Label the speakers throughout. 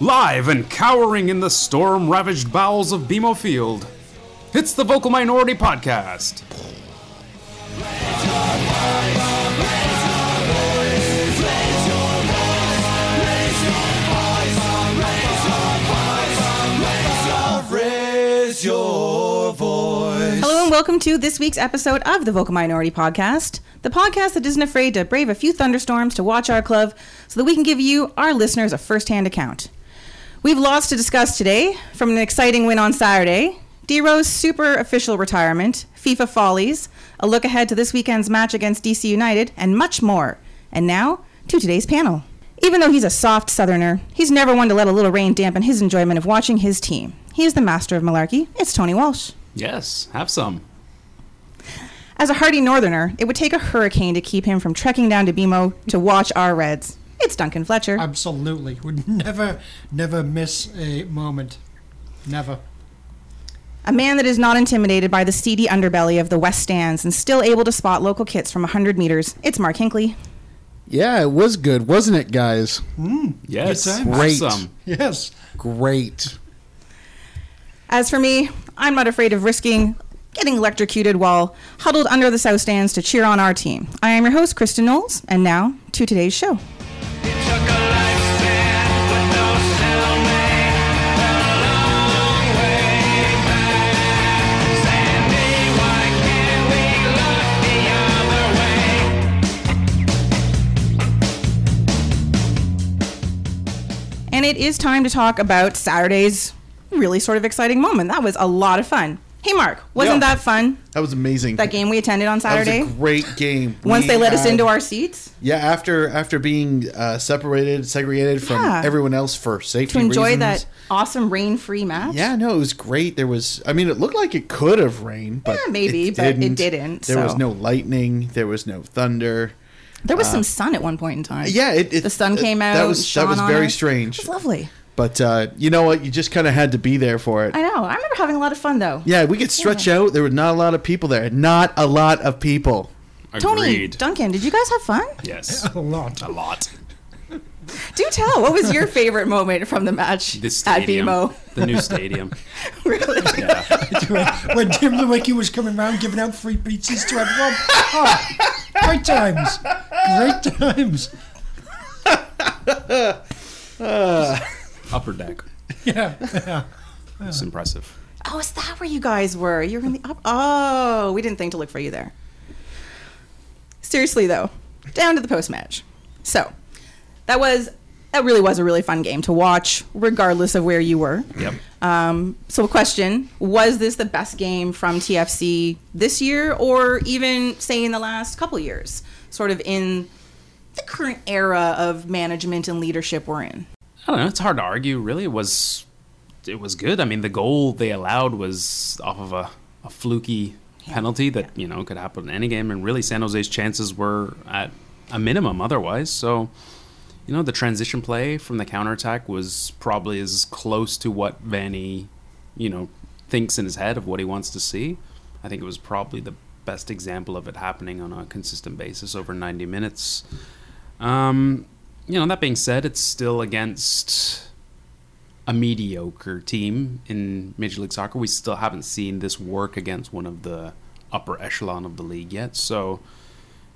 Speaker 1: Live and cowering in the storm ravaged bowels of Bemo Field, it's the Vocal Minority Podcast.
Speaker 2: Hello and welcome to this week's episode of the Vocal Minority Podcast, the podcast that isn't afraid to brave a few thunderstorms to watch our club so that we can give you, our listeners, a first hand account. We've lots to discuss today from an exciting win on Saturday, D Rose super official retirement, FIFA Follies, a look ahead to this weekend's match against DC United, and much more. And now to today's panel. Even though he's a soft southerner, he's never one to let a little rain dampen his enjoyment of watching his team. He is the master of malarkey. It's Tony Walsh.
Speaker 1: Yes, have some.
Speaker 2: As a hardy northerner, it would take a hurricane to keep him from trekking down to BMO to watch our Reds. It's Duncan Fletcher.
Speaker 3: Absolutely. Would never, never miss a moment. Never.
Speaker 2: A man that is not intimidated by the seedy underbelly of the West Stands and still able to spot local kits from 100 meters. It's Mark Hinkley.
Speaker 4: Yeah, it was good, wasn't it, guys?
Speaker 1: Yes,
Speaker 3: Good
Speaker 1: have
Speaker 3: time.
Speaker 4: Great.
Speaker 1: some.
Speaker 3: Yes.
Speaker 4: Great.
Speaker 2: As for me, I'm not afraid of risking getting electrocuted while huddled under the South Stands to cheer on our team. I am your host, Kristen Knowles, and now to today's show.
Speaker 5: Took a lifespan with no cellmate, a long way back. Sandy, why can't we look the other way?
Speaker 2: And it is time to talk about Saturday's really sort of exciting moment. That was a lot of fun. Hey, Mark, wasn't
Speaker 4: Yeah.
Speaker 2: that fun?
Speaker 4: That was amazing.
Speaker 2: That game we attended on
Speaker 4: That was
Speaker 2: Saturday?
Speaker 4: a great game.
Speaker 2: Once
Speaker 4: We
Speaker 2: they let us
Speaker 4: had-
Speaker 2: into our seats
Speaker 4: yeah, after after being uh, separated, segregated from
Speaker 2: Yeah.
Speaker 4: everyone else for
Speaker 2: to
Speaker 4: safety
Speaker 2: enjoy that
Speaker 4: reasons.
Speaker 2: awesome rain free match.
Speaker 4: Yeah, no, it was great. There was, I mean, it looked like it could have rained, but
Speaker 2: Yeah, maybe, but it didn't,
Speaker 4: There
Speaker 2: so.
Speaker 4: was no lightning. There was no thunder.
Speaker 2: There was some sun at one point in time.
Speaker 4: Yeah, it, it
Speaker 2: The sun
Speaker 4: it-
Speaker 2: came out.
Speaker 4: That was
Speaker 2: shone
Speaker 4: that was
Speaker 2: on
Speaker 4: very
Speaker 2: us.
Speaker 4: strange.
Speaker 2: It was lovely.
Speaker 4: But uh, you know what? You just kind of had to be there for it.
Speaker 2: I know. I remember having a lot of fun though.
Speaker 4: Yeah, we could stretch out. There were not a lot of people there. Not a lot of people.
Speaker 2: Tony,
Speaker 1: Agreed.
Speaker 2: Duncan, did you guys have fun?
Speaker 1: yes,
Speaker 3: A lot.
Speaker 1: a lot.
Speaker 2: Do tell. What was your favorite moment from the match
Speaker 1: This
Speaker 2: at
Speaker 1: stadium,
Speaker 2: BMO?
Speaker 1: the new stadium.
Speaker 2: really?
Speaker 3: when Tim Lewicki was coming around giving out free pizzas to everyone. Oh, great times. Great times.
Speaker 1: Upper deck.
Speaker 3: Yeah. yeah.
Speaker 1: It's impressive.
Speaker 2: Oh, is that where you guys were? You were in the up. Oh, we didn't think to look for you there. Seriously, though, down to the post match. So, that was that really was a really fun game to watch, regardless of where you were.
Speaker 1: Yep.
Speaker 2: Um, so, a question: Was this the best game from TFC this year, or even say in the last couple years? Sort of in the current era of management and leadership we're in.
Speaker 1: I don't know. It's hard to argue. Really, it was it was good. I mean, the goal they allowed was off of a, a fluky penalty that you know could happen in any game, and really San Jose's chances were at a minimum. Otherwise, so you know the transition play from the counterattack was probably as close to what Vanny, you know, thinks in his head of what he wants to see. I think it was probably the best example of it happening on a consistent basis over 90 minutes. Um, you know, that being said, it's still against a mediocre team in Major League Soccer. We still haven't seen this work against one of the upper echelon of the league yet. So,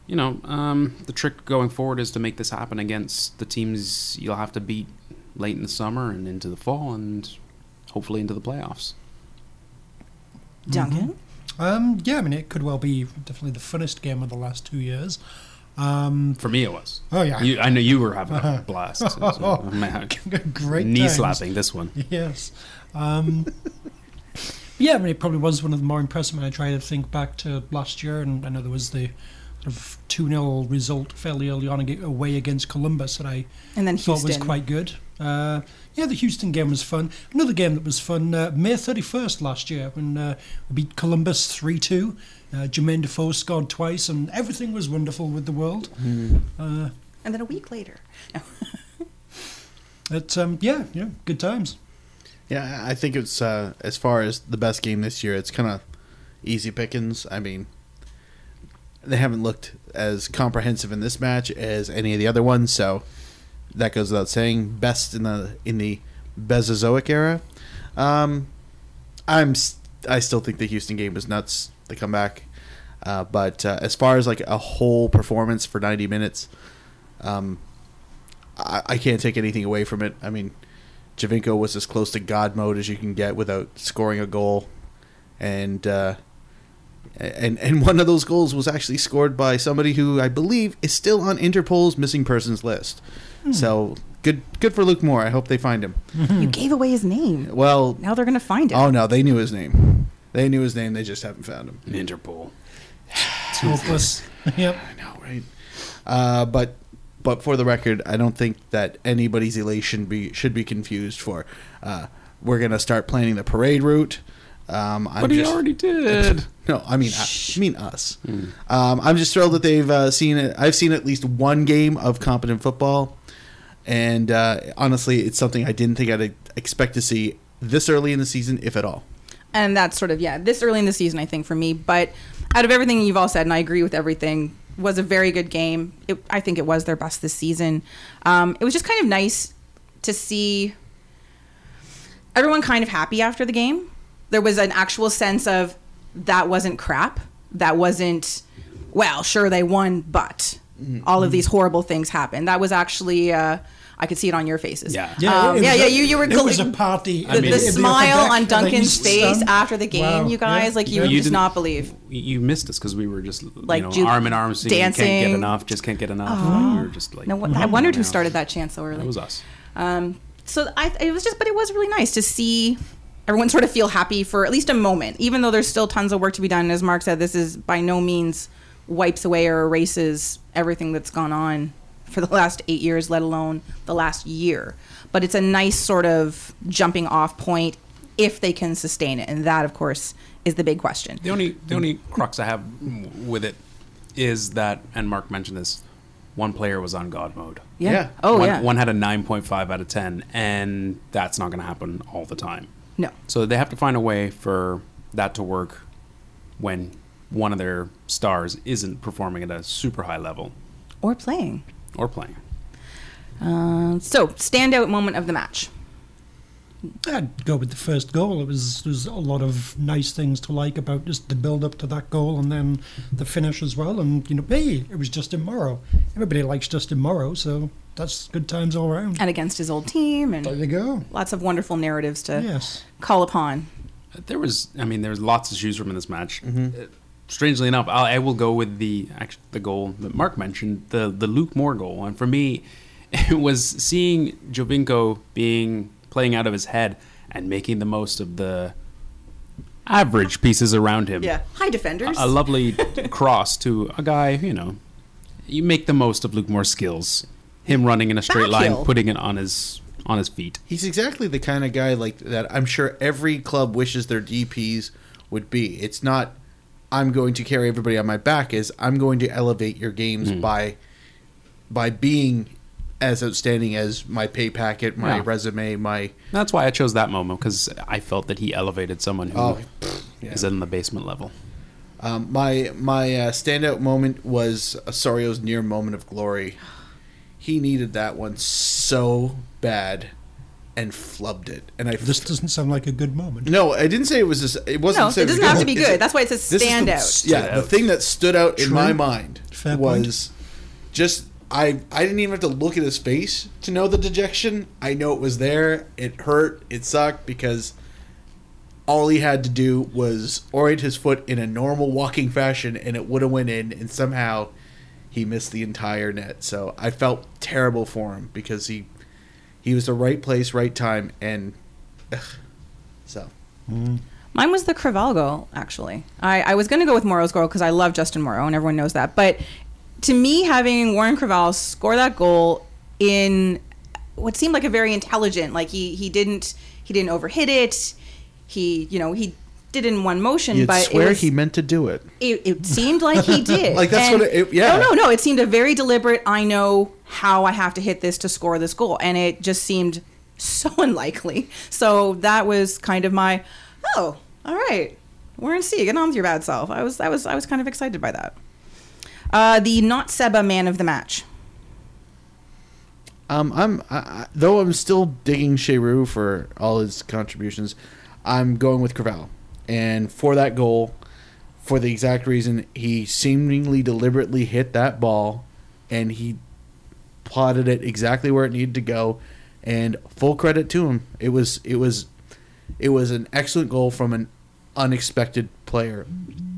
Speaker 1: you know, um, the trick going forward is to make this happen against the teams you'll have to beat late in the summer and into the fall and hopefully into the playoffs.
Speaker 3: Mm-hmm.
Speaker 2: Duncan,
Speaker 3: Um, yeah, I mean, it could well be definitely the funnest game of the last two years. Um,
Speaker 1: For me, it was.
Speaker 3: Oh, yeah.
Speaker 1: You, I know you were having a blast. It was, uh, man,
Speaker 3: Great
Speaker 1: knee
Speaker 3: times.
Speaker 1: slapping this one.
Speaker 3: Yes. Um, yeah, I mean, it probably was one of the more impressive. When I try to think back to last year, and I know there was the sort of 2 0 result fairly early on ag- away against Columbus that I
Speaker 2: and then
Speaker 3: thought
Speaker 2: Houston.
Speaker 3: was quite good. Uh, yeah, the Houston game was fun. Another game that was fun, uh, May 31st last year, when uh, we beat Columbus 3 2. Uh, Jermaine Defoe scored twice, and everything was wonderful with the world. Uh,
Speaker 2: and then a week later. No.
Speaker 3: But um, yeah, yeah, good times.
Speaker 4: Yeah, I I think it's uh, as far as the best game this year. It's kind of easy pickings. I mean, they haven't looked as comprehensive in this match as any of the other ones, so that goes without saying. Best in the in the Mesozoic era. Um, I'm s- I still think the Houston game was nuts. The comeback, uh, but uh, as far as like a whole performance for 90 minutes, um, I, I can't take anything away from it. I mean, Javinko was as close to God mode as you can get without scoring a goal, and uh, and and one of those goals was actually scored by somebody who I believe is still on Interpol's missing persons list. So good good for Luke Moore. I hope they find him.
Speaker 3: Hmm.
Speaker 2: You gave away his name.
Speaker 4: Well,
Speaker 2: Now they're going to find him.
Speaker 4: oh no, they knew his name. They knew his name. They just haven't found him.
Speaker 1: Interpol.
Speaker 3: Hopeless. yep.
Speaker 4: I know, right? Uh, but but for the record, I don't think that anybody's elation be should be confused for. Uh, we're gonna start planning the parade route. Um, I'm
Speaker 1: But he
Speaker 4: just-
Speaker 1: already did. Hmm.
Speaker 4: No, I mean, I mean us. Um, I'm just thrilled that they've uh, seen it. I've seen at least one game of competent football, and uh, honestly, it's something I didn't think I'd expect to see this early in the season, if at all.
Speaker 2: and that's sort of yeah this early in the season i think for me but out of everything you've all said and i agree with everything was a very good game it, i think it was their best this season um, it was just kind of nice to see everyone kind of happy after the game there was an actual sense of that wasn't crap that wasn't well sure they won but
Speaker 1: Mm-hmm.
Speaker 2: all of these horrible things happened that was actually uh, i could see it on your faces
Speaker 1: Yeah.
Speaker 2: yeah
Speaker 3: it
Speaker 2: yeah,
Speaker 3: was
Speaker 2: yeah
Speaker 3: a-
Speaker 2: you, you were
Speaker 3: It was a
Speaker 2: gl-
Speaker 3: party.
Speaker 2: the, the smile on Duncan's face after the game, you guys, like you
Speaker 1: Yeah.
Speaker 2: would
Speaker 1: You
Speaker 2: just
Speaker 1: didn't-
Speaker 2: not believe.
Speaker 1: You missed us because we were just
Speaker 2: Like
Speaker 1: like you
Speaker 2: ju-
Speaker 1: know, arm in arm singing, Can't
Speaker 2: dancing.
Speaker 1: get enough. Just can't get enough. Like, we were just like.
Speaker 2: No, I wondered who started that chant so early.
Speaker 1: It was us.
Speaker 2: Um, so I, it was just, but it was really nice to see everyone sort of feel happy for at least a moment, even though there's still tons of work to be done. As Mark said, this is by no means wipes away or erases everything that's gone on for the last eight years, let alone the last year. But it's a nice sort of jumping off point if they can sustain it. And that, of course, is the big question.
Speaker 1: The only the only crux I have with it is that, and Mark mentioned this, one player was on God mode.
Speaker 2: Yeah.
Speaker 4: Yeah.
Speaker 2: Oh,
Speaker 1: One-
Speaker 2: yeah.
Speaker 1: One had a 9.5 out of 10, and that's not going to happen all the time.
Speaker 2: No.
Speaker 1: So they have to find a way for that to work when one of their stars isn't performing at a super high level
Speaker 2: Or playing.
Speaker 1: or playing.
Speaker 2: Uh, so, standout moment of the match.
Speaker 3: I'd go with the first goal. It was there's a lot of nice things to like about just the build up to that goal and then the finish as well. And you know, hey, it was Justin Morrow. Everybody likes Justin Morrow, so that's good times all around.
Speaker 2: And against his old team, and
Speaker 3: There you go.
Speaker 2: lots of wonderful narratives to
Speaker 3: Yes.
Speaker 2: call upon.
Speaker 1: There was, I mean, there was lots to choose from in this match. Uh, Strangely enough, I'll, I will go with the actually, the goal that Mark mentioned, the the Luke Moore goal, and for me, it was seeing Jovinko being playing out of his head and making the most of the average pieces around him.
Speaker 2: Hi, defenders.
Speaker 1: a lovely cross to a guy, you know, you make the most of Luke Moore's skills. Him running in a straight line,
Speaker 2: Backheel.
Speaker 1: putting it on his on his feet.
Speaker 4: He's exactly the kind of guy like that. I'm sure every club wishes their DPS would be. It's not. I'm going to carry everybody on my back. Is I'm going to elevate your games
Speaker 2: Hmm.
Speaker 4: by by being as outstanding as my pay packet, my
Speaker 1: Yeah.
Speaker 4: resume, my
Speaker 1: That's why I chose that moment because I felt that he elevated someone who
Speaker 4: Oh,
Speaker 1: is
Speaker 4: yeah.
Speaker 1: in the basement level.
Speaker 4: Um, my my uh, standout moment was Osorio's near moment of glory. He needed that one so bad, and flubbed it. And I
Speaker 3: This doesn't sound like a good moment.
Speaker 4: no, I didn't say it was. This, it wasn't.
Speaker 2: No,
Speaker 4: say
Speaker 2: it doesn't
Speaker 4: was
Speaker 2: have to be
Speaker 4: It's-
Speaker 2: good. That's why it says
Speaker 4: this is the-
Speaker 2: standout.
Speaker 4: yeah,
Speaker 1: Stood
Speaker 4: the
Speaker 1: out.
Speaker 4: thing that stood out in
Speaker 3: True.
Speaker 4: my mind
Speaker 3: Fair point.
Speaker 4: was just I I didn't even have to look at his face to know the dejection. I know it was there. It hurt. It sucked because all he had to do was orient his foot in a normal walking fashion, and it would have went in. And somehow he missed the entire net. So I felt terrible for him because he he was the right place, right time, and ugh, so.
Speaker 2: Mine was the Craval goal, actually. I, I was going to go with Morrow's goal because I love Justin Morrow and everyone knows that. But to me, having Warren Craval score that goal in what seemed like a very intelligent, like he, he didn't he didn't overhit it. He you know he did it in one motion,
Speaker 4: You'd
Speaker 2: but it
Speaker 4: swear
Speaker 2: was-
Speaker 4: he meant to do it.
Speaker 2: it, it seemed like he did.
Speaker 4: Like, that's
Speaker 2: And-
Speaker 4: what it- it- yeah.
Speaker 2: No, no, no. It seemed a very deliberate. I know how I have to hit this to score this goal, and it just seemed so unlikely. So that was kind of my, oh, all right, we're in C. Get on with your bad self. I was, I was, I was kind of excited by that. Uh, the not Seba man of the match.
Speaker 4: Um, I'm I, I, though I'm still digging Cheru for all his contributions. I'm going with Craval, and for that goal, for the exact reason he seemingly deliberately hit that ball, and he plotted it exactly where it needed to go. And full credit to him. It was it was it was an excellent goal from an unexpected player.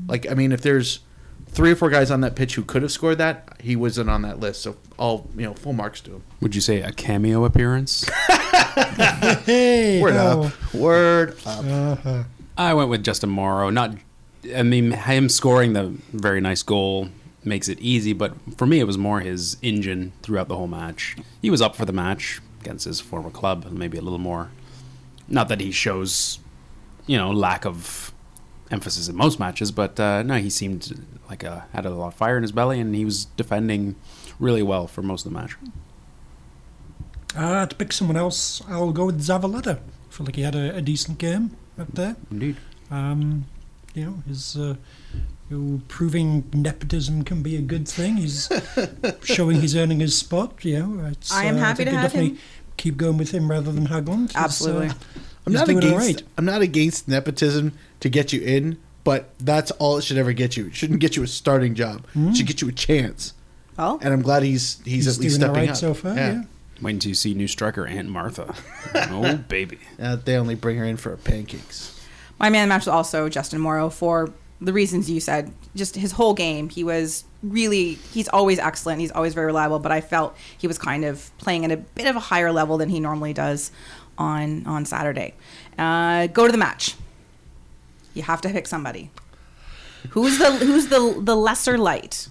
Speaker 4: Like I mean, if there's three or four guys on that pitch who could have scored that, he wasn't on that list. So all you know, full marks to him.
Speaker 1: Would you say a cameo appearance?
Speaker 3: Hey,
Speaker 4: Word
Speaker 3: oh.
Speaker 4: up. Word up.
Speaker 3: Uh-huh.
Speaker 1: I went with Justin Morrow. Not, I mean, him scoring the very nice goal makes it easy, but for me, it was more his engine throughout the whole match. He was up for the match against his former club, and maybe a little more. Not that he shows, you know, lack of emphasis in most matches, but uh, no, he seemed like a, had a lot of fire in his belly, and he was defending really well for most of the match.
Speaker 3: Uh, to pick someone else, I'll go with Zavaleta. I feel like he had a, a decent game up there.
Speaker 1: Indeed.
Speaker 3: Um, you know, his uh, you know, proving nepotism can be a good thing. He's showing he's earning his spot. You know, it's,
Speaker 2: I am
Speaker 3: uh,
Speaker 2: happy
Speaker 3: think
Speaker 2: to
Speaker 3: you
Speaker 2: have
Speaker 3: definitely
Speaker 2: him.
Speaker 3: Keep going with him rather than Haglund. 'cause, uh,
Speaker 2: Absolutely. I'm
Speaker 4: I'm
Speaker 3: he's
Speaker 4: not
Speaker 3: doing all
Speaker 4: against.
Speaker 3: right.
Speaker 4: I'm not against nepotism to get you in, but that's all it should ever get you. It shouldn't get you a starting job. It should get you a chance.
Speaker 2: Well,
Speaker 4: And I'm glad he's he's,
Speaker 3: Hmm. He's,
Speaker 4: at least
Speaker 3: doing all
Speaker 4: stepping
Speaker 3: right
Speaker 4: up.
Speaker 3: so far. Yeah.
Speaker 1: Wait until you see new striker Aunt Martha. oh baby.
Speaker 4: Uh, they only bring her in for her pancakes.
Speaker 2: my man of the match was also Justin Morrow for the reasons you said. Just his whole game, he was really he's always excellent. He's always very reliable, but I felt he was kind of playing at a bit of a higher level than he normally does on on Saturday. Uh, go to the match. You have to pick somebody. Who's the who's the the lesser light?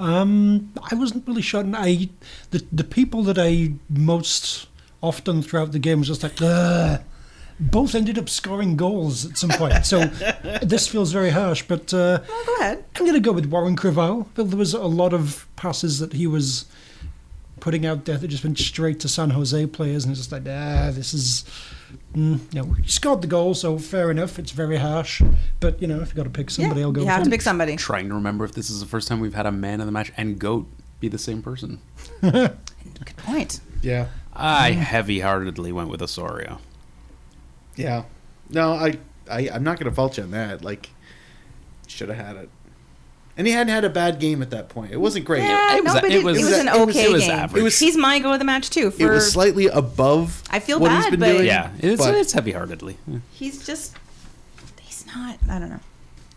Speaker 3: Um, I wasn't really sure. and I the the people that I most often throughout the game was just like, Ugh. both ended up scoring goals at some point. So this feels very harsh, but uh,
Speaker 2: Well, Oh, go ahead.
Speaker 3: I'm going to go with Warren Craval. There was a lot of passes that he was putting out there that just went straight to San Jose players, and it's just like, ah, this is. Mm, you know, he scored the goal, so fair enough. It's very harsh, but you know, if you got to pick somebody,
Speaker 2: Yeah,
Speaker 3: I'll go.
Speaker 2: you have
Speaker 3: with
Speaker 2: to
Speaker 3: him.
Speaker 2: pick somebody.
Speaker 1: trying to remember if this is the first time we've had a man of the match and goat be the same person.
Speaker 2: Good point.
Speaker 4: Yeah.
Speaker 1: I heavy-heartedly went with Osorio.
Speaker 4: Yeah. No, I, I I'm not gonna fault you on that. Like should have had it. And he hadn't had a bad game at that point. It wasn't great.
Speaker 2: Yeah,
Speaker 1: it was-
Speaker 2: no, but
Speaker 1: it
Speaker 2: it, it, was,
Speaker 1: was-
Speaker 2: an
Speaker 1: it was-
Speaker 2: okay
Speaker 1: it was
Speaker 2: game.
Speaker 1: average. It was-
Speaker 2: He's my go of the match too.
Speaker 4: It
Speaker 2: For
Speaker 4: was slightly above
Speaker 2: I feel
Speaker 4: what
Speaker 2: bad,
Speaker 4: he's been
Speaker 2: but-
Speaker 4: doing.
Speaker 1: Yeah, it's,
Speaker 4: but-
Speaker 1: it's heavy-heartedly. Yeah.
Speaker 2: he's just he's not. I don't know.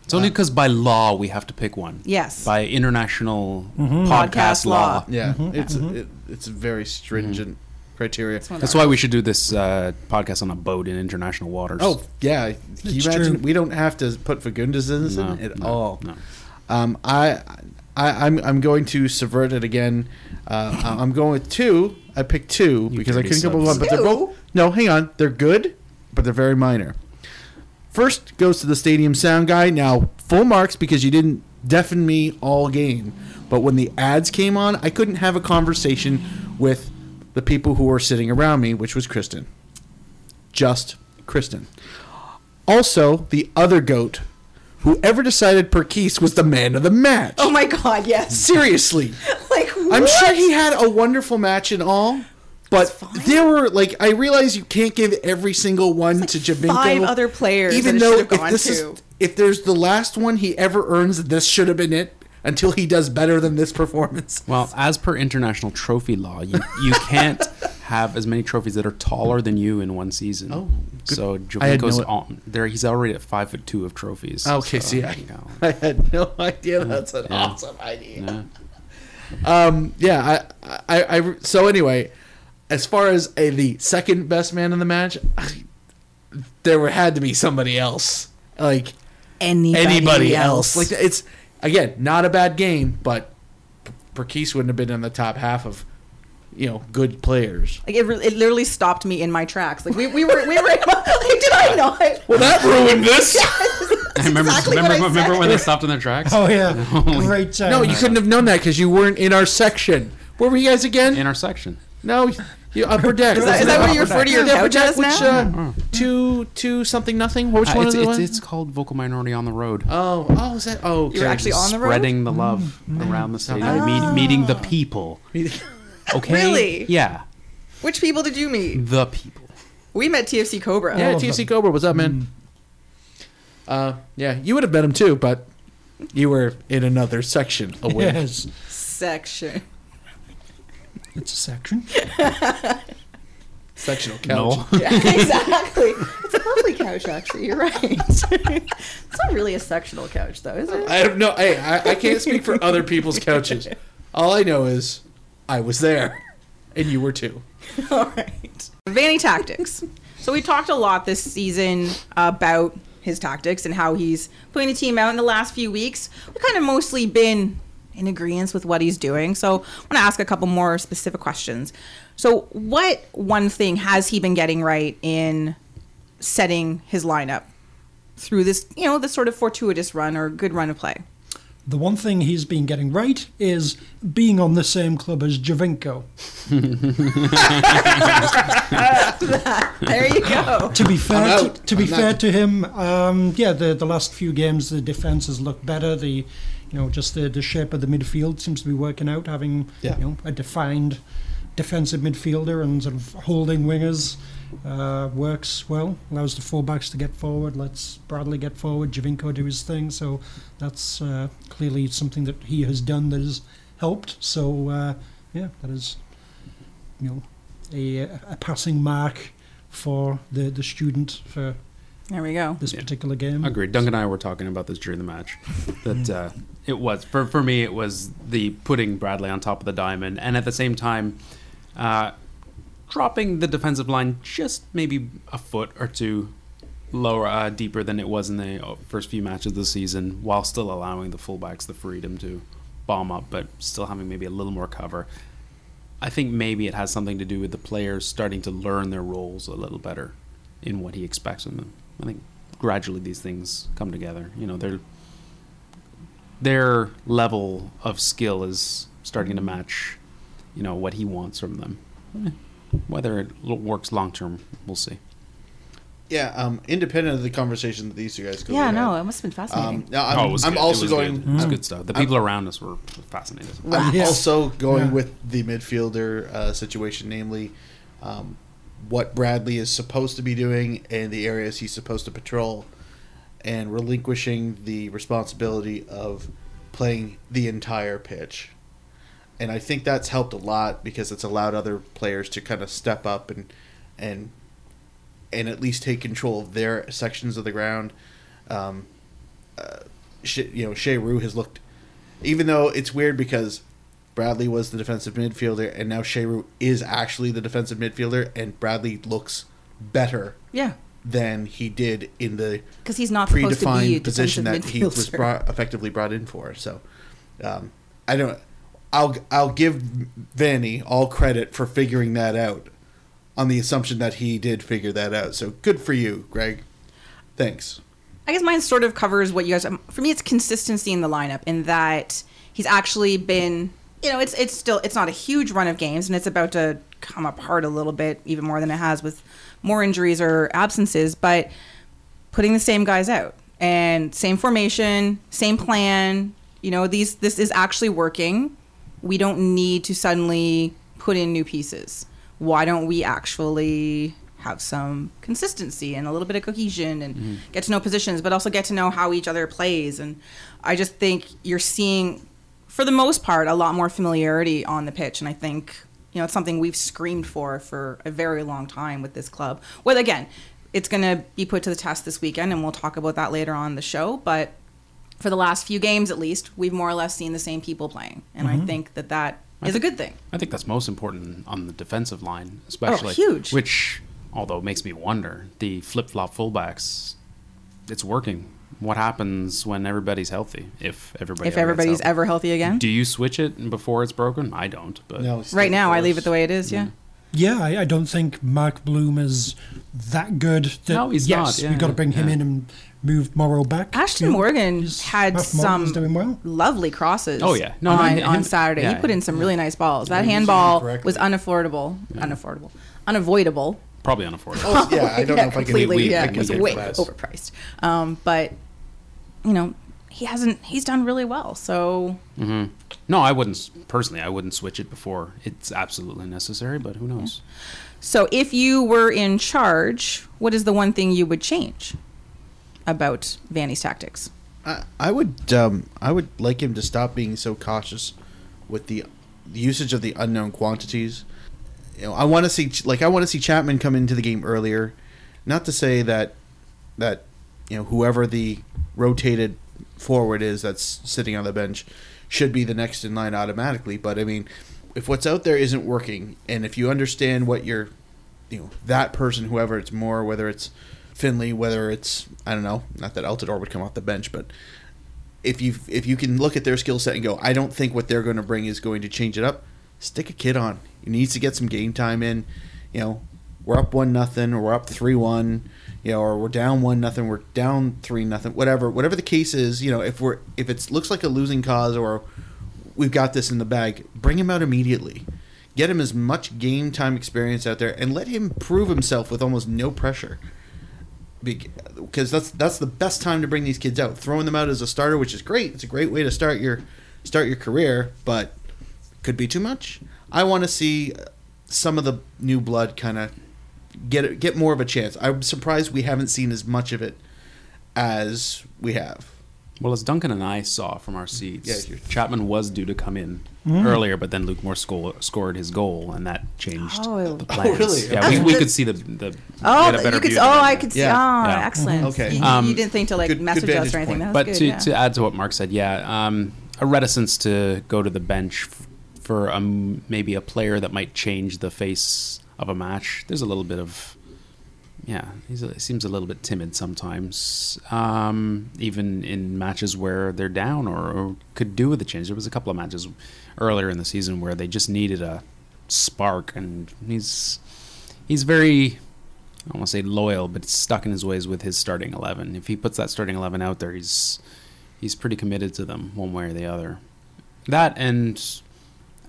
Speaker 1: It's only because by law we have to pick one.
Speaker 2: Yes. Mm-hmm.
Speaker 1: By international podcast,
Speaker 2: Podcast
Speaker 1: law.
Speaker 2: law.
Speaker 4: Yeah, it's It, it's very stringent criteria.
Speaker 2: one of
Speaker 1: That's why we should do this uh, podcast on a boat in international waters.
Speaker 4: Oh yeah, can you
Speaker 3: It's
Speaker 4: imagine
Speaker 3: true.
Speaker 4: we don't have to put Fagundes in
Speaker 1: No,
Speaker 4: at
Speaker 1: no,
Speaker 4: all.
Speaker 1: no.
Speaker 4: Um, I, I, I'm, I'm going to subvert it again. Uh, I'm going with two. I picked two because I
Speaker 1: dirty
Speaker 4: couldn't come up with one,
Speaker 1: subs.
Speaker 4: but they're both. No, hang on. They're good, but they're very minor. First goes to the stadium sound guy. Now, full marks because you didn't deafen me all game. But when the ads came on, I couldn't have a conversation with the people who were sitting around me, which was Kristen. Just Kristen. Also, the other goat, whoever decided Perkis was the man of the match.
Speaker 2: Oh my god, yes.
Speaker 4: Seriously.
Speaker 2: Like what?
Speaker 4: I'm sure he had a wonderful match and all, but there were like I realize you can't give every single one to Javinko.
Speaker 2: five other players
Speaker 4: even
Speaker 2: that it
Speaker 4: though
Speaker 2: should have
Speaker 4: if
Speaker 2: gone
Speaker 4: this
Speaker 2: to.
Speaker 4: is if there's the last one he ever earns, this should have been it. Until he does better than this performance.
Speaker 1: Well, as per international trophy law, you, you can't have as many trophies that are taller than you in one season.
Speaker 4: Oh, good.
Speaker 1: so
Speaker 4: I had no-
Speaker 1: Jovinko's on there. He's already at five foot two of trophies.
Speaker 4: Okay,
Speaker 1: so,
Speaker 4: see, I,
Speaker 1: you know.
Speaker 4: I had no idea. That's an
Speaker 1: Yeah.
Speaker 4: awesome idea.
Speaker 1: Yeah.
Speaker 4: Um, yeah, I, I, I, so anyway, as far as a, the second best man in the match, I, there were, had to be somebody else, like
Speaker 2: anybody,
Speaker 4: anybody else. Like it's again not a bad game, but P- Perkis wouldn't have been in the top half of you know good players.
Speaker 2: Like, it, re- it literally stopped me in my tracks. Like we, we were we were like did I not?
Speaker 4: Well, that ruined this.
Speaker 1: I remember,
Speaker 2: exactly what
Speaker 1: remember,
Speaker 2: I
Speaker 1: remember
Speaker 2: said.
Speaker 1: when they stopped in their tracks?
Speaker 3: Oh yeah, great. uh, Time.
Speaker 4: No, you couldn't have known that because you weren't in our section. Where were you guys again?
Speaker 1: In our section.
Speaker 4: No, you upper deck.
Speaker 2: Is that- is that where you refer to your
Speaker 4: Upper
Speaker 2: couch
Speaker 4: deck,
Speaker 2: as
Speaker 4: which,
Speaker 2: now?
Speaker 4: Uh, two, two something nothing. Which
Speaker 1: Uh,
Speaker 4: one
Speaker 1: it's,
Speaker 4: is it?
Speaker 1: it's, it's called Vocal Minority on the Road.
Speaker 4: Oh, oh, is that? Oh, okay.
Speaker 2: You were actually on the road.
Speaker 1: Spreading the love around the stadium, meet, meeting the people.
Speaker 4: Meeting-
Speaker 1: Okay.
Speaker 2: Really?
Speaker 1: Yeah.
Speaker 2: Which people did you meet?
Speaker 1: The people.
Speaker 2: We met TFC Cobra. Oh,
Speaker 4: Yeah,
Speaker 3: All of
Speaker 4: TFC Cobra, what's up, man? Uh, yeah, you would have met him too, but you were in another section away.
Speaker 3: Yes,
Speaker 2: Section.
Speaker 3: it's a section.
Speaker 4: Sectional couch.
Speaker 1: No.
Speaker 2: Yeah, exactly. It's a lovely couch, actually. You're right. it's not really a sectional couch, though, is it?
Speaker 4: I have no. Hey, I, I can't speak for other people's couches. All I know is I was there, and you were too.
Speaker 2: All right. Vanny tactics. So we talked a lot this season about his tactics and how he's putting the team out in the last few weeks. We've kind of mostly been in agreement with what he's doing. So I want to ask a couple more specific questions. So what one thing has he been getting right in setting his lineup through this, you know, this sort of fortuitous run or good run of play?
Speaker 3: The one thing he's been getting right is being on the same club as Javinko.
Speaker 2: There you go.
Speaker 3: To be fair, to,
Speaker 4: out.
Speaker 3: to be
Speaker 4: I'm not-
Speaker 3: fair to him, um, yeah, the the last few games the defense has looked better. The you know just the, the shape of the midfield seems to be working out, having
Speaker 4: Yeah.
Speaker 3: you know a defined defensive midfielder and sort of holding wingers uh, works well. Allows the fullbacks to get forward, lets Bradley get forward, Javinko do his thing. So that's uh, clearly something that he has done that has helped. So uh, yeah, that is you know a, a passing mark for the, the student for
Speaker 2: There we go.
Speaker 3: this
Speaker 1: Yeah.
Speaker 3: particular game.
Speaker 1: Agreed. Duncan and I were talking about this during the match. That uh, it was for for me. It was the putting Bradley on top of the diamond, and at the same time, uh, dropping the defensive line just maybe a foot or two lower, uh, deeper than it was in the uh, first few matches of the season, while still allowing the fullbacks the freedom to bomb up, but still having maybe a little more cover. I think maybe it has something to do with the players starting to learn their roles a little better in what he expects from them. I think gradually these things come together. You know, their their level of skill is starting to match, you know, what he wants from them. Eh, Whether it l- works long term, we'll see.
Speaker 4: Yeah, um, independent of the conversation that these two guys.
Speaker 2: Yeah, no, it must have been fascinating.
Speaker 4: Um, no, I'm, I'm also going.
Speaker 1: Oh, Good. It was good stuff. The people around us were fascinated.
Speaker 4: I'm
Speaker 3: Yes.
Speaker 4: Uh, also going
Speaker 3: Yeah.
Speaker 4: with the midfielder uh, situation, namely um, what Bradley is supposed to be doing and the areas he's supposed to patrol, and relinquishing the responsibility of playing the entire pitch. And I think that's helped a lot because it's allowed other players to kind of step up and and and at least take control of their sections of the ground. Um, Sh- you know Shea Rue has looked, even though it's weird because Bradley was the defensive midfielder and now Shea Rue is actually the defensive midfielder and Bradley looks better
Speaker 2: Yeah.
Speaker 4: than he did in the
Speaker 2: Because he's not supposed to be a
Speaker 4: predefined position that
Speaker 2: defensive
Speaker 4: he was
Speaker 2: midfielder.
Speaker 4: brought, effectively brought in for. So um, I don't. I'll I'll give Vanny all credit for figuring that out, on the assumption that he did figure that out. So good for you, Greg. Thanks.
Speaker 2: I guess mine sort of covers what you guys. um, For me, it's consistency in the lineup in that he's actually been. You know, it's it's still it's not a huge run of games, and it's about to come apart a little bit even more than it has with more injuries or absences. But putting the same guys out and same formation, same plan. You know, these this is actually working. We don't need to suddenly put in new pieces. Why don't we actually have some consistency and a little bit of cohesion and get to know positions, but also get to know how each other plays? And I just think you're seeing, for the most part, a lot more familiarity on the pitch. And I think you know, it's something we've screamed for for a very long time with this club. Well, again, it's going to be put to the test this weekend, and we'll talk about that later on in the show. But for the last few games, at least, we've more or less seen the same people playing, and I think that that is a good thing.
Speaker 1: I think that's most important on the defensive
Speaker 4: Oh,
Speaker 1: line, especially.
Speaker 2: huge.
Speaker 1: Which, although it makes me wonder, the flip flop fullbacks, it's working. What happens when everybody's healthy? If everybody
Speaker 2: if
Speaker 1: ever gets
Speaker 2: everybody's
Speaker 1: healthy?
Speaker 2: ever healthy again,
Speaker 1: do you switch it before it's broken? I don't, but
Speaker 2: right now I leave it the way it is. Yeah,
Speaker 3: Yeah, I, I don't think Mark Bloom is that good. That,
Speaker 1: No, he's not.
Speaker 3: yes,
Speaker 1: Yeah,
Speaker 3: we've got to
Speaker 1: yeah,
Speaker 3: bring him
Speaker 1: yeah.
Speaker 3: in and move Morrow back.
Speaker 2: Ashton
Speaker 3: You know,
Speaker 2: Morgan
Speaker 3: he's-
Speaker 2: had
Speaker 3: Matt
Speaker 2: some
Speaker 3: Morgan's doing well.
Speaker 2: lovely crosses.
Speaker 1: Oh, yeah. No, no,
Speaker 2: on,
Speaker 1: him-
Speaker 2: on Saturday
Speaker 1: yeah,
Speaker 2: he put in some really nice balls. That
Speaker 4: using him
Speaker 2: handball
Speaker 4: correctly.
Speaker 2: was unaffordable, unaffordable, unavoidable.
Speaker 1: probably unaffordable.
Speaker 4: Oh, yeah, I don't know if I can
Speaker 1: we-
Speaker 2: completely.
Speaker 1: we-
Speaker 2: yeah,
Speaker 1: I
Speaker 2: it
Speaker 1: can
Speaker 2: was
Speaker 1: get
Speaker 2: way
Speaker 4: past.
Speaker 2: overpriced. Um, but you know, he hasn't. He's done really well. So
Speaker 1: No, I wouldn't s- personally. I wouldn't switch it before it's absolutely necessary. But who knows?
Speaker 2: so if you were in charge, what is the one thing you would change about Vanny's tactics?
Speaker 4: I, I would um, I would like him to stop being so cautious with the, the usage of the unknown quantities. You know, I want to see Ch- like I want to see Chapman come into the game earlier. Not to say that that you know whoever the rotated forward is that's sitting on the bench should be the next in line automatically, but I mean if what's out there isn't working and if you understand what you're you know that person, whoever it's more, whether it's Finley, whether it's I don't know, not that Altidore would come off the bench, but if you if you can look at their skill set and go, I don't think what they're going to bring is going to change it up. Stick a kid on. He needs to get some game time in. You know, we're up one nothing, or we're up three one. You know, or we're down one nothing, we're down three nothing. Whatever, whatever the case is, you know, if we're if it looks like a losing cause or we've got this in the bag, bring him out immediately. Get him as much game time experience out there and let him prove himself with almost no pressure because that's that's the best time to bring these kids out. Throwing them out as a starter, which is great. It's a great way to start your start your career, but could be too much. I want to see some of the new blood kind of get get more of a chance. I'm surprised we haven't seen as much of it as we have.
Speaker 1: Well, as Duncan and I saw from our seats,
Speaker 4: Yeah, you're-
Speaker 1: Chapman was due to come in
Speaker 2: Mm-hmm.
Speaker 1: earlier, but then Luke Moore sco- scored his goal, and that changed
Speaker 2: Oh.
Speaker 1: the plans.
Speaker 4: really?
Speaker 1: Yeah, we, we could see the the.
Speaker 2: Oh,
Speaker 1: we had a
Speaker 2: you
Speaker 1: better
Speaker 2: could.
Speaker 1: view
Speaker 2: Oh,
Speaker 1: than
Speaker 2: I
Speaker 1: that.
Speaker 2: could.
Speaker 4: Yeah.
Speaker 2: Yeah.
Speaker 1: Yeah.
Speaker 2: Excellent.
Speaker 4: Okay.
Speaker 2: You- You,
Speaker 1: Um,
Speaker 2: didn't think to like
Speaker 4: good- good
Speaker 2: message us
Speaker 4: vantage
Speaker 2: or anything. That was
Speaker 4: point.
Speaker 1: but
Speaker 2: good,
Speaker 1: to,
Speaker 2: yeah.
Speaker 1: to add to what Mark said, yeah, um, a reticence to go to the bench f- for um, maybe a player that might change the face of a match. There's a little bit of, yeah, he's a, he seems a little bit timid sometimes, um, even in matches where they're down or, or could do with a change. There was a couple of matches earlier in the season where they just needed a spark, and he's he's very I don't want to say loyal, but stuck in his ways with his starting eleven. If he puts that starting eleven out there, he's he's pretty committed to them one way or the other. That and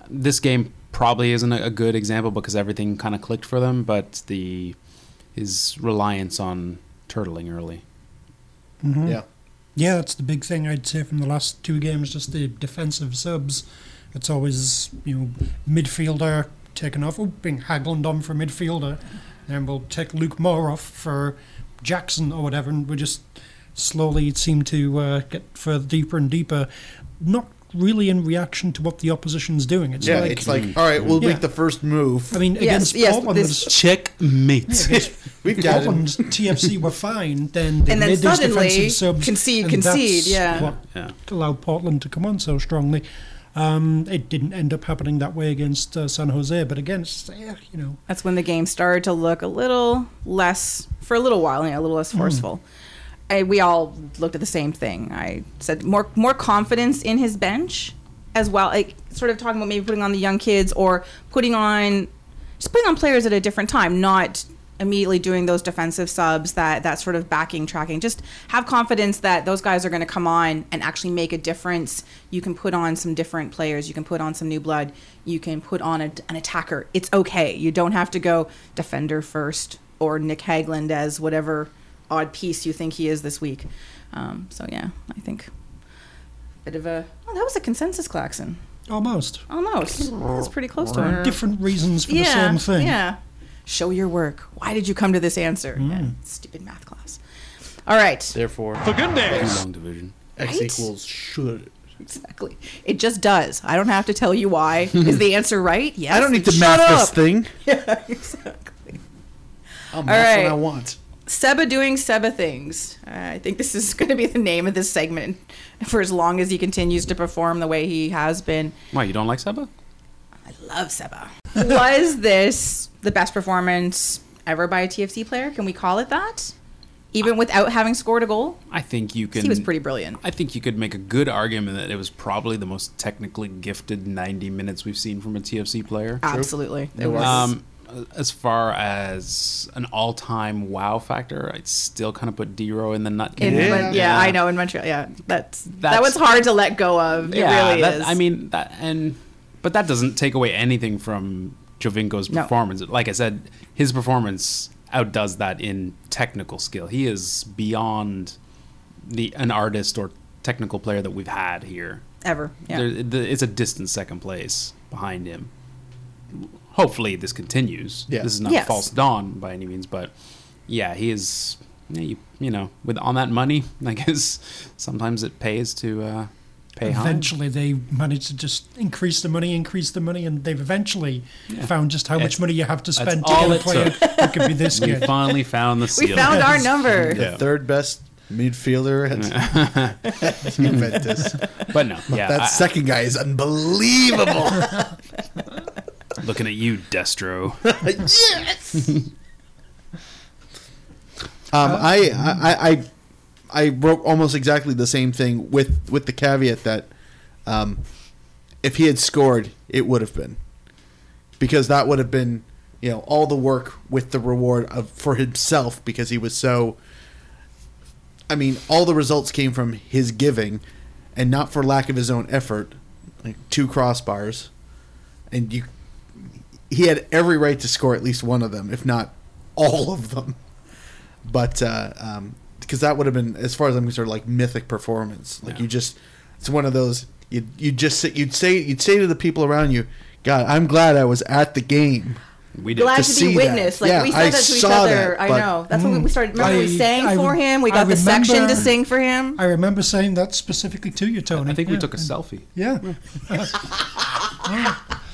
Speaker 1: this game probably isn't a a good example because everything kind of clicked for them, but the his reliance on turtling early.
Speaker 4: Yeah.
Speaker 3: Yeah, that's the big thing I'd say from the last two games, just the defensive subs. It's always, you know, midfielder taken off, oh, being haggled on for midfielder. Then we'll take Luke Moore off for Jackson or whatever, and we just slowly seem to uh, get further deeper and deeper. Not really in reaction to what the opposition's doing. It's
Speaker 4: yeah,
Speaker 3: like,
Speaker 4: it's like all right, we'll
Speaker 3: Yeah.
Speaker 4: make the first move.
Speaker 3: I mean,
Speaker 2: Yes,
Speaker 3: against
Speaker 2: yes,
Speaker 3: Portland,
Speaker 2: this-
Speaker 1: Checkmate.
Speaker 4: We've
Speaker 3: if
Speaker 4: got it.
Speaker 3: Portland TFC were fine, then they
Speaker 2: And then
Speaker 3: made these
Speaker 2: suddenly
Speaker 3: defensive subs.
Speaker 2: concede,
Speaker 3: and
Speaker 2: concede,
Speaker 3: that's
Speaker 2: yeah.
Speaker 3: what
Speaker 1: Yeah.
Speaker 3: allowed Portland to come on so strongly. Um, it didn't end up happening that way against uh, San Jose, but against yeah, you know,
Speaker 2: That's when the game started to look a little less, for a little while, you know, a little less
Speaker 1: Mm.
Speaker 2: forceful. I, we all looked at the same thing. I said more, more confidence in his bench, as well. Like sort of talking about maybe putting on the young kids or putting on, just putting on players at a different time, not immediately doing those defensive subs that that sort of backing tracking just have confidence that those guys are going to come on and actually make a difference you can put on some different players you can put on some new blood you can put on a, an attacker it's okay you don't have to go defender first or nick hagland as whatever odd piece you think he is this week um, so yeah i think bit of a oh that was a consensus klaxon
Speaker 3: almost
Speaker 2: almost that's pretty close to it
Speaker 3: different reasons for
Speaker 2: yeah,
Speaker 3: the same thing.
Speaker 2: Yeah. Show your work. Why did you come to this answer?
Speaker 4: Hmm.
Speaker 2: Yeah, stupid math class. All right.
Speaker 4: Therefore,
Speaker 1: Long division.
Speaker 4: x
Speaker 2: Right?
Speaker 4: equals should.
Speaker 2: Exactly. It just does. I don't have to tell you why. Is the answer right? Yes.
Speaker 4: I don't need to
Speaker 2: Shut
Speaker 4: math this
Speaker 2: up.
Speaker 4: thing.
Speaker 2: Yeah, exactly.
Speaker 4: I'll math
Speaker 2: right.
Speaker 4: what I want.
Speaker 2: Seba doing Seba things. Uh, I think this is going to be the name of this segment for as long as he continues to perform the way he has been.
Speaker 1: Why you don't like Seba?
Speaker 2: I love Seba. Was this the best performance ever by a TFC player? Can we call it that? Even without having scored a goal?
Speaker 1: I think you can.
Speaker 2: He was pretty brilliant.
Speaker 1: I think you could make a good argument that it was probably the most technically gifted 90 minutes we've seen from a TFC player.
Speaker 2: Absolutely. It was.
Speaker 1: Um, as far as an all-time wow factor, I'd still kind of put D-Row in the nut.
Speaker 2: in,
Speaker 1: category.
Speaker 2: yeah.
Speaker 4: Yeah.
Speaker 2: yeah, I know in Montreal. Yeah, that's, that
Speaker 1: That's-
Speaker 2: was hard to let go of. It really
Speaker 1: that-
Speaker 2: is.
Speaker 1: I mean, that, and but that doesn't take away anything from Jovinko's
Speaker 2: No.
Speaker 1: performance. Like I said, his performance outdoes that in technical skill. He is beyond the an artist or technical player that we've had here.
Speaker 2: Ever. Yeah.
Speaker 1: There, the, it's a distant second place behind him. Hopefully, this continues.
Speaker 4: Yeah.
Speaker 1: This is not
Speaker 2: Yes.
Speaker 1: false dawn by any means, but yeah, he is. yeah, you, you know, with on that money, I guess sometimes it pays to uh, pay high.
Speaker 3: Eventually, they managed to just increase the money, increase the money, and they've eventually found just how
Speaker 1: It's-
Speaker 3: much money you have to
Speaker 1: that's
Speaker 3: spend to
Speaker 1: all
Speaker 3: get a
Speaker 1: it
Speaker 3: player who could be this
Speaker 1: We
Speaker 3: good.
Speaker 1: finally found the
Speaker 2: We
Speaker 1: seal.
Speaker 2: found our number.
Speaker 1: Yeah.
Speaker 4: Third best midfielder at Juventus.
Speaker 1: but no, yeah,
Speaker 4: that
Speaker 1: I-
Speaker 4: second guy is unbelievable.
Speaker 1: I- looking at you, Destro.
Speaker 3: Oh.
Speaker 4: Um, I, I I I wrote almost exactly the same thing with with the caveat that um, if he had scored, it would have been because that would have been you know all the work with the reward of for himself because he was so. I mean, all the results came from his giving, and not for lack of his own effort. Like two crossbars, and you, he had every right to score at least one of them, if not all of them but uh, um, because that would have been, as far as I'm concerned, like mythic performance. Like
Speaker 1: Yeah.
Speaker 4: you just, it's one of those you you just sit, you'd say you'd say to the people around you, God, I'm glad I was at the game.
Speaker 1: We did.
Speaker 2: Glad
Speaker 4: to
Speaker 2: to, be
Speaker 4: see
Speaker 2: witness.
Speaker 4: that.
Speaker 2: Like
Speaker 4: Yeah,
Speaker 2: we said
Speaker 4: I
Speaker 2: that mm, to each
Speaker 4: saw
Speaker 2: other.
Speaker 4: that,
Speaker 2: I
Speaker 4: but-
Speaker 2: know. That's what we started. Remember we
Speaker 3: I-
Speaker 2: sang
Speaker 3: I-
Speaker 2: for him. We
Speaker 3: I
Speaker 2: got the section to
Speaker 3: remember-
Speaker 2: sing for him.
Speaker 3: I remember saying that specifically to you, Tony.
Speaker 1: I think
Speaker 3: yeah.
Speaker 1: we took a selfie.
Speaker 3: Yeah.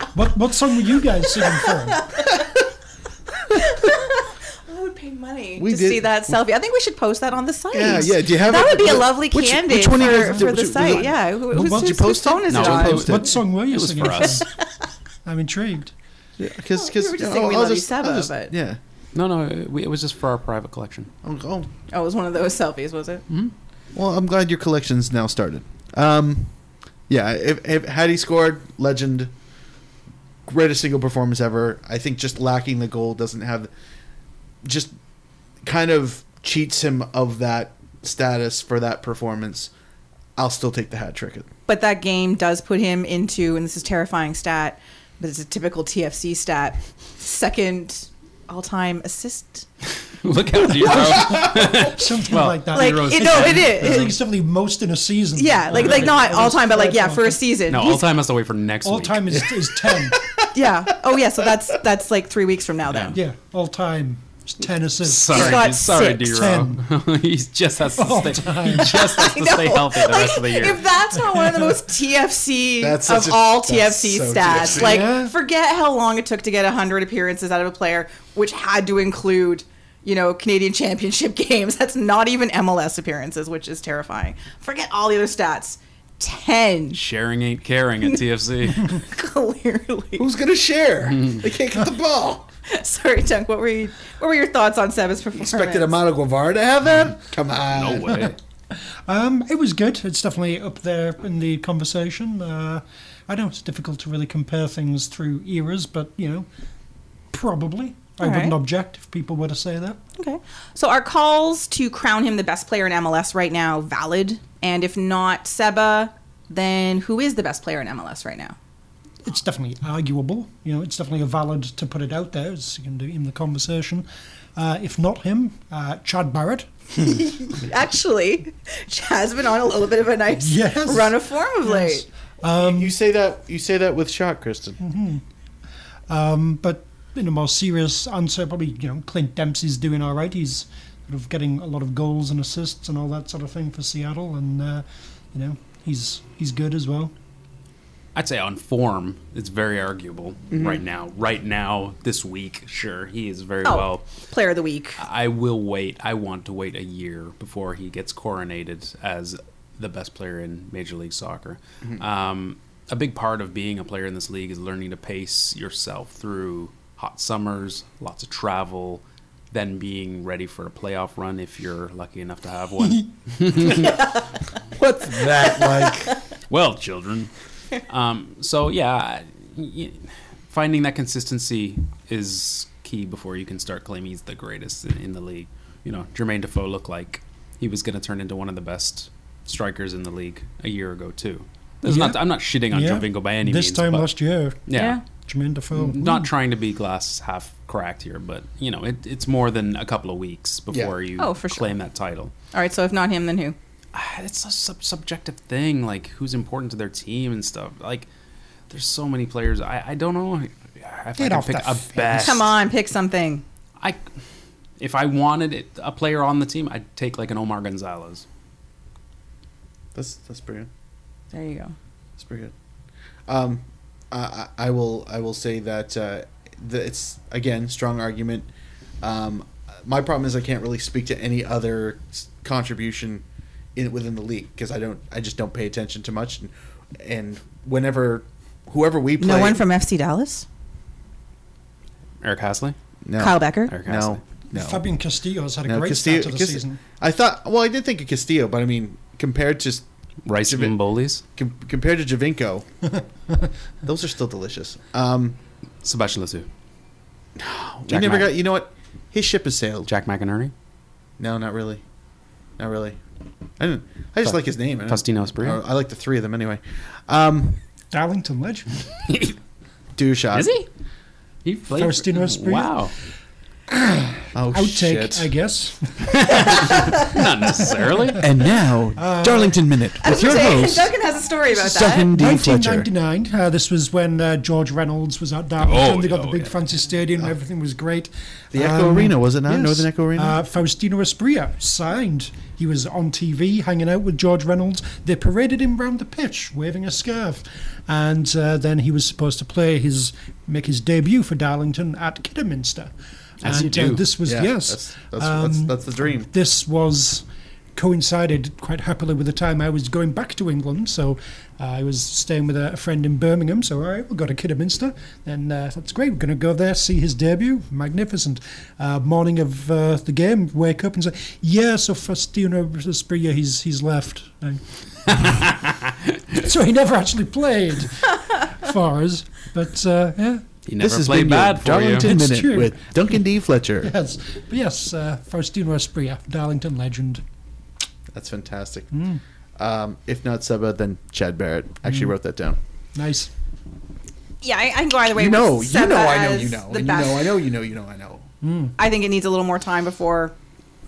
Speaker 3: what what song were you guys singing for?
Speaker 2: I would pay money
Speaker 4: We
Speaker 2: to
Speaker 4: did-
Speaker 2: see that selfie. I think we should post that on the site.
Speaker 4: Yeah, yeah. Do you have
Speaker 2: that
Speaker 4: it?
Speaker 2: would be a
Speaker 4: Wh-
Speaker 2: lovely
Speaker 4: which-
Speaker 2: candidate
Speaker 4: which one
Speaker 2: for,
Speaker 4: you guys-
Speaker 2: for
Speaker 4: which-
Speaker 2: the
Speaker 4: which
Speaker 2: site.
Speaker 4: one?
Speaker 2: Yeah, who, who's,
Speaker 4: what,
Speaker 2: whose-
Speaker 4: did you
Speaker 2: whose
Speaker 4: post it?
Speaker 2: phone is
Speaker 1: No,
Speaker 2: it
Speaker 1: we
Speaker 2: on?
Speaker 1: posted-
Speaker 3: What song were you
Speaker 1: It was
Speaker 3: singing
Speaker 1: for us.
Speaker 3: I'm intrigued.
Speaker 4: Because
Speaker 2: Well, Oh, we were just saying we love you, Seba, but-
Speaker 4: yeah.
Speaker 1: No, no, we, it was just for our private collection.
Speaker 4: Oh, oh,
Speaker 2: Oh, it was one of those selfies, was it?
Speaker 4: well, I'm glad your collection's now started. Um, yeah. If, if had he scored, legend, greatest single performance ever. I think just lacking the goal doesn't have, just kind of cheats him of that status for that performance. I'll still take the hat trick.
Speaker 2: But that game does put him into, and this is terrifying stat, but it's a typical TFC stat, second all-time assist.
Speaker 1: Look out, Dero.
Speaker 3: Something
Speaker 1: Well,
Speaker 3: like that.
Speaker 2: Like,
Speaker 1: Heroes
Speaker 2: it, no, it
Speaker 3: It's
Speaker 2: is.
Speaker 3: like something most in a season.
Speaker 2: yeah, like like not all time, but like yeah, for a season.
Speaker 1: no,
Speaker 2: He's-
Speaker 1: all time has to wait for next
Speaker 3: All
Speaker 1: week.
Speaker 3: time is, is 10.
Speaker 2: Yeah. Oh yeah. So that's that's like three weeks from now then.
Speaker 3: Yeah, all time. It's 10 assists.
Speaker 1: Sorry,
Speaker 2: He's got
Speaker 1: sorry,
Speaker 2: six.
Speaker 1: Dero. he just has to
Speaker 3: All
Speaker 1: stay.
Speaker 3: time.
Speaker 1: He just has to stay healthy the
Speaker 2: Like,
Speaker 1: rest of the year.
Speaker 2: If that's not one of the most TFC
Speaker 4: That's such
Speaker 2: of
Speaker 4: a-
Speaker 2: all
Speaker 4: that's
Speaker 2: TFC
Speaker 4: so
Speaker 2: stats,
Speaker 4: TFC.
Speaker 2: like
Speaker 3: Yeah.
Speaker 2: forget how long it took to get 100 appearances out of a player, which had to include, you know, Canadian Championship games. That's not even MLS appearances, which is terrifying. Forget all the other stats. 10
Speaker 1: Sharing ain't caring at TFC.
Speaker 2: clearly.
Speaker 4: Who's gonna share? They can't get the ball.
Speaker 2: Sorry, Dunk. What were you, what were your thoughts on Seba's performance?
Speaker 4: Expected Amado Guevara to have that? Mm, Come on.
Speaker 1: no way.
Speaker 3: Um, it was good. It's definitely up there in the conversation. Uh, I know it's difficult to really compare things through eras, but you know, probably I
Speaker 2: All
Speaker 3: wouldn't
Speaker 2: right.
Speaker 3: object if people were to say that.
Speaker 2: Okay. So our calls to crown him the best player in MLS right now valid, and if not Seba, then who is the best player in MLS right now?
Speaker 3: It's definitely arguable. You know, it's definitely a valid to put it out there as you can do in the conversation. Uh, if not him, uh, Chad Barrett.
Speaker 2: Actually, Chad's been on a little bit of a nice
Speaker 3: Yes.
Speaker 2: run of form of late.
Speaker 4: you say that you say that with shock, Kristen.
Speaker 3: Um, but in a more serious answer, probably you know Clint Dempsey's doing all right. He's sort of getting a lot of goals and assists and all that sort of thing for Seattle, and uh, you know he's he's good as well.
Speaker 1: I'd say on form, it's very arguable
Speaker 2: Mm-hmm.
Speaker 1: right now. Right now, this week, sure, he is very
Speaker 2: Oh,
Speaker 1: well.
Speaker 2: player of the week.
Speaker 1: I will wait. I want to wait a year before he gets coronated as the best player in Major League Soccer. Um, a big part of being a player in this league is learning to pace yourself through hot summers, lots of travel, then being ready for a playoff run if you're lucky enough to have one.
Speaker 4: What's that like?
Speaker 1: well, children. Um, so, yeah, y- finding that consistency is key before you can start claiming he's the greatest in, in the league. You know, Jermaine Defoe looked like he was going to turn into one of the best strikers in the league a year ago, too. There's not,
Speaker 3: Yeah.
Speaker 1: I'm not shitting on Jovinko by any
Speaker 3: this
Speaker 1: means.
Speaker 3: time
Speaker 1: but-
Speaker 3: last year,
Speaker 1: yeah.
Speaker 3: Jermaine Defoe.
Speaker 1: Not trying to be glass half cracked here, but, you know, it, it's more than a couple of weeks before you
Speaker 2: Oh, for sure.
Speaker 1: claim that title.
Speaker 2: All right, so if not him, then who?
Speaker 1: ah, it's a sub- subjective thing, like who's important to their team and stuff. Like, there's so many players. I, I don't know if
Speaker 3: Get
Speaker 1: I can
Speaker 3: off
Speaker 1: pick
Speaker 3: the
Speaker 1: a
Speaker 3: fence.
Speaker 1: best.
Speaker 2: Come on, pick something.
Speaker 1: I, if I wanted it, a player on the team, I'd take like an Omar Gonzalez.
Speaker 4: That's that's pretty good.
Speaker 2: There you go.
Speaker 4: That's pretty good. Um, I, I I will I will say that uh, the, it's again strong argument. Um, my problem is I can't really speak to any other s- contribution in within the league because I don't I just don't pay attention to much and and whenever whoever we play
Speaker 2: No one from FC Dallas.
Speaker 1: Eric Hasley?
Speaker 4: no,
Speaker 2: Kyle Becker.
Speaker 1: Eric Hasley.
Speaker 4: no no
Speaker 3: Fabian Castillo's had a
Speaker 4: no
Speaker 3: great
Speaker 4: Castillo,
Speaker 3: start to the
Speaker 4: Casti-
Speaker 3: season.
Speaker 4: I thought well I did think of Castillo but I mean compared to s-
Speaker 1: Rice
Speaker 4: Javi-
Speaker 1: Mbolis?
Speaker 4: com- compared to Javinko those are still delicious. Um,
Speaker 1: Sebastian Latou?
Speaker 4: you
Speaker 1: Jack
Speaker 4: never
Speaker 1: Mack.
Speaker 4: got you know what his ship has sailed.
Speaker 1: Jack McInerney?
Speaker 4: No, not really. Not really. I didn't. I just
Speaker 1: Fa-
Speaker 4: like his name. I don't-
Speaker 1: Faustino Espriu?
Speaker 4: or I like the three of them anyway. Um,
Speaker 3: Darlington legend.
Speaker 4: Dushot.
Speaker 1: Is he? He played.
Speaker 3: Faustino Espriu?
Speaker 1: Wow.
Speaker 4: Oh
Speaker 3: Outtake,
Speaker 4: shit.
Speaker 3: I guess.
Speaker 1: Not necessarily.
Speaker 4: and now, Darlington Minute with your host,
Speaker 2: Duncan has a story about that.
Speaker 4: Duncan D. Fletcher.
Speaker 3: 1999. Uh, this was when uh, George Reynolds was at Darlington.
Speaker 1: Oh,
Speaker 3: they got
Speaker 1: yeah,
Speaker 3: the
Speaker 1: oh,
Speaker 3: big
Speaker 1: yeah.
Speaker 3: fancy stadium. Everything was great.
Speaker 4: The Echo Arena, was it not? Northern Echo Arena?
Speaker 3: Uh, Faustino Espria signed. He was on TV hanging out with George Reynolds. They paraded him round the pitch waving a scarf, and uh, then he was supposed to play his make his debut for Darlington at Kidderminster.
Speaker 1: As
Speaker 3: and
Speaker 1: you do.
Speaker 3: Uh, this was yes.
Speaker 4: That's, that's, that's,
Speaker 3: Um,
Speaker 4: that's the dream.
Speaker 3: this was coincided quite happily with the time I was going back to England. So uh, I was staying with a, a friend in Birmingham. So all right, we'll go to Kidderminster, and uh, that's great. We're going to go there, see his debut, magnificent. Uh, morning of uh, the game, wake up and say, yeah, so Faustino Espria, he's he's left. And- so he never actually played for us, but uh, yeah.
Speaker 1: He never
Speaker 4: this has
Speaker 1: played
Speaker 4: been
Speaker 1: bad
Speaker 4: your
Speaker 1: for
Speaker 4: Darlington
Speaker 1: you.
Speaker 3: It's
Speaker 4: Minute
Speaker 3: true.
Speaker 4: with Duncan D. Fletcher.
Speaker 3: Yes, but yes, uh, Faustino Espria, Darlington legend.
Speaker 4: That's fantastic. Um, if not Seba, then Chad Barrett. Actually, wrote that down.
Speaker 3: Nice.
Speaker 2: Yeah, I, I can go either way.
Speaker 4: you
Speaker 2: with
Speaker 4: know, you
Speaker 2: Seba
Speaker 4: know, I know,
Speaker 2: as
Speaker 4: you know,
Speaker 2: the
Speaker 4: and you
Speaker 2: best.
Speaker 4: know, I know, you know, you know, I know.
Speaker 2: I think it needs a little more time before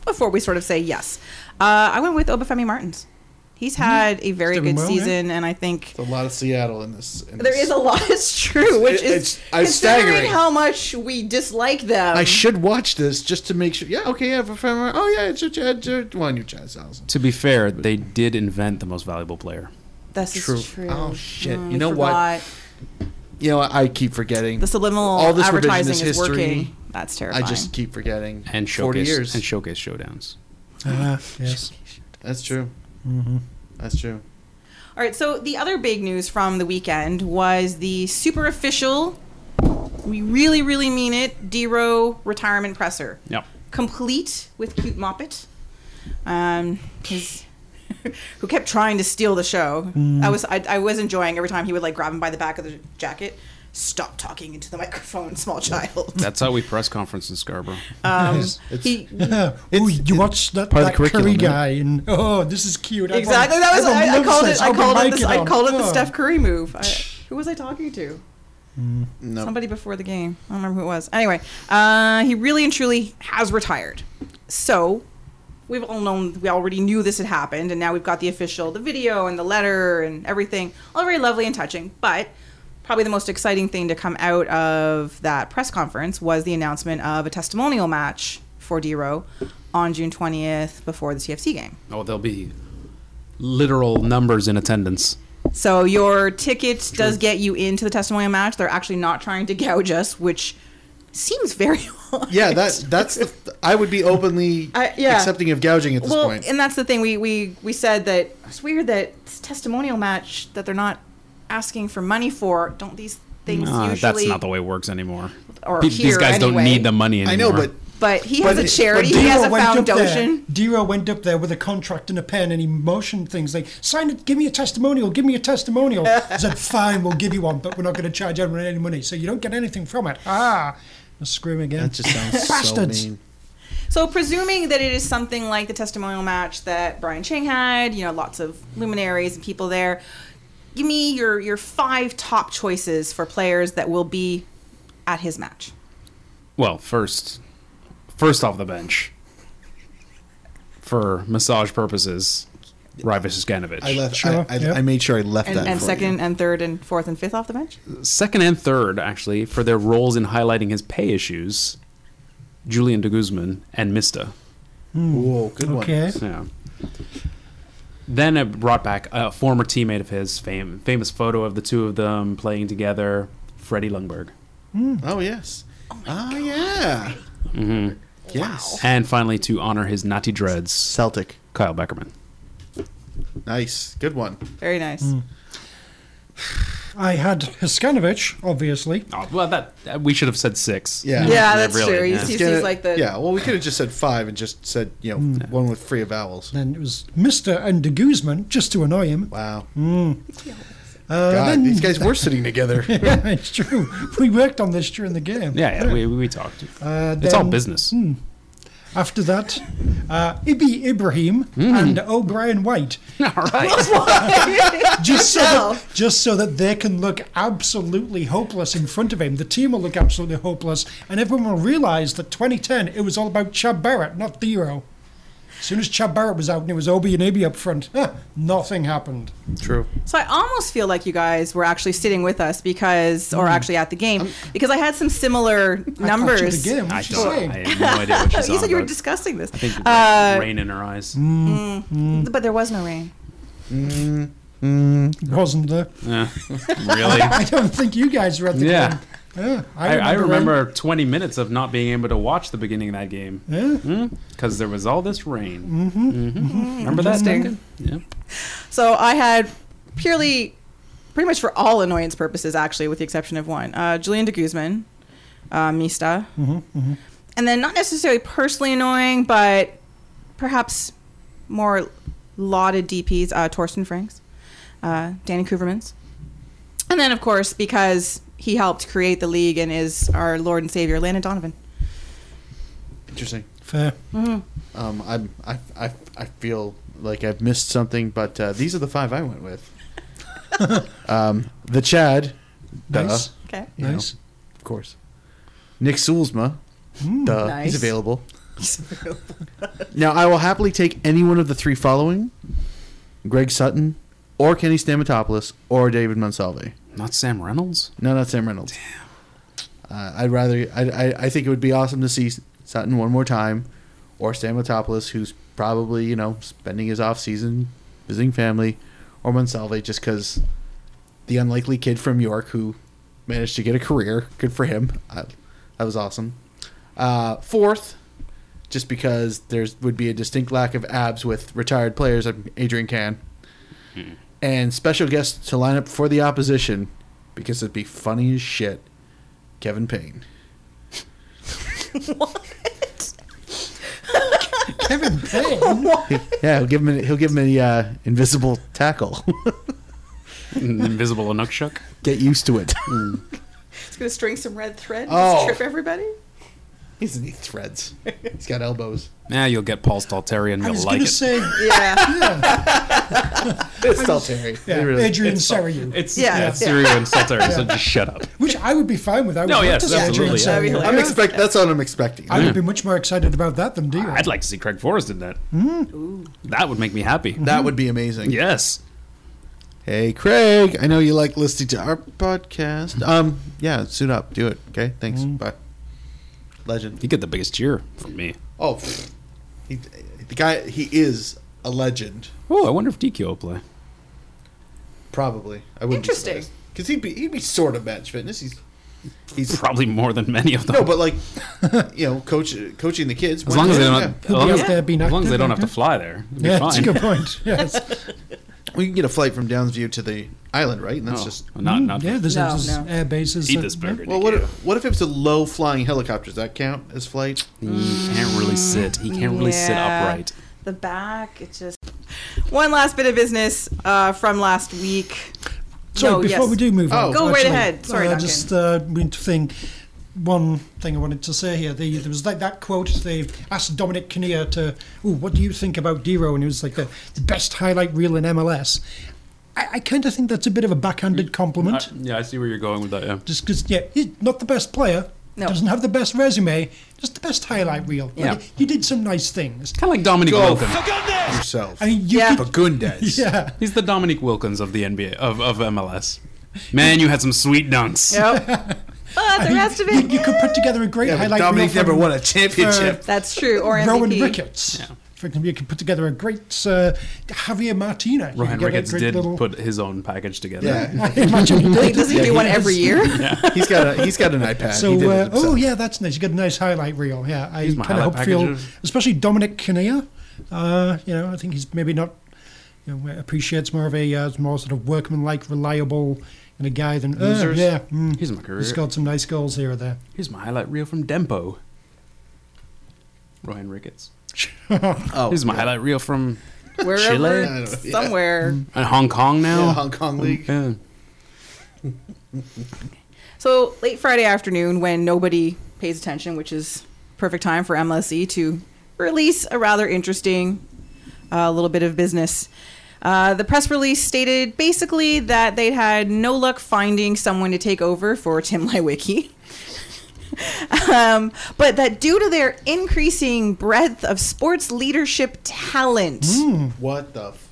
Speaker 2: before we sort of say yes. Uh, I went with Obafemi Martins. He's
Speaker 4: Mm-hmm.
Speaker 2: had a very
Speaker 3: Doing
Speaker 2: good
Speaker 3: well, yeah.
Speaker 2: season, and I think
Speaker 4: There's a lot of Seattle in this. In
Speaker 2: there
Speaker 4: this.
Speaker 2: is a lot is true, which
Speaker 4: It-
Speaker 2: is
Speaker 4: it's- it's
Speaker 2: considering
Speaker 4: staggering.
Speaker 2: how much we dislike them.
Speaker 4: I should watch this just to make sure. Yeah, okay, yeah, for family. Oh yeah, it's a Chad. Chad- Well, I knew Chad Salson.
Speaker 1: To be fair, they did invent the most valuable player.
Speaker 2: This is
Speaker 4: True.
Speaker 2: true.
Speaker 4: Oh, shit.
Speaker 2: Mm,
Speaker 4: You
Speaker 2: we
Speaker 4: know what?
Speaker 2: forgot.
Speaker 4: You know, I keep forgetting.
Speaker 2: The subliminal
Speaker 4: All this
Speaker 2: advertising is
Speaker 4: revisionist history,
Speaker 2: working. That's
Speaker 4: I
Speaker 2: terrifying.
Speaker 4: just keep forgetting.
Speaker 1: And
Speaker 4: forty
Speaker 1: showcase,
Speaker 4: years.
Speaker 1: and showcase showdowns.
Speaker 3: Ah, yes.
Speaker 4: That's true.
Speaker 3: Mm-hmm.
Speaker 4: That's true.
Speaker 2: All right. So the other big news from the weekend was the super official. We really, really mean it. Dero retirement presser.
Speaker 1: Yep.
Speaker 2: complete with cute Moppet, um, his, who kept trying to steal the show. I was I, I was enjoying every time he would like grab him by the back of the jacket. Stop talking into the microphone, small child.
Speaker 1: That's how we press conference in Scarborough.
Speaker 2: Um,
Speaker 4: Yes, it's-
Speaker 2: he,
Speaker 3: oh, you watched that,
Speaker 4: part of
Speaker 3: that
Speaker 4: the curriculum,
Speaker 3: curry
Speaker 4: isn't it?
Speaker 3: guy, and oh, this is cute. Everyone-
Speaker 2: exactly. That was
Speaker 3: everyone
Speaker 2: I, I
Speaker 3: loves
Speaker 2: called
Speaker 3: this.
Speaker 2: it. I
Speaker 3: Open
Speaker 2: called it.
Speaker 3: mic
Speaker 2: The, I
Speaker 3: on.
Speaker 2: called it the
Speaker 3: Oh.
Speaker 2: Steph Curry move. I, who was I talking to?
Speaker 4: No.
Speaker 2: Somebody before the game. I don't remember who it was. Anyway, uh, he really and truly has retired. So we've all known, we already knew this had happened, and now we've got the official, the video and the letter and everything. All very lovely and touching. But probably the most exciting thing to come out of that press conference was the announcement of a testimonial match for Dero on June 20th before the TFC game.
Speaker 1: Oh, there'll be literal numbers in attendance.
Speaker 2: So your ticket does get you into the testimonial match. They're actually not trying to gouge us, which seems very odd.
Speaker 4: Yeah, that that's. The, I would be openly
Speaker 2: I- yeah.
Speaker 4: accepting of gouging at this
Speaker 2: well,
Speaker 4: point.
Speaker 2: and that's the thing. We we we said that it's weird that it's a testimonial match that they're not asking for money for. Don't these things
Speaker 1: Uh,
Speaker 2: usually?
Speaker 1: that's not the way it works anymore.
Speaker 2: Or
Speaker 1: Pe-
Speaker 2: here,
Speaker 1: These guys don't
Speaker 2: anyway.
Speaker 1: need the money
Speaker 4: I
Speaker 1: anymore.
Speaker 4: know, but
Speaker 2: But he
Speaker 4: But
Speaker 2: has a
Speaker 4: it-
Speaker 2: charity.
Speaker 4: but
Speaker 2: He has
Speaker 3: Dero
Speaker 2: a
Speaker 3: went up there-
Speaker 2: foundation.
Speaker 3: Dero went up there with a contract and a pen, and he motioned things like, "Sign it, give me a testimonial, give me a testimonial." I said, "Fine, we'll give you one, but we're not going to charge anyone any money, so you don't get anything from it." Ah, I scream again.
Speaker 4: that just sounds
Speaker 3: Bastards.
Speaker 4: so mean.
Speaker 2: So presuming that it is something like the testimonial match that Brian Chang had, you know, lots of luminaries and people there. Give me your your five top choices for players that will be at his match.
Speaker 1: well, first, first off the bench, for massage purposes, Rye versus Ganovich.
Speaker 4: I left.
Speaker 3: Sure,
Speaker 4: I, I,
Speaker 3: yeah.
Speaker 4: I made sure I left
Speaker 2: And,
Speaker 4: that.
Speaker 2: and
Speaker 4: for
Speaker 2: second
Speaker 4: you.
Speaker 2: and third and fourth and fifth off the bench?
Speaker 1: Second and third, actually, for their roles in highlighting his pay issues, Julian de Guzman and Mista.
Speaker 4: Whoa, good one.
Speaker 3: Okay.
Speaker 1: Yeah. Then it brought back a former teammate of his, fam- famous photo of the two of them playing together, Freddie Lundberg.
Speaker 4: Oh yes. Oh, yeah. Mm-hmm. Yes.
Speaker 1: And finally, to honor his naughty dreads,
Speaker 4: Celtic.
Speaker 1: Kyle Beckerman.
Speaker 4: Nice. Good one.
Speaker 2: Very nice.
Speaker 1: Mm.
Speaker 3: I had Hiskanovich, obviously.
Speaker 1: Oh, well, that, that- we should have said six.
Speaker 4: Yeah.
Speaker 2: Yeah, that's
Speaker 1: Really,
Speaker 2: true. You
Speaker 1: yeah.
Speaker 2: see,
Speaker 4: Get
Speaker 2: sees
Speaker 4: it?
Speaker 2: like the
Speaker 4: yeah. Well, we could have just said five and just said you know
Speaker 3: Mm.
Speaker 4: one with three vowels.
Speaker 3: Then it was Mr. and de Guzman, just to annoy him.
Speaker 4: Wow.
Speaker 3: Uh,
Speaker 4: God,
Speaker 3: then-
Speaker 4: these guys were sitting together.
Speaker 3: yeah, it's true. We worked on this during the game.
Speaker 1: Yeah, yeah, we, we talked.
Speaker 3: Uh,
Speaker 1: it's all
Speaker 3: then
Speaker 1: business.
Speaker 3: After that, uh, Ibi Ibrahim
Speaker 1: Hmm.
Speaker 3: and O'Brien White.
Speaker 1: all right.
Speaker 3: Just so,
Speaker 2: Michelle.
Speaker 3: that, just so that they can look absolutely hopeless in front of him. The team will look absolutely hopeless, and everyone will realise that 2010 it was all about Chad Barrett, not Theo. As soon as Chad Barrett was out and it was Obi and Ibi up front, huh, nothing happened.
Speaker 4: True.
Speaker 2: So I almost feel like you guys were actually sitting with us because,
Speaker 1: Mm.
Speaker 2: or actually at the game, because I had some similar
Speaker 3: I
Speaker 2: numbers.
Speaker 3: caught you at the game.
Speaker 1: I
Speaker 3: What you
Speaker 1: don't.
Speaker 3: saying?
Speaker 1: I have no idea what she's
Speaker 2: You
Speaker 1: on
Speaker 2: said you were
Speaker 1: about.
Speaker 2: discussing this,
Speaker 1: I think
Speaker 2: Uh,
Speaker 1: rain in her eyes.
Speaker 2: but there was no rain.
Speaker 3: It wasn't there.
Speaker 1: Yeah. really?
Speaker 3: I don't think you guys were at the
Speaker 1: Yeah.
Speaker 3: game. Yeah,
Speaker 1: I, I
Speaker 3: when-
Speaker 1: remember 20 minutes of not being able to watch the beginning of that game
Speaker 3: Yeah.
Speaker 1: because Hmm? there was all this rain. Mm-hmm. Remember that,
Speaker 2: Interesting.
Speaker 1: Duncan? Yeah.
Speaker 2: So I had purely, pretty much for all annoyance purposes, actually, with the exception of one, uh, Julian de Guzman, uh, Mista, and then not necessarily personally annoying, but perhaps more lauded DPs, uh, Torsten Franks, uh, Danny Kuvermans, and then of course because he helped create the league and is our Lord and Savior, Landon Donovan.
Speaker 4: Interesting.
Speaker 3: Fair.
Speaker 1: Uh-huh.
Speaker 4: Um, I'm, I, I, I feel like I've missed something, but uh, these are the five I went with. um, the Chad, duh,
Speaker 3: Nice.
Speaker 2: Okay.
Speaker 4: you know,
Speaker 3: Nice.
Speaker 4: of course. Nick Sulzma, duh,
Speaker 2: Nice.
Speaker 4: Uh, he's available. Now I will happily take any one of the three following: Greg Sutton, or Kenny Stamatopoulos, or David Monsalve.
Speaker 1: Not Sam Reynolds?
Speaker 4: No, not Sam Reynolds. Damn. Uh, I'd rather. I, I I think it would be awesome to see Sutton one more time, or Stamatopoulos, who's probably you know spending his off season visiting family, or Monsalve, just because the unlikely kid from York who managed to get a career. Good for him. I, that was awesome. Uh, fourth, just because there's would be a distinct lack of abs with retired players. I'm Adrian Can and special guest to line up for the opposition because it'd be funny as shit. Kevin Payne.
Speaker 3: Kevin Payne.
Speaker 4: Yeah, he'll give him a, he'll give him a uh, invisible tackle.
Speaker 1: Invisible Anukshuk?
Speaker 4: Get used to it.
Speaker 2: It's gonna string some red thread and
Speaker 4: Oh.
Speaker 2: just trip everybody.
Speaker 4: He's he threads. He's got elbows.
Speaker 1: Now you'll get Paul Stalteri and
Speaker 3: I
Speaker 1: you'll
Speaker 3: was
Speaker 1: like
Speaker 3: gonna
Speaker 1: it.
Speaker 3: say,
Speaker 2: Yeah.
Speaker 4: It's still Terry.
Speaker 3: yeah,
Speaker 4: It really-
Speaker 3: Adrian
Speaker 1: it's fun.
Speaker 3: Seriou,
Speaker 1: It's
Speaker 2: Yeah.
Speaker 1: yeah,
Speaker 2: Yeah.
Speaker 1: it's Syria and Stalteri, so just shut up.
Speaker 3: which I would be fine with. I would
Speaker 1: No,
Speaker 3: love
Speaker 1: yes,
Speaker 3: to see Adrian
Speaker 1: absolutely, yeah.
Speaker 2: That'd be "Oh,
Speaker 3: Seriou.
Speaker 2: hilarious.
Speaker 4: I'm expect. That's what I'm expecting.
Speaker 3: I would be much more excited about that than Dio.
Speaker 1: I'd like to see Craig Forrest in that. That would make me happy.
Speaker 4: that would be amazing.
Speaker 1: Yes.
Speaker 4: Hey, Craig. I know you like listening to our podcast. Um. Yeah. Suit up. Do it. Okay. Thanks. Bye. Legend.
Speaker 1: You get the biggest cheer from me.
Speaker 4: Oh, pfft. he, the guy. He is a legend.
Speaker 1: Oh, I wonder if DQ will play.
Speaker 4: Probably. I wouldn't.
Speaker 2: Interesting.
Speaker 4: Because he'd be he'd be sort of bench fitness. He's he's
Speaker 1: Probably more than many of them.
Speaker 4: no, but like you know, coach coaching the kids.
Speaker 1: as long as they don't,
Speaker 4: Yeah.
Speaker 1: as long
Speaker 3: be
Speaker 1: as,
Speaker 3: up there being
Speaker 1: as long as they
Speaker 3: active,
Speaker 1: don't have to
Speaker 3: okay.
Speaker 1: fly there, it'd be
Speaker 3: yeah, that's a
Speaker 1: fine.
Speaker 3: good point. Yes.
Speaker 4: we can get a flight from Downsview to the island, right? And that's
Speaker 1: Oh,
Speaker 4: just
Speaker 1: not not
Speaker 3: Mm, yeah, there's,
Speaker 2: No,
Speaker 3: there's
Speaker 2: no.
Speaker 3: air bases.
Speaker 1: eat
Speaker 3: that-
Speaker 1: this burger.
Speaker 4: well. What if, what if it was a low flying helicopter? Does that count as flight?
Speaker 1: He can't really sit. He can't really sit
Speaker 2: Yeah.
Speaker 1: upright.
Speaker 2: The back, it just. One last bit of business uh, from last week.
Speaker 3: Sorry,
Speaker 2: No,
Speaker 3: before
Speaker 2: yes.
Speaker 3: we do move on,
Speaker 4: Oh. Go
Speaker 2: right
Speaker 3: actually,
Speaker 2: ahead. Sorry,
Speaker 3: uh,
Speaker 2: Duncan.
Speaker 3: just uh, one thing. One thing I wanted to say here. The, there was like that quote. They asked Dominic Kinnear to, "Ooh, what do you think about Dero?" And he was like the, the best highlight reel in MLS. I, I kind of think that's a bit of a backhanded compliment.
Speaker 1: yeah, I see where you're going with that. Yeah.
Speaker 3: just because yeah he's not the best player
Speaker 2: No.
Speaker 3: Doesn't have the best resume, just the best highlight reel.
Speaker 2: Yeah.
Speaker 3: But you did some nice things.
Speaker 1: Kind of like Dominic
Speaker 4: Go.
Speaker 1: Wilkins.
Speaker 4: yourself.
Speaker 3: I mean, you
Speaker 2: Yeah.
Speaker 3: could,
Speaker 4: Fagundes.
Speaker 3: yeah.
Speaker 1: He's the Dominic Wilkins of the NBA of, of MLS. Man, you had some sweet dunks.
Speaker 2: Yep. but the rest of
Speaker 3: You, you
Speaker 2: it,
Speaker 3: could put together a great
Speaker 4: Yeah, but
Speaker 3: highlight
Speaker 4: Dominic
Speaker 3: reel.
Speaker 4: never
Speaker 3: from
Speaker 4: won a championship.
Speaker 2: that's true. Or
Speaker 3: Rowan
Speaker 2: MVP.
Speaker 3: Ricketts. For example, you could put together a great uh, Javier Martinez. You
Speaker 1: Rohan
Speaker 3: could get a
Speaker 1: Ricketts
Speaker 3: great
Speaker 1: did
Speaker 3: little-
Speaker 1: put his own package together.
Speaker 4: Yeah,
Speaker 3: I imagine he
Speaker 2: Wait,
Speaker 3: did.
Speaker 2: doesn't he do one every year?
Speaker 4: he's got a he's got an iPad.
Speaker 3: So,
Speaker 4: he did it
Speaker 3: uh, oh
Speaker 4: himself.
Speaker 3: yeah, that's nice. You got a nice highlight reel. Yeah,
Speaker 1: my
Speaker 3: I kind of
Speaker 1: highlight
Speaker 3: hope feel,
Speaker 1: packages.
Speaker 3: especially Dominic Kinnear. Uh, you know, I think he's maybe not you know, appreciates more of a uh, more sort of workman-like, reliable kind of guy than uh,
Speaker 1: Losers.
Speaker 3: yeah, mm.
Speaker 1: Here's my career.
Speaker 3: He scored some nice goals here or there.
Speaker 1: Here's my highlight reel from Dempo. Rohan Ricketts.
Speaker 4: Oh,
Speaker 1: Here's my
Speaker 4: yeah.
Speaker 1: highlight reel from Chile? I
Speaker 2: Wherever,
Speaker 4: don't know, yeah.
Speaker 2: somewhere.
Speaker 1: uh, Hong Kong now.
Speaker 4: Yeah, Hong Kong League.
Speaker 1: Yeah.
Speaker 2: So late Friday afternoon, when nobody pays attention, which is perfect time for MLSE E to release a rather interesting uh, little bit of business. Uh, the press release stated basically that they'd had no luck finding someone to take over for Tim Lewicki. um, but that due to their increasing breadth of sports leadership talent,
Speaker 4: What the? F-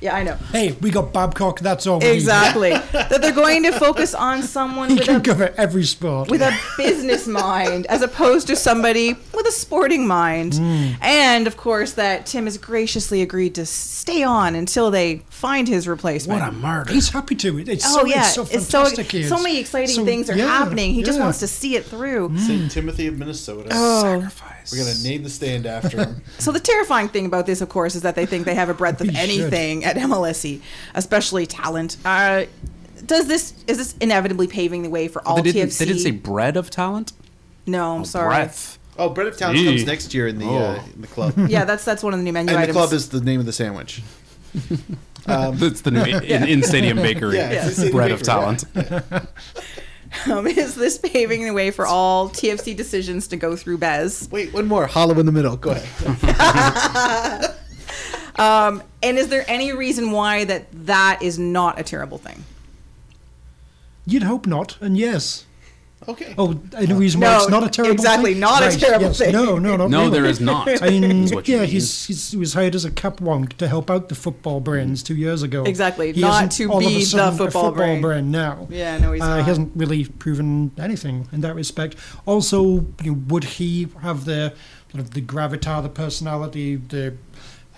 Speaker 2: yeah, I know
Speaker 3: Hey, we got Babcock. That's all. we need.
Speaker 2: exactly that they're going to focus on someone
Speaker 3: He
Speaker 2: with
Speaker 3: can
Speaker 2: a
Speaker 3: cover every sport.
Speaker 2: with a business mind as opposed to somebody with a sporting mind. And of course, that Tim has graciously agreed to stay on until they find his replacement.
Speaker 1: What a murder.
Speaker 3: He's happy to. It- It's
Speaker 2: Oh
Speaker 3: so,
Speaker 2: yeah,
Speaker 3: it's so
Speaker 2: it's so,
Speaker 3: fantastic. here.
Speaker 2: so many exciting
Speaker 3: So,
Speaker 2: things are
Speaker 3: yeah,
Speaker 2: happening. He just
Speaker 3: yeah.
Speaker 2: wants to see it through.
Speaker 4: St. Timothy of Minnesota.
Speaker 2: Oh.
Speaker 1: Sacrifice.
Speaker 4: We're gonna name the stand after him.
Speaker 2: So the terrifying thing about this, of course, is that they think they have a breadth of
Speaker 3: We should.
Speaker 2: anything at MLSE, E, especially talent. Uh, does this is this inevitably paving the way for all
Speaker 1: Oh, they, didn't,
Speaker 2: TFC?
Speaker 1: they didn't say bread of talent.
Speaker 2: no. I'm sorry.
Speaker 1: Breath.
Speaker 4: Oh, Bread of Town
Speaker 1: Ew.
Speaker 4: comes next year in the uh,
Speaker 1: Oh.
Speaker 4: in the club.
Speaker 2: Yeah, that's that's one of the new menu
Speaker 4: and the
Speaker 2: items.
Speaker 4: club is the name of the sandwich.
Speaker 1: That's the new in, in stadium bakery.
Speaker 4: Um, Yeah, it's the
Speaker 1: Bread
Speaker 4: stadium
Speaker 1: of
Speaker 4: bakery,
Speaker 1: talent.
Speaker 2: Um, is this paving the way for all TFC decisions to go through Bez?
Speaker 4: Wait, one more hollow in the middle. Go ahead.
Speaker 2: And is there any reason why that that is not a terrible thing?
Speaker 3: You'd hope not, and yes.
Speaker 4: Okay.
Speaker 3: Oh, any reason
Speaker 2: No,
Speaker 3: why it's not a terrible
Speaker 2: exactly,
Speaker 3: thing?
Speaker 2: not a terrible thing.
Speaker 3: No, no, not
Speaker 1: No,
Speaker 3: really.
Speaker 1: there is not.
Speaker 3: I mean,
Speaker 1: is what you
Speaker 3: yeah,
Speaker 1: mean.
Speaker 3: he's, he's he was hired as a capwank to help out the football brains two years ago.
Speaker 2: Exactly,
Speaker 3: He
Speaker 2: not
Speaker 3: isn't
Speaker 2: to
Speaker 3: all of a
Speaker 2: be the
Speaker 3: sudden a
Speaker 2: football brain.
Speaker 3: brain now.
Speaker 2: Yeah, no, he's
Speaker 3: uh,
Speaker 2: not.
Speaker 3: He hasn't really proven anything in that respect. Also, you know, would he have the sort of the gravitas, the personality, the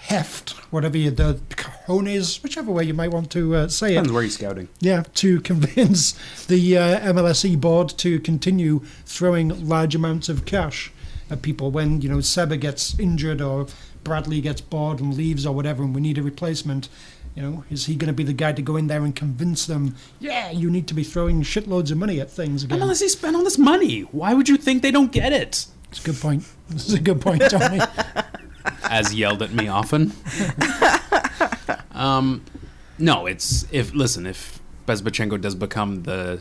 Speaker 3: heft, whatever you, the cojones, whichever way you might want to uh, say it,
Speaker 1: Depends where you're scouting.
Speaker 3: yeah, to convince the uh, MLSE board to continue throwing large amounts of cash at people when you know Seba gets injured or Bradley gets bored and leaves or whatever, and we need a replacement. You know, is he going to be the guy to go in there and convince them? Yeah, you need to be throwing shitloads of money at things again.
Speaker 1: Unless he spent all this money, why would you think they don't get it?
Speaker 3: It's a good point. This is a good point, Tommy.
Speaker 1: as yelled at me often. um, no, it's if listen if Bezbachenko does become the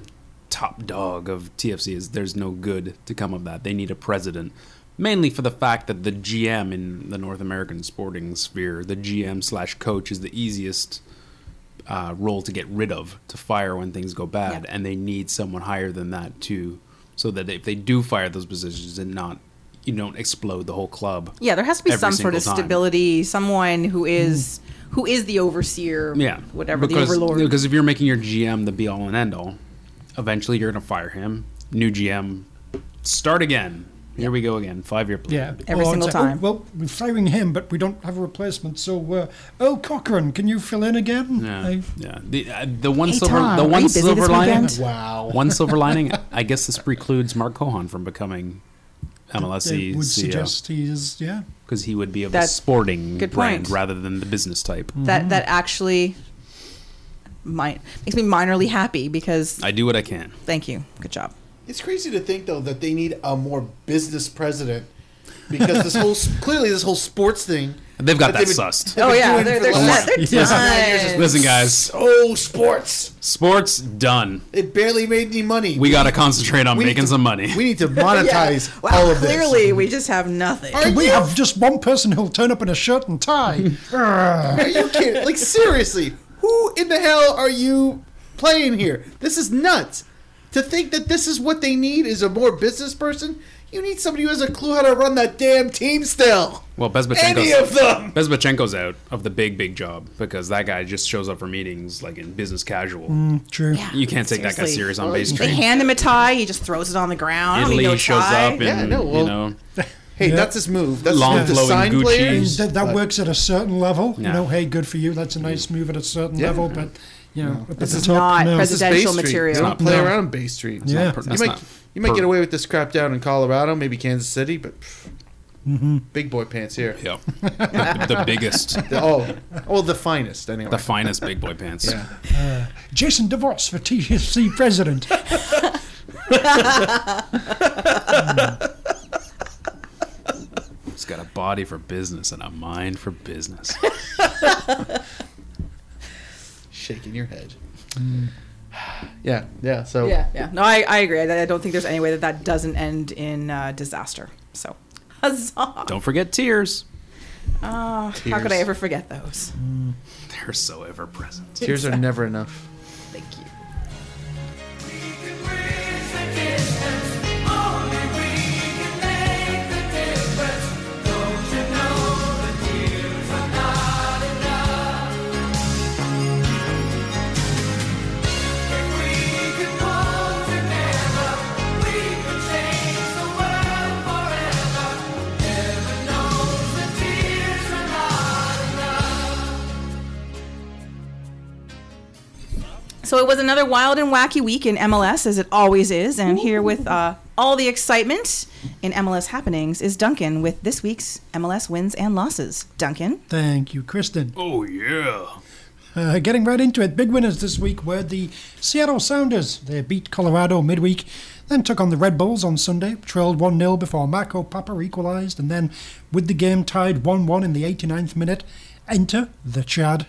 Speaker 1: top dog of TFC, is there's no good to come of that. They need a president, mainly for the fact that the GM in the North American sporting sphere, the GM slash coach, is the easiest. Uh, role to get rid of to fire when things go bad,
Speaker 2: Yeah.
Speaker 1: and they need someone higher than that too, so that if they do fire those positions and not, you don't explode the whole club.
Speaker 2: Yeah, there has to be
Speaker 1: every
Speaker 2: some sort
Speaker 1: single
Speaker 2: of
Speaker 1: time. Hmm.
Speaker 2: stability, someone who is who is the overseer,
Speaker 1: Yeah,
Speaker 2: whatever
Speaker 1: because,
Speaker 2: the overlord.
Speaker 1: Because if you're making your GM the be all and end all, eventually you're gonna fire him. New GM, start again. Here we go again. Five year
Speaker 3: Yeah,
Speaker 1: plan.
Speaker 2: Every
Speaker 3: Or
Speaker 2: single
Speaker 3: it's like, oh,
Speaker 2: time.
Speaker 3: well, we're firing him, but we don't have a replacement. So, uh, oh, Cochrane, can you fill in again?
Speaker 1: Yeah,
Speaker 3: I-
Speaker 1: yeah. The, uh, the one
Speaker 2: Hey,
Speaker 1: silver,
Speaker 2: Tom,
Speaker 1: the
Speaker 2: are you
Speaker 1: one
Speaker 2: busy
Speaker 1: silver
Speaker 2: this
Speaker 1: lining.
Speaker 2: weekend?
Speaker 4: Wow.
Speaker 1: One silver lining. I guess this precludes Mark Cohan from becoming
Speaker 3: I
Speaker 1: MLSC
Speaker 3: would
Speaker 1: CEO
Speaker 3: suggest he is, yeah.
Speaker 1: because E he would be of
Speaker 2: That's-
Speaker 1: a sporting
Speaker 2: good
Speaker 1: brand
Speaker 2: point.
Speaker 1: rather than the business type.
Speaker 2: that that actually might makes me minorly happy because
Speaker 1: I do what I can.
Speaker 2: thank you, good job.
Speaker 4: It's crazy to think though that they need a more business president because this whole clearly this whole sports thing.
Speaker 1: They've got that
Speaker 4: they've been-
Speaker 1: sussed.
Speaker 2: Oh yeah,
Speaker 4: doing
Speaker 2: they're
Speaker 4: for
Speaker 2: they're,
Speaker 4: the
Speaker 2: set,
Speaker 4: last-
Speaker 2: they're
Speaker 1: Listen,
Speaker 2: done.
Speaker 1: Listen, guys,
Speaker 4: Oh, sports!
Speaker 1: sports done.
Speaker 4: It barely made any money.
Speaker 1: We gotta concentrate on
Speaker 4: We need
Speaker 1: making
Speaker 4: to-
Speaker 1: some money.
Speaker 4: We need to
Speaker 2: Yeah.
Speaker 4: monetize
Speaker 2: Wow,
Speaker 4: all of this.
Speaker 2: clearly we just have nothing.
Speaker 4: Are
Speaker 3: We
Speaker 4: you,
Speaker 3: have just one person who'll turn up in a shirt and tie.
Speaker 4: are you kidding? Like seriously, who in the hell are you playing here? This is nuts. To think that this is what they need is a more business person. You need somebody who has a clue how to run that damn team still.
Speaker 1: Well,
Speaker 4: Any of
Speaker 1: Bezbachenko's,
Speaker 4: them.
Speaker 1: Bezbachenko's out of the big, big job because that guy just shows up for meetings like in business casual.
Speaker 3: True.
Speaker 2: Yeah,
Speaker 1: You can't take that guy
Speaker 2: Mm. seriously.
Speaker 1: serious on
Speaker 4: Oh,
Speaker 1: Bay
Speaker 4: he's
Speaker 1: Street.
Speaker 2: They hand him a tie. He just throws it on the ground. I don't
Speaker 1: Italy
Speaker 2: even know
Speaker 1: shows
Speaker 2: tie.
Speaker 1: up and
Speaker 4: Yeah, no, well-
Speaker 1: you know
Speaker 4: Hey,
Speaker 3: Yeah.
Speaker 4: that's his move. That's
Speaker 1: Long
Speaker 4: what the
Speaker 1: flowing
Speaker 4: sign
Speaker 1: Gucci.
Speaker 3: And
Speaker 4: players.
Speaker 3: that, that
Speaker 4: But
Speaker 3: works at a certain level.
Speaker 1: Yeah.
Speaker 3: You know, hey, good for you. That's a nice move at a certain
Speaker 4: Yeah.
Speaker 3: level, but you know, at
Speaker 2: This
Speaker 3: the
Speaker 2: is
Speaker 3: top,
Speaker 2: not
Speaker 3: no.
Speaker 4: this is Bay
Speaker 2: presidential
Speaker 4: Street.
Speaker 2: material.
Speaker 4: They don't
Speaker 1: No.
Speaker 4: play
Speaker 1: No.
Speaker 4: around Bay Street. It's
Speaker 3: Yeah.
Speaker 4: not-
Speaker 1: per-
Speaker 4: you
Speaker 1: that's
Speaker 4: might
Speaker 1: not
Speaker 4: you might get
Speaker 1: per-
Speaker 4: away with this crap down in Colorado, maybe Kansas City, but pff, big boy pants here.
Speaker 1: yeah, the, the biggest,
Speaker 4: The- oh, well, the finest anyway.
Speaker 1: the finest big boy pants.
Speaker 4: yeah.
Speaker 3: Jason DeVos for TFC president.
Speaker 1: He's got a body for business and a mind for business.
Speaker 4: shaking your head. Yeah, yeah. So
Speaker 2: Yeah, yeah. No, I, I agree. I, I don't think there's any way that that doesn't end in uh, disaster. So, huzzah!
Speaker 1: Don't forget tears.
Speaker 2: Ah, how could
Speaker 4: Tears.
Speaker 2: I ever forget those?
Speaker 1: They're so ever present.
Speaker 4: tears are never enough.
Speaker 2: Thank you. So it was another wild and wacky week in MLS, as it always is. And here with uh, all the excitement in MLS happenings is Duncan with this week's MLS wins and losses. Duncan,
Speaker 3: Thank you, Kristen.
Speaker 1: Oh yeah.
Speaker 3: Uh, getting right into it, big winners this week were the Seattle Sounders. They beat Colorado midweek, then took on the Red Bulls on Sunday, trailed 1 0 before Marco Papa equalised, and then, with the game tied 1 1 in the 89th minute, enter the Chad.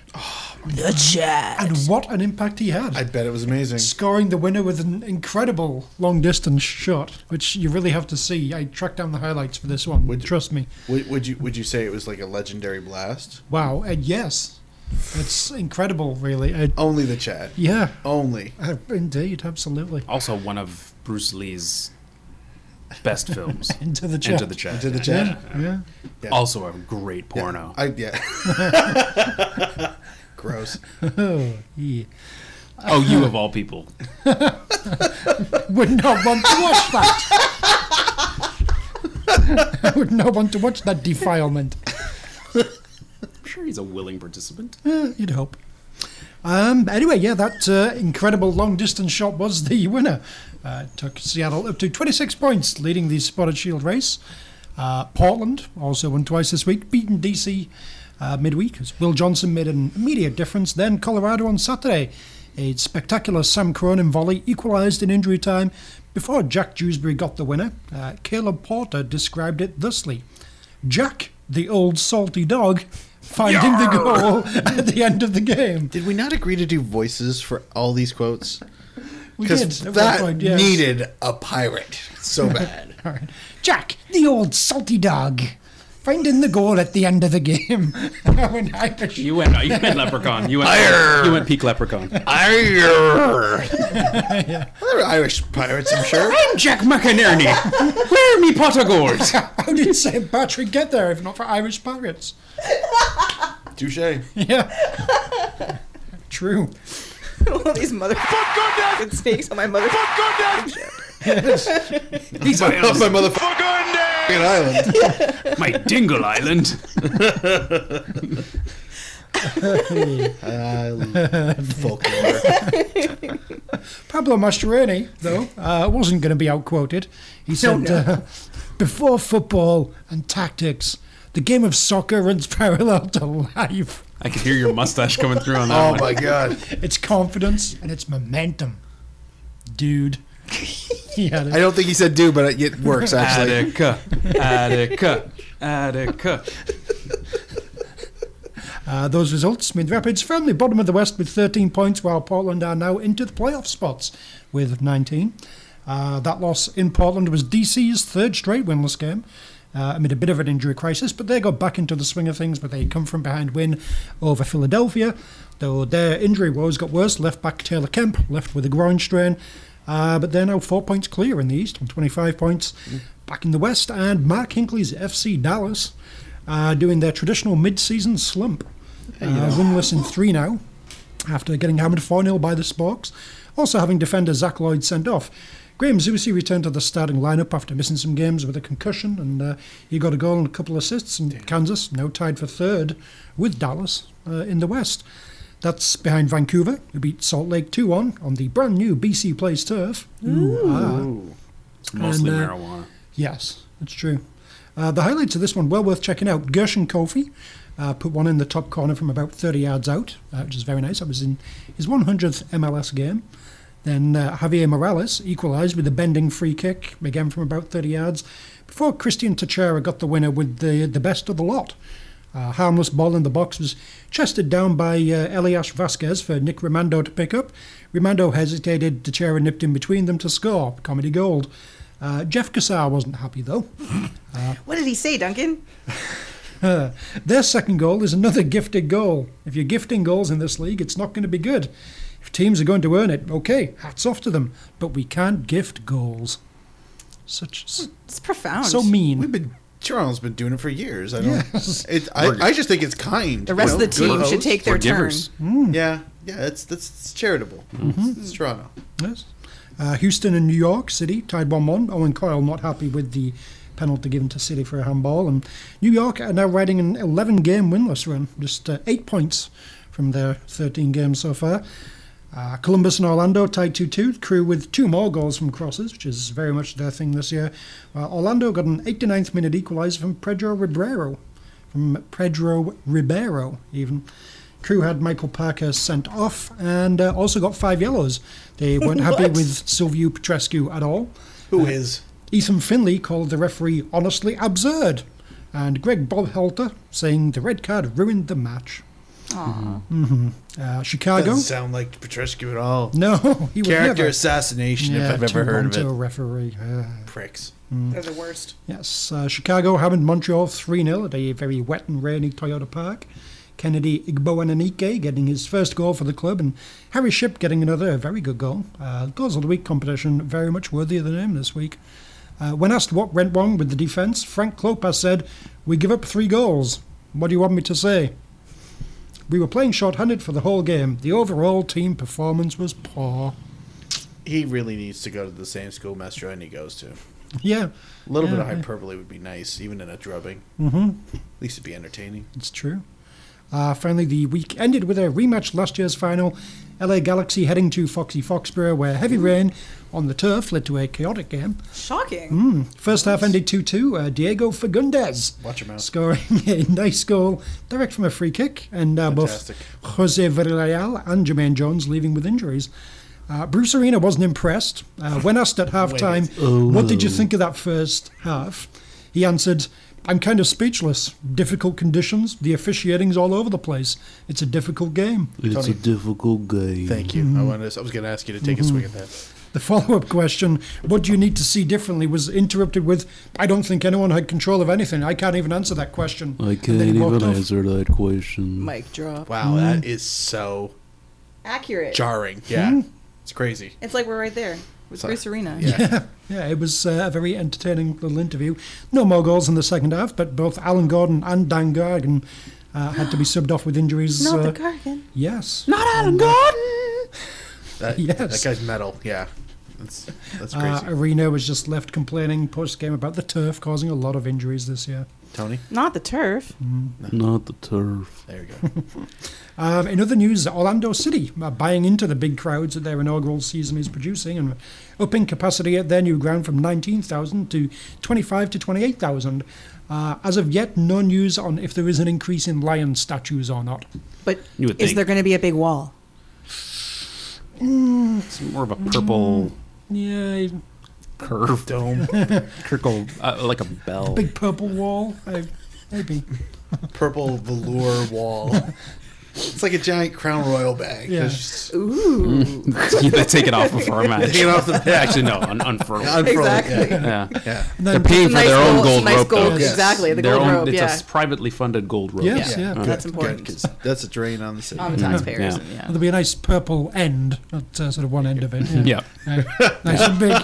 Speaker 2: the Jazz.
Speaker 3: And what an impact he had!
Speaker 4: bet it was amazing.
Speaker 3: scoring the winner with an incredible long distance shot, which you really have to see. I tracked down the highlights for this one.
Speaker 4: Would-
Speaker 3: Trust me.
Speaker 4: Would, would you would you say it was like a legendary blast?
Speaker 3: Wow. And yes, it's incredible, really. Uh,
Speaker 4: Only the chat.
Speaker 3: yeah,
Speaker 4: Only.
Speaker 3: uh, indeed, absolutely.
Speaker 1: Also one of Bruce Lee's best films.
Speaker 3: Into the
Speaker 1: Into
Speaker 3: chat.
Speaker 1: the chat.
Speaker 4: Into the
Speaker 1: yeah.
Speaker 4: Chat.
Speaker 3: Yeah, yeah.
Speaker 4: Yeah.
Speaker 1: Also a great porno.
Speaker 4: I yeah. Gross.
Speaker 3: Oh, yeah.
Speaker 1: Oh, you of all people.
Speaker 3: Would not want to watch that. I would not want to watch that defilement.
Speaker 1: I'm sure he's a willing participant.
Speaker 3: Eh, you'd hope. Um, anyway, yeah, that uh, incredible long distance shot was the winner. Uh, it took Seattle up to 26 points, leading the Spotted Shield race. Uh, Portland also won twice this week, beating DC uh, midweek as Will Johnson made an immediate difference. Then Colorado on Saturday. A spectacular Sam Cronin volley equalised in injury time before Jack Dewsbury got the winner. Uh, Caleb Porter described it thusly. Jack, the old salty dog, finding the goal at the end of the game.
Speaker 4: Did we not agree to do voices for all these quotes?
Speaker 3: We did.
Speaker 4: Because
Speaker 3: at one
Speaker 4: that
Speaker 3: point, yes.
Speaker 4: needed a pirate so bad.
Speaker 3: All right. Jack, the old salty dog, finding the goal at the end of the game. When I-
Speaker 1: You went you went leprechaun. You went
Speaker 4: Fire!
Speaker 1: you went peak leprechaun.
Speaker 4: Irish. Other Irish pirates, I'm sure.
Speaker 1: I'm Jack McInerney. Wear me pot of gold.
Speaker 3: How did St. Patrick get there if not for Irish pirates?
Speaker 4: Touche.
Speaker 3: Yeah. True.
Speaker 2: All these motherfucking snakes on my mother.
Speaker 1: These
Speaker 4: Off my
Speaker 1: are
Speaker 4: motherfucking island.
Speaker 1: my Dingle Island.
Speaker 4: Uh, folklore.
Speaker 3: Pablo Mastroianni, though, uh, wasn't going to be outquoted. He said, uh, before football and tactics, the game of soccer runs parallel to life.
Speaker 1: I can hear your mustache coming through on that
Speaker 4: oh
Speaker 1: one.
Speaker 4: my god.
Speaker 3: It's confidence and it's momentum. Dude. he had
Speaker 4: I
Speaker 3: it.
Speaker 4: don't think he said do, but it- it works actually.
Speaker 1: Attica, Attica, Attica.
Speaker 3: Uh, those results, Smith Rapids firmly bottom of the West with 13 points, while Portland are now into the playoff spots with 19. Uh, that loss in Portland was DC's third straight winless game. Uh, amid a bit of an injury crisis, but they got back into the swing of things. But they come from behind win over Philadelphia, though their injury woes got worse. Left back Taylor Kemp left with a groin strain. Uh, but they're now four points clear in the East on 25 points. Back in the West, and Mark Hinckley's FC Dallas uh, doing their traditional mid-season slump. Uh, winless in three now after getting hammered 4 0 by the Sparks, also having defender Zach Lloyd sent off. Graham Zusi returned to the starting lineup after missing some games with a concussion, and uh, he got a goal and a couple assists. And Kansas now tied for third with Dallas uh, in the West. That's behind Vancouver, who beat Salt Lake 2 1 on the brand new BC Place turf. Ooh. ah.
Speaker 1: It's mostly
Speaker 3: And, uh,
Speaker 1: marijuana.
Speaker 3: Yes, that's true. Uh, the highlights of this one, well worth checking out. Gershon Kofi uh, put one in the top corner from about 30 yards out, uh, which is very nice. That was in his 100th MLS game. Then uh, Javier Morales equalised with a bending free kick, again from about 30 yards, before Christian Teixeira got the winner with the, the best of the lot. A Uh, harmless ball in the box was chested down by uh, Elias Vasquez for Nick Romando to pick up. Romando hesitated, Teixeira nipped in between them to score. Comedy gold. Uh, Jeff Cassar wasn't happy though.
Speaker 2: What did he say, Duncan?
Speaker 3: Uh, their second goal is another gifted goal. If you're gifting goals in this league, it's not going to be good. If teams are going to earn it, okay, hats off to them. But we can't gift goals. Such s-
Speaker 2: Oh, It's profound.
Speaker 3: so mean.
Speaker 4: We've been Toronto's been doing it for years. I don't.
Speaker 3: Yes.
Speaker 4: It, I, I just think it's kind.
Speaker 2: the
Speaker 4: you
Speaker 2: rest
Speaker 4: know,
Speaker 2: of the
Speaker 4: good
Speaker 2: team should
Speaker 4: host.
Speaker 2: take
Speaker 1: We're
Speaker 2: their turn.
Speaker 1: givers.
Speaker 3: Mm.
Speaker 4: Yeah, yeah. That's that's, it's charitable.
Speaker 3: Mm-hmm.
Speaker 4: It's, it's Toronto.
Speaker 3: Yes. Uh, Houston and New York City tied 1 1. Owen Coyle not happy with the penalty given to City for a handball. And New York are now riding an 11 game winless run, just uh, eight points from their 13 games so far. Uh, Columbus and Orlando tied 2 2. Crew with two more goals from crosses, which is very much their thing this year. Uh, Orlando got an 89th minute equaliser from Pedro Ribeiro. From Pedro Ribeiro, even. Crew had Michael Parker sent off and uh, also got five yellows. They weren't happy with Silvio Petrescu at all.
Speaker 4: Who is?
Speaker 3: Ethan Finley called the referee honestly absurd, and Greg Bobhelter saying the red card ruined the match.
Speaker 2: Mm-hmm.
Speaker 3: hmm Uh, Chicago?
Speaker 4: Doesn't sound like Petrescu at all.
Speaker 3: No, he would
Speaker 4: Character
Speaker 3: never.
Speaker 4: assassination, if I've ever heard of
Speaker 3: Toronto
Speaker 4: it.
Speaker 3: referee. Uh, yeah.
Speaker 4: Pricks.
Speaker 2: They're the worst.
Speaker 3: Yes, uh, Chicago hammered Montreal 3 0 at a very wet and rainy Toyota Park. Kennedy Igboananike getting his first goal for the club, and Harry Ship getting another a very good goal. Uh, goals of the Week competition, very much worthy of the name this week. Uh, when asked what went wrong with the defence, Frank Klopas said, We give up three goals. What do you want me to say? We were playing short-handed for the whole game. The overall team performance was poor.
Speaker 4: He really needs to go to the same school Master Ryan he goes to. A
Speaker 3: Yeah,
Speaker 4: little bit of
Speaker 3: Yeah. Mm-hmm.
Speaker 4: hyperbole would be nice, even in a drubbing. At least it'd be entertaining.
Speaker 3: It's true. Uh, finally, the week ended with a rematch last year's final. LA Galaxy heading to Foxy Foxborough, where heavy rain on the turf led to a chaotic game.
Speaker 2: Shocking.
Speaker 3: First half ended 2 2. Uh, Diego Fagundes
Speaker 4: Watch your mouth.
Speaker 3: scoring a nice goal direct from a free kick, and uh, both
Speaker 4: Fantastic.
Speaker 3: Jose Villarreal and Jermaine Jones leaving with injuries. Uh, Bruce Arena wasn't impressed. Uh, when asked at halftime,
Speaker 4: Oh.
Speaker 3: what did you think of that first half? He answered, I'm kind of speechless. Difficult conditions. The officiating's all over the place. It's a difficult game.
Speaker 6: It's a difficult game.
Speaker 4: Thank
Speaker 3: Mm-hmm.
Speaker 4: you. I wanted. To, I was going to ask you to take a swing at that.
Speaker 3: The follow up question, what do you need to see differently, was interrupted with, I don't think anyone had control of anything. I can't even answer that question.
Speaker 6: I
Speaker 3: And
Speaker 6: can't
Speaker 3: then he walked
Speaker 6: even
Speaker 3: off.
Speaker 6: answer that question.
Speaker 2: Mic drop.
Speaker 4: Wow,
Speaker 3: Mm-hmm.
Speaker 4: that is so
Speaker 2: Accurate.
Speaker 4: jarring. Yeah,
Speaker 3: Mm-hmm.
Speaker 4: it's crazy.
Speaker 2: It's like we're right there with
Speaker 4: Sorry.
Speaker 2: Bruce Arena.
Speaker 4: Yeah.
Speaker 3: Yeah, it was uh, a very entertaining little interview. No more goals in the second half, but both Alan Gordon and Dan Gargan uh, had to be subbed off with injuries.
Speaker 2: Not
Speaker 3: uh,
Speaker 2: the Gargan. Mm-hmm.
Speaker 3: Yes.
Speaker 2: Not Adam Gordon.
Speaker 4: That,
Speaker 3: Yes.
Speaker 4: that guy's metal. Yeah, that's that's
Speaker 3: Uh,
Speaker 4: crazy.
Speaker 3: Arena was just left complaining post game about the turf causing a lot of injuries this year.
Speaker 4: Tony,
Speaker 2: Not the turf.
Speaker 6: Not the turf.
Speaker 4: there you go.
Speaker 3: Um, in other news, Orlando City are buying into the big crowds that their inaugural season is producing and upping capacity at their new ground from 19,000 to 25 to 28,000. Uh, as of yet, no news on if there is an increase in lion statues or not.
Speaker 2: But
Speaker 1: You
Speaker 2: is
Speaker 1: would think.
Speaker 2: there going to be a big wall?
Speaker 1: It's more of a purple
Speaker 3: Yeah,
Speaker 1: curve
Speaker 4: Dome,
Speaker 1: circle, uh, like a bell.
Speaker 3: big purple wall. I, maybe.
Speaker 4: purple velour wall. It's like a giant Crown Royal bag.
Speaker 3: Yeah.
Speaker 4: Just
Speaker 2: Ooh.
Speaker 1: they take it off before a match.
Speaker 4: Take it off the
Speaker 1: Yeah, actually, no, un- unfurl. it.
Speaker 4: unfurl it,
Speaker 2: Exactly.
Speaker 4: Yeah.
Speaker 1: Yeah.
Speaker 4: yeah.
Speaker 3: And
Speaker 1: They're
Speaker 3: then,
Speaker 1: paying for
Speaker 2: Nice
Speaker 1: their own
Speaker 2: gold-
Speaker 1: gold
Speaker 2: nice
Speaker 1: rope, though.
Speaker 2: gold,
Speaker 4: Yes.
Speaker 2: Exactly, the
Speaker 1: Their
Speaker 2: gold
Speaker 1: own-
Speaker 2: rope,
Speaker 1: It's
Speaker 2: yeah.
Speaker 1: a s- privately funded gold rope.
Speaker 3: Yes, yeah.
Speaker 1: Okay.
Speaker 2: That's important. Um,
Speaker 4: Good, 'cause that's a drain on the city.
Speaker 2: On the taxpayers, and- yeah.
Speaker 3: There'll be a nice purple end, at uh, sort of one end of it. Yeah.
Speaker 1: Yeah.
Speaker 3: Nice and big.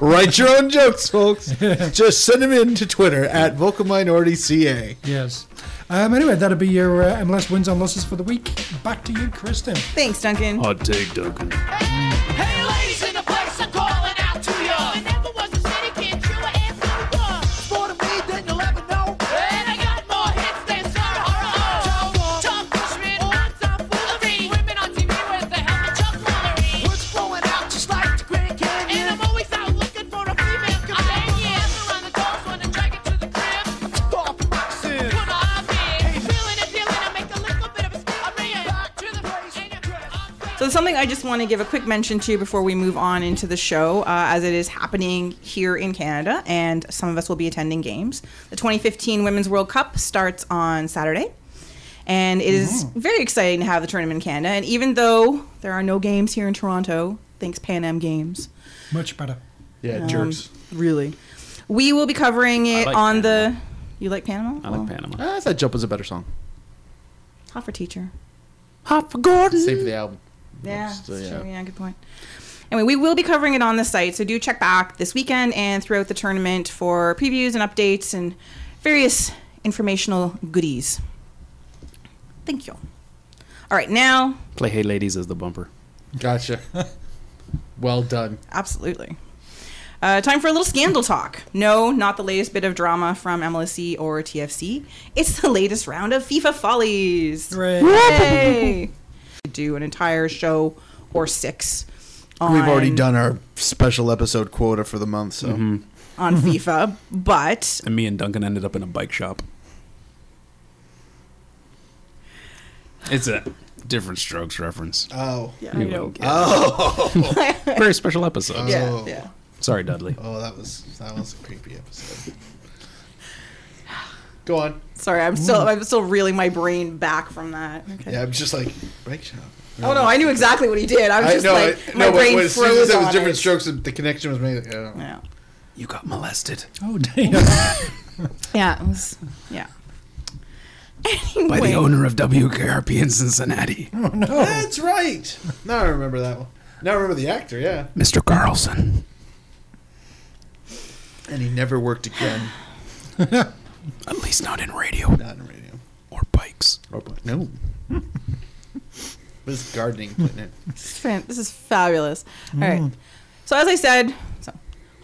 Speaker 4: Write your own jokes, folks. Just send them in to Twitter at Vocal Minority CA.
Speaker 3: Yes. Um, anyway, that'll be your uh, MLS wins and losses for the week. Back to you, Kristen.
Speaker 2: Thanks, Duncan.
Speaker 1: Hot take, Duncan.
Speaker 7: Hey, ladies in the place, I'm calling out to ya. I never was a city kid, you were in the war. More to me than you'll ever know. And I got more hits than Sarah Horror. Tom Moore, Tom Cushman, I'm Tom Foolery. Women on TV with the helmet, Chuck Woolery. What's flowing out just like the Grand Canyon. And I'm always out looking for a female cause I ain't here. around the doors when I'm dragging to the crib. Stop boxing. Put her up in. Feeling and dealing, I make a little bit of a skip. I'm ringing back to the place. Ain't it great? I'm
Speaker 2: So something I just want to give a quick mention to before we move on into the show, uh, as it is happening here in Canada, and some of us will be attending games. The 2015 Women's World Cup starts on Saturday, and it is
Speaker 1: Mm-hmm.
Speaker 2: very exciting to have the tournament in Canada. And even though there are no games here in Toronto, thanks Pan Am Games,
Speaker 3: Much better.
Speaker 4: Yeah, jerks.
Speaker 2: really, we will be covering it
Speaker 1: like
Speaker 2: on the.
Speaker 1: Panama.
Speaker 2: You like Panama?
Speaker 1: I like Panama.
Speaker 4: Ah, I thought Jump was a better song.
Speaker 2: Hot for teacher.
Speaker 1: Hot for Gordon.
Speaker 4: Same for the album.
Speaker 2: Yeah,
Speaker 4: So,
Speaker 2: that's
Speaker 4: yeah.
Speaker 2: true. Yeah, good point. Anyway, we will be covering it on the site, so do check back this weekend and throughout the tournament for previews and updates and various informational goodies. Thank you. All right, now,
Speaker 1: Play Hey Ladies as the bumper.
Speaker 4: Gotcha. well done.
Speaker 2: absolutely. Uh, time for a little scandal talk. No, not the latest bit of drama from MLSC or TFC. It's the latest round of FIFA Follies.
Speaker 3: Hooray.
Speaker 2: Yay! do an entire show or six. On
Speaker 4: We've already done our special episode quota for the month, so
Speaker 2: on FIFA, but
Speaker 1: And me and Duncan ended up in a bike shop. It's a different strokes reference.
Speaker 4: oh,
Speaker 2: yeah, I
Speaker 1: know.
Speaker 2: don't get it.
Speaker 1: Very special episode.
Speaker 2: yeah,
Speaker 4: Oh.
Speaker 2: yeah.
Speaker 1: Sorry, Dudley.
Speaker 4: oh, that was that was a creepy episode. Go on.
Speaker 2: Sorry, I'm still I'm still reeling my brain back from that. Okay.
Speaker 4: Yeah, I'm just like bike shop.
Speaker 2: Oh no, I knew exactly what he did. I was just
Speaker 4: know,
Speaker 2: like my
Speaker 4: I- no, but
Speaker 2: brain
Speaker 4: when- as soon as
Speaker 2: froze
Speaker 4: that
Speaker 2: on
Speaker 4: was different
Speaker 2: it.
Speaker 4: strokes, and the connection was made. Like, oh. I don't know.
Speaker 2: Yeah.
Speaker 1: You got molested
Speaker 3: Oh, dear.
Speaker 2: yeah, it was yeah. Anyway,
Speaker 1: by the owner of WKRP in Cincinnati,
Speaker 4: That's right. Now I remember that one. Now I remember the actor. Yeah,
Speaker 1: Mr. Carlson.
Speaker 4: and he never worked again.
Speaker 1: At least not in radio
Speaker 4: Not in radio.
Speaker 1: or bikes.
Speaker 4: Or bike. No. what is gardening putting it?
Speaker 2: This is fan- This is fabulous. All right. So as I said, so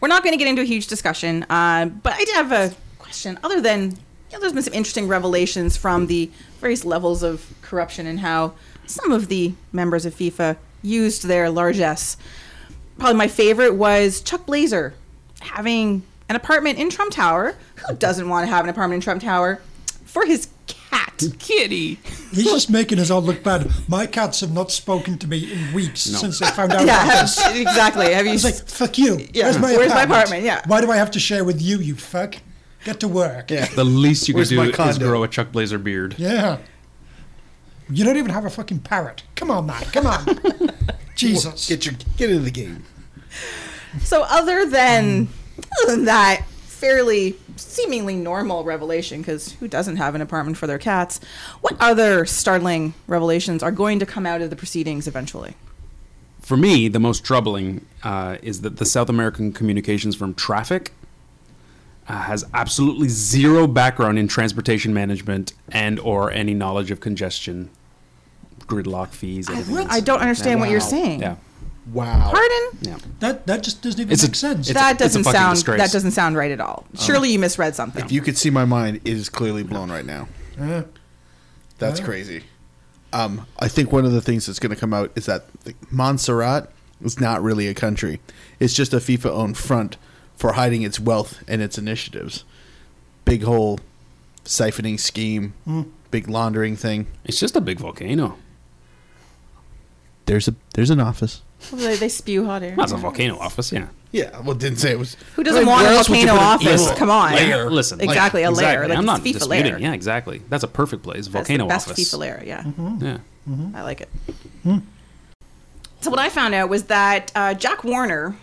Speaker 2: we're not going to get into a huge discussion, uh, but I did have a question. Other than you know, there's been some interesting revelations from the various levels of corruption and how some of the members of FIFA used their largesse. Probably my favorite was Chuck Blazer having an apartment in Trump Tower. Who doesn't want to have an apartment in Trump Tower for his cat? Kitty.
Speaker 3: He's just making us all look bad. My cats have not spoken to me in weeks since they found out about
Speaker 2: Yeah,
Speaker 3: this.
Speaker 2: exactly. Have you
Speaker 3: It's like, fuck you.
Speaker 2: Yeah,
Speaker 3: Where's my
Speaker 2: where's my
Speaker 3: apartment?
Speaker 2: apartment? Yeah.
Speaker 3: Why do I have to share with you, you fuck? Get to work.
Speaker 4: Yeah.
Speaker 1: The least you could
Speaker 4: Where's
Speaker 1: do
Speaker 4: my
Speaker 1: is
Speaker 4: condo?
Speaker 1: grow a Chuck Blazer beard.
Speaker 3: Yeah. You don't even have a fucking parrot. Come on, man. Come on. Jesus.
Speaker 4: Get your get into the game.
Speaker 2: So other than other than that fairly seemingly normal revelation because who doesn't have an apartment for their cats what other startling revelations are going to come out of the proceedings eventually
Speaker 1: For me, the most troubling uh, is that the South American communications firm Traffic uh, has absolutely zero background in transportation management and or any knowledge of congestion, gridlock fees. everything else.
Speaker 2: i don't understand what you're
Speaker 4: Wow.
Speaker 2: saying
Speaker 1: Yeah,
Speaker 4: Wow.
Speaker 2: pardon
Speaker 1: yeah.
Speaker 3: That that just doesn't even
Speaker 1: It's a-
Speaker 3: make sense.
Speaker 1: it's-
Speaker 2: that doesn't
Speaker 1: fucking
Speaker 2: sound
Speaker 1: disgrace. Um,
Speaker 2: that doesn't sound right at all surely you misread something
Speaker 4: If you could see my mind, it is clearly blown right now.
Speaker 3: Yeah.
Speaker 4: That's crazy. Um, I think one of the things that's going to come out is that the, Montserrat is not really a country. It's just a FIFA-owned front for hiding its wealth and its initiatives. Big whole siphoning scheme, big laundering thing.
Speaker 1: It's just a big volcano.
Speaker 4: There's a there's an office.
Speaker 2: Well, they, they spew hot air
Speaker 1: That's a volcano office. Yeah,
Speaker 4: Yeah, well, didn't say it was.
Speaker 2: Who doesn't want
Speaker 4: where
Speaker 2: a
Speaker 4: else would you
Speaker 2: volcano
Speaker 4: put
Speaker 2: off
Speaker 4: Yeah,
Speaker 2: Yes,
Speaker 1: Well,
Speaker 2: come on.
Speaker 1: Layer. Listen,
Speaker 2: Exactly, a layer, like
Speaker 1: I'm
Speaker 2: it's
Speaker 1: not
Speaker 2: FIFA
Speaker 1: disputing.
Speaker 2: layer.
Speaker 1: Yeah, exactly. That's a perfect place.
Speaker 2: That's
Speaker 1: Volcano
Speaker 2: the best
Speaker 1: office.
Speaker 2: FIFA layer, yeah.
Speaker 1: Yeah.
Speaker 2: I like it. So what I found out was that uh, Jack Warner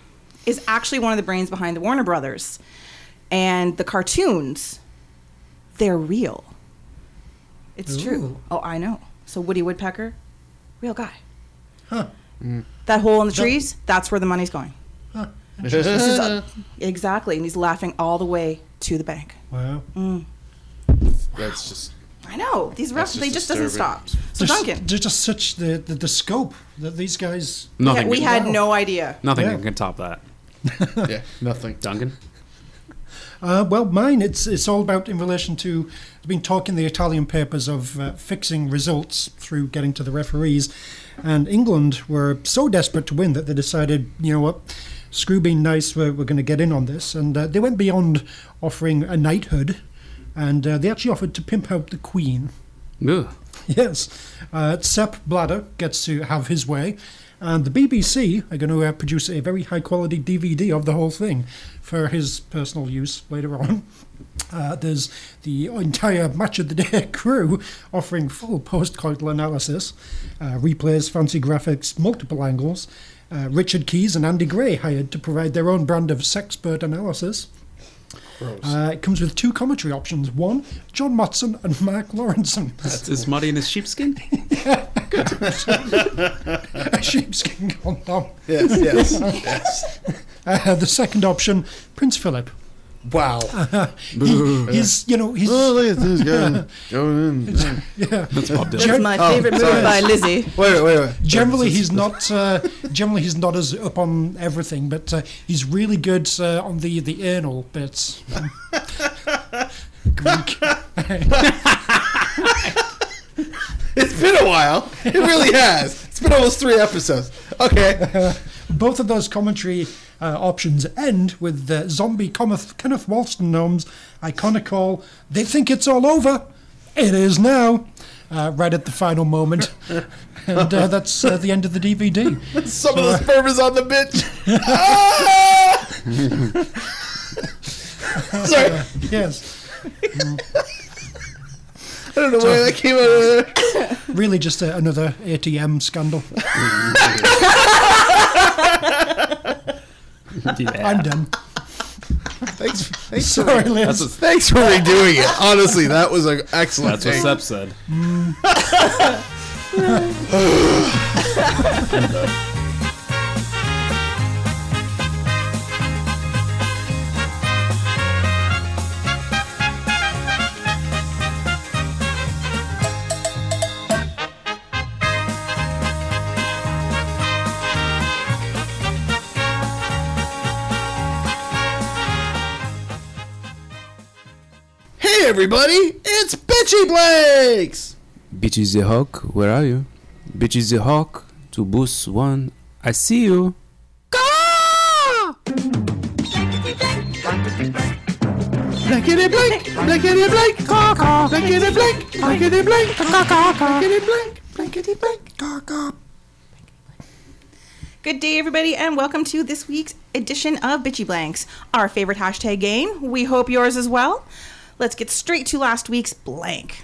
Speaker 2: is actually one of the brains behind the Warner Brothers, and the cartoons, they're real. It's true.
Speaker 3: Ooh.
Speaker 2: Oh, I know. So Woody Woodpecker, real guy.
Speaker 3: Huh.
Speaker 2: That hole in the
Speaker 3: That-
Speaker 2: trees, that's where the money's going. This is a- exactly, and he's laughing all the way to the bank.
Speaker 3: Wow.
Speaker 4: That's just.
Speaker 2: I know these refs.
Speaker 4: That's
Speaker 2: They just
Speaker 4: just
Speaker 2: doesn't stop.
Speaker 4: disturbing.
Speaker 2: So
Speaker 3: There's-
Speaker 2: Duncan,
Speaker 3: There's just such the, the, the scope that these guys.
Speaker 1: Nothing.
Speaker 2: we
Speaker 1: can-
Speaker 2: had
Speaker 3: Wow.
Speaker 2: no idea.
Speaker 1: nothing
Speaker 3: Yeah.
Speaker 1: can top that.
Speaker 4: Yeah, nothing.
Speaker 1: Duncan.
Speaker 3: Uh, well, mine, it's it's all about in relation to. I've been talking the Italian papers of uh, fixing results through getting to the referees, and England were so desperate to win that they decided, you know what, screw being nice, we're, we're going to get in on this. And uh, they went beyond offering a knighthood, and uh, they actually offered to pimp out the Queen.
Speaker 1: Ugh.
Speaker 3: Yes. Uh, Sepp Blatter gets to have his way. And the BBC are going to uh, produce a very high quality DVD of the whole thing for his personal use later on. Uh, there's the entire Match of the Day crew offering full post coital analysis, uh, replays, fancy graphics, multiple angles. Uh, Richard Keys and Andy Gray hired to provide their own brand of sexpert analysis. Uh, it comes with two commentary options one, John Motson and Mark Lawrenson.
Speaker 1: That's his muddy in his sheepskin.
Speaker 3: a sheepskin condom.
Speaker 4: Yes, yes, yes.
Speaker 3: Uh, the second option, Prince Philip.
Speaker 4: Wow.
Speaker 3: He, he's, you know, he's
Speaker 4: Oh, look at this guy going in.
Speaker 3: yeah.
Speaker 2: That's my
Speaker 4: Oh,
Speaker 2: favorite move
Speaker 4: sorry.
Speaker 2: by Lizzie.
Speaker 4: Wait, wait, wait.
Speaker 3: Generally, he's not. Uh, generally, he's not as up on everything, but uh, he's really good uh, on the the anal bits. Greek.
Speaker 4: It's been a while. It really has. It's been almost three episodes. Okay.
Speaker 3: Both of those commentary uh, options end with uh, zombie Cometh, Kenneth Walston gnomes iconical. They think it's all over. It is now. Uh, right at the final moment, and uh, that's uh, the end of the DVD.
Speaker 4: Some of the sperm is on the bitch. Ah! Sorry, I
Speaker 3: Yes.
Speaker 4: don't know where that came out of there.
Speaker 3: really just a, another ATM scandal. I'm done.
Speaker 4: Thanks, thanks,
Speaker 3: Sorry,
Speaker 4: for,
Speaker 3: Liz.
Speaker 4: thanks for redoing it. Honestly, that was an excellent
Speaker 1: That's what Seb
Speaker 4: take.
Speaker 1: said.
Speaker 4: Hey, everybody, it's Bitchy Blakes.
Speaker 6: Bitches the Hawk, where are you? Bitches the Hawk, to boost one. I see you.
Speaker 4: Blackity blank, blackity blank, blackity blank, blackity blank, blackity blank, blackity blank, blankety
Speaker 2: Good day, everybody, and welcome to this week's edition of Bitchy Blanks, our favorite hashtag game. We hope yours as well. Let's get straight to last week's blank.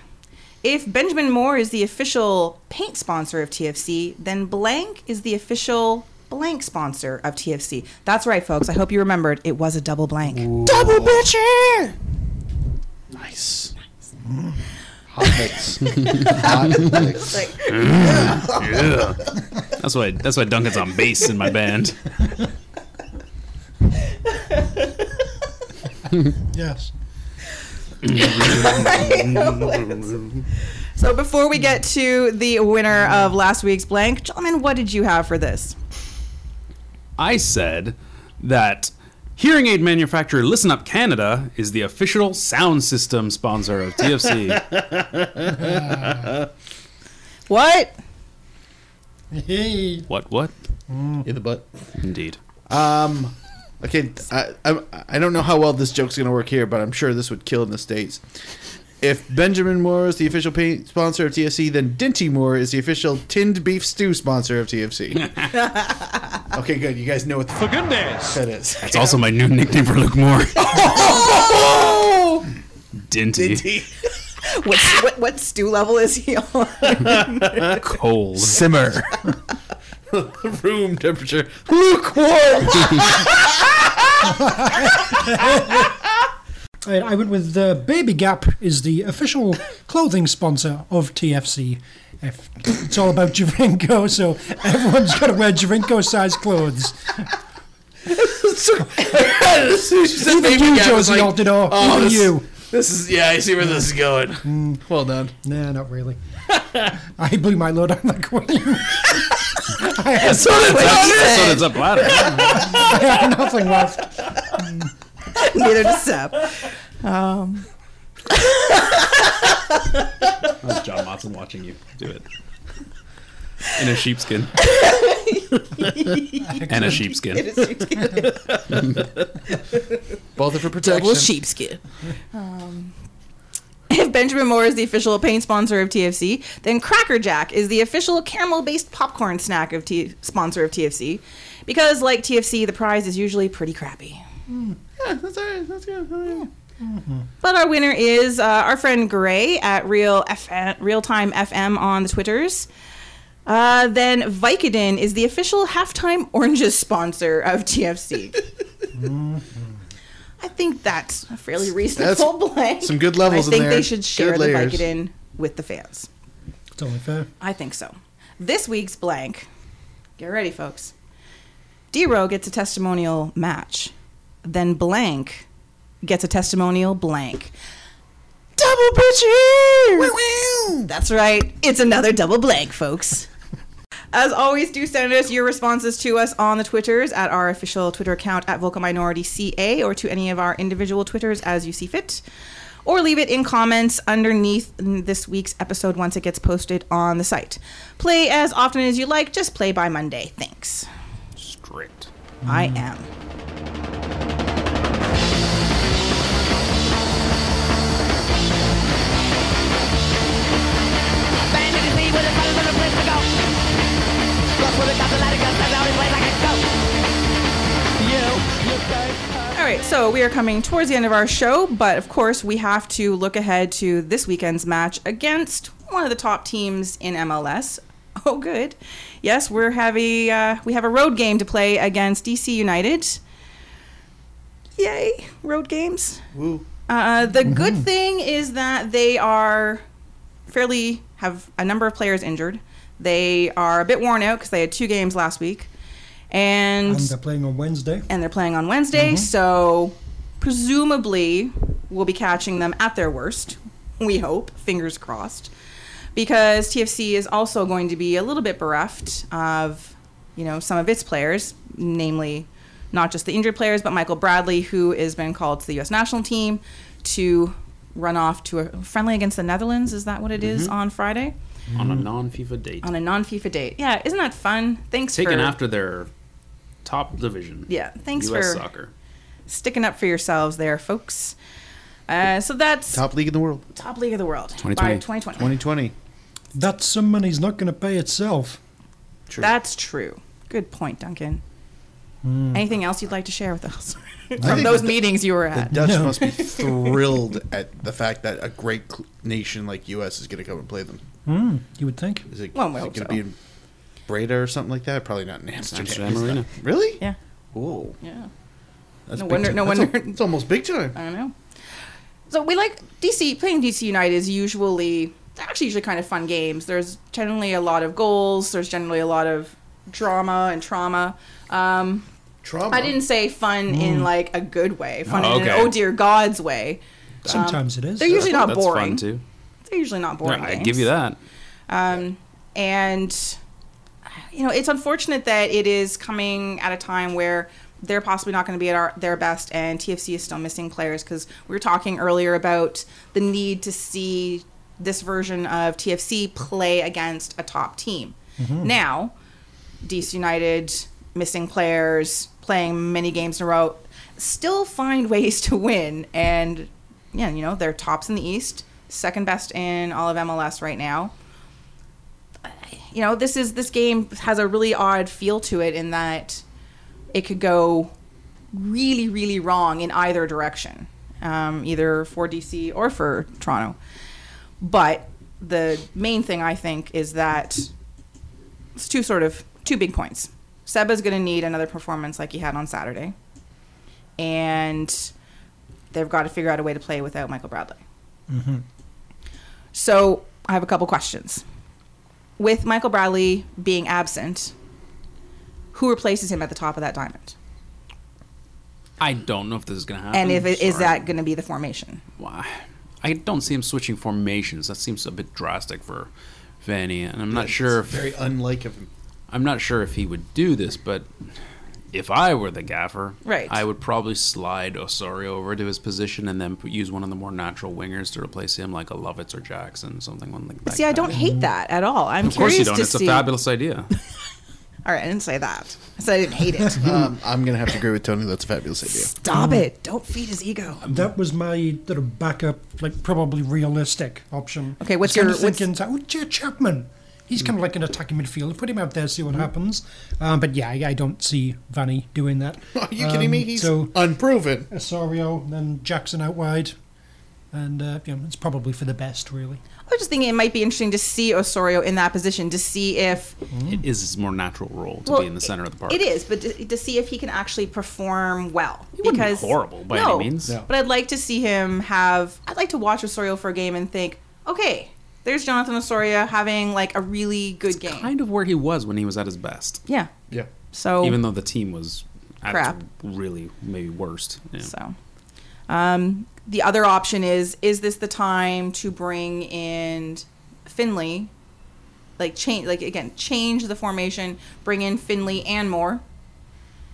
Speaker 2: If Benjamin Moore is the official paint sponsor of TFC, then blank is the official blank sponsor of TFC. That's right, folks. I hope you remembered it was a double blank.
Speaker 4: Double bitchy. Nice. Hot mix. Hot mix.
Speaker 1: That's why. That's why Duncan's on bass in my band.
Speaker 3: Yes.
Speaker 2: So before we get to the winner of last week's blank, gentlemen, what did you have for this?
Speaker 1: I said that hearing aid manufacturer Listen Up Canada is the official sound system sponsor of TFC.
Speaker 2: What?
Speaker 3: Hey.
Speaker 1: what? What?
Speaker 4: In the butt.
Speaker 1: Indeed.
Speaker 4: Um, okay, I, I I don't know how well this joke's gonna work here, but I'm sure this would kill in the states. If Benjamin Moore is the official paint sponsor of TFC, then Dinty Moore is the official tinned beef stew sponsor of TFC. okay, good. You guys know what the fuck that is.
Speaker 1: That's also my new nickname for Luke Moore.
Speaker 4: Oh!
Speaker 1: Dinty.
Speaker 2: What, what, what stew level is he on?
Speaker 1: Cold.
Speaker 4: Simmer. Room temperature. Lukewarm.
Speaker 3: I, I went with uh, Baby Gap is the official clothing sponsor of TFC. If it's all about Javinko, so everyone's got to wear Javinko-sized clothes.
Speaker 4: as soon as you said
Speaker 3: Even
Speaker 4: baby
Speaker 3: you,
Speaker 4: gap, I was
Speaker 3: Josie
Speaker 4: like, oh,
Speaker 3: Altidore. Even
Speaker 4: this,
Speaker 3: you.
Speaker 4: This is yeah. I see where this is going. Well done.
Speaker 3: Nah, not really. I blew my load on the queen. I had,
Speaker 4: So did Thomas.
Speaker 1: So it's a bladder.
Speaker 3: I had nothing left.
Speaker 2: Neither does Sep.
Speaker 1: That's John Motson watching you do it. In a sheepskin. and a sheepskin.
Speaker 4: Both are for protection.
Speaker 8: Double sheepskin.
Speaker 2: If Benjamin Moore is the official paint sponsor of TFC, then Cracker Jack is the official caramel-based popcorn snack of T- sponsor of TFC, because like TFC, the prize is usually pretty crappy.
Speaker 4: That's all right. That's good. All right.
Speaker 2: But our winner is uh, our friend Gray at Real FM, Real Time FM on the Twitters. Uh, then Vicodin is the official halftime oranges sponsor of TFC. I think that's a fairly reasonable blank.
Speaker 4: some good
Speaker 2: I
Speaker 4: levels in
Speaker 2: think
Speaker 4: there.
Speaker 2: they should share
Speaker 4: Good
Speaker 2: the
Speaker 4: layers.
Speaker 2: Vicodin with the fans.
Speaker 3: It's only fair.
Speaker 2: I think so. This week's blank. Get ready, folks. Dero gets a testimonial match. Then blank gets a testimonial blank. Double picture! That's right. It's another double blank, folks. As always, do send us your responses to us on the Twitters at our official Twitter account at Vocal Minority CA or to any of our individual Twitters as you see fit. Or leave it in comments underneath this week's episode once it gets posted on the site. Play as often as you like, just play by Monday. Thanks.
Speaker 1: Strict.
Speaker 2: I am. All right, so we are coming towards the end of our show, but of course, we have to look ahead to this weekend's match against one of the top teams in MLS. Oh, good. Yes, we're having uh, we have a road game to play against DC United. Yay, road games!
Speaker 4: Woo.
Speaker 2: Uh, the good thing is that they are fairly have a number of players injured. They are a bit worn out because they had two games last week,
Speaker 3: And they're playing on Wednesday.
Speaker 2: and they're playing on Wednesday, so presumably we'll be catching them at their worst. We hope, fingers crossed, because TFC is also going to be a little bit bereft of, you know, some of its players, namely not just the injured players, but Michael Bradley, who has been called to the U.S. national team to run off to a friendly against the Netherlands. Is that what it is on Friday?
Speaker 1: On a
Speaker 2: Mm-hmm.
Speaker 1: non FIFA date.
Speaker 2: On a non-FIFA date. Yeah, isn't that fun? Thanks
Speaker 1: Taken
Speaker 2: for
Speaker 1: after their top division.
Speaker 2: yeah, thanks
Speaker 1: US
Speaker 2: for
Speaker 1: soccer.
Speaker 2: sticking up for yourselves there, folks. Uh, so that's top,
Speaker 4: Top league in the world.
Speaker 2: league of the world 2020. by 2020.
Speaker 4: 2020.
Speaker 3: That some money's not going to pay itself.
Speaker 2: That's true. Good point, Duncan. Anything else you'd like to share with us from
Speaker 4: think
Speaker 2: those
Speaker 4: that the-
Speaker 2: meetings you were
Speaker 4: The
Speaker 2: at?
Speaker 4: Dutch must be thrilled at the fact that a great cl- nation like U.S. is going to come and play them.
Speaker 3: Hmm, you would think.
Speaker 4: Is it,
Speaker 2: Well, we
Speaker 4: is
Speaker 2: hope
Speaker 4: it
Speaker 2: so.
Speaker 4: going to be in Breda or something like that? Probably not in Amsterdam.
Speaker 1: Amsterdam
Speaker 4: is it?
Speaker 1: Arena.
Speaker 4: Really?
Speaker 2: Yeah.
Speaker 4: Whoa.
Speaker 2: Yeah.
Speaker 4: That's
Speaker 2: No
Speaker 4: big
Speaker 2: wonder-
Speaker 4: time.
Speaker 2: no
Speaker 4: That's
Speaker 2: wonder-
Speaker 4: al- it's almost big time.
Speaker 2: I don't know. So we like DC playing DC United is usually they're actually usually kind of fun games. There's generally a lot of goals. There's generally a lot of drama and trauma. Um,
Speaker 4: Trauma. Hmm.
Speaker 2: I didn't say fun in like a good way, fun
Speaker 1: Oh,
Speaker 2: in an
Speaker 1: okay.
Speaker 2: oh dear God's way.
Speaker 3: Sometimes it is.
Speaker 2: They're usually not
Speaker 1: That's
Speaker 2: boring.
Speaker 1: fun too.
Speaker 2: They're usually not boring.
Speaker 1: I
Speaker 2: games.
Speaker 1: give you that.
Speaker 2: Um, and you know, it's unfortunate that it is coming at a time where they're possibly not going to be at our, their best, and TFC is still missing players because we were talking earlier about the need to see this version of TFC play against a top team. Now, DC United missing players, playing many games in a row, still find ways to win, and yeah, you know they're tops in the East. second best in all of MLS right now. You know, this is this game has a really odd feel to it in that it could go really, really wrong in either direction, um, either for DC or for Toronto. But the main thing I think is that it's two sort of two big points. Seba's going to need another performance like he had on Saturday, and they've got to figure out a way to play without Michael Bradley. So I have a couple questions. With Michael Bradley being absent, who replaces him at the top of that diamond?
Speaker 1: I don't know if this is going to happen.
Speaker 2: And if it, is
Speaker 1: Sorry.
Speaker 2: that going to be the formation?
Speaker 1: Why? I don't see him switching formations. That seems a bit drastic for Vanny, and I'm not sure if
Speaker 4: Very unlike of him.
Speaker 1: I'm not sure if he would do this, but if I were the gaffer,
Speaker 2: Right.
Speaker 1: I would probably slide Osorio over to his position and then put, use one of the more natural wingers to replace him, like a Lovitz or Jackson, something like that.
Speaker 2: See, I don't hate that at all. I'm
Speaker 1: Of course
Speaker 2: curious
Speaker 1: you don't.
Speaker 2: to
Speaker 1: It's
Speaker 2: see.
Speaker 1: a fabulous idea.
Speaker 2: All right, I didn't say that. I said I didn't hate it.
Speaker 4: Um, I'm gonna have to agree with Tony. That's a fabulous idea.
Speaker 2: Stop it! Don't feed his ego.
Speaker 3: That was my sort of backup, like probably realistic option.
Speaker 2: Okay, what's
Speaker 3: I was
Speaker 2: your-
Speaker 3: kinda
Speaker 2: what's-
Speaker 3: thinking? Oh, Ch- Chapman. He's kind of like an attacking midfielder. Put him out there, see what happens. Um, but yeah, I, I don't see Vanny doing that.
Speaker 4: Are you kidding me?
Speaker 3: Um,
Speaker 4: He's
Speaker 3: so uh,
Speaker 4: unproven.
Speaker 3: Osorio, then Jackson out wide, and uh, you know, it's probably for the best, really.
Speaker 2: I was just thinking it might be interesting to see Osorio in that position to see if
Speaker 1: It is his more natural role to
Speaker 2: Well,
Speaker 1: be in the center of the park.
Speaker 2: it is, but to, to see if he can actually perform well. He
Speaker 1: wouldn't be horrible by any means. No.
Speaker 2: But I'd like to see him have. I'd like to watch Osorio for a game and think, okay, there's Jonathan Osorio having like a really good game.
Speaker 1: Kind of where he was when he was at his best,
Speaker 2: yeah.
Speaker 4: Yeah.
Speaker 2: So
Speaker 1: even though the team was at
Speaker 2: Crap.
Speaker 1: its really maybe worst. Yeah.
Speaker 2: So, um, the other option is: is this the time to bring in Finley? Like change, like again, change the formation. Bring in Finley and Moore,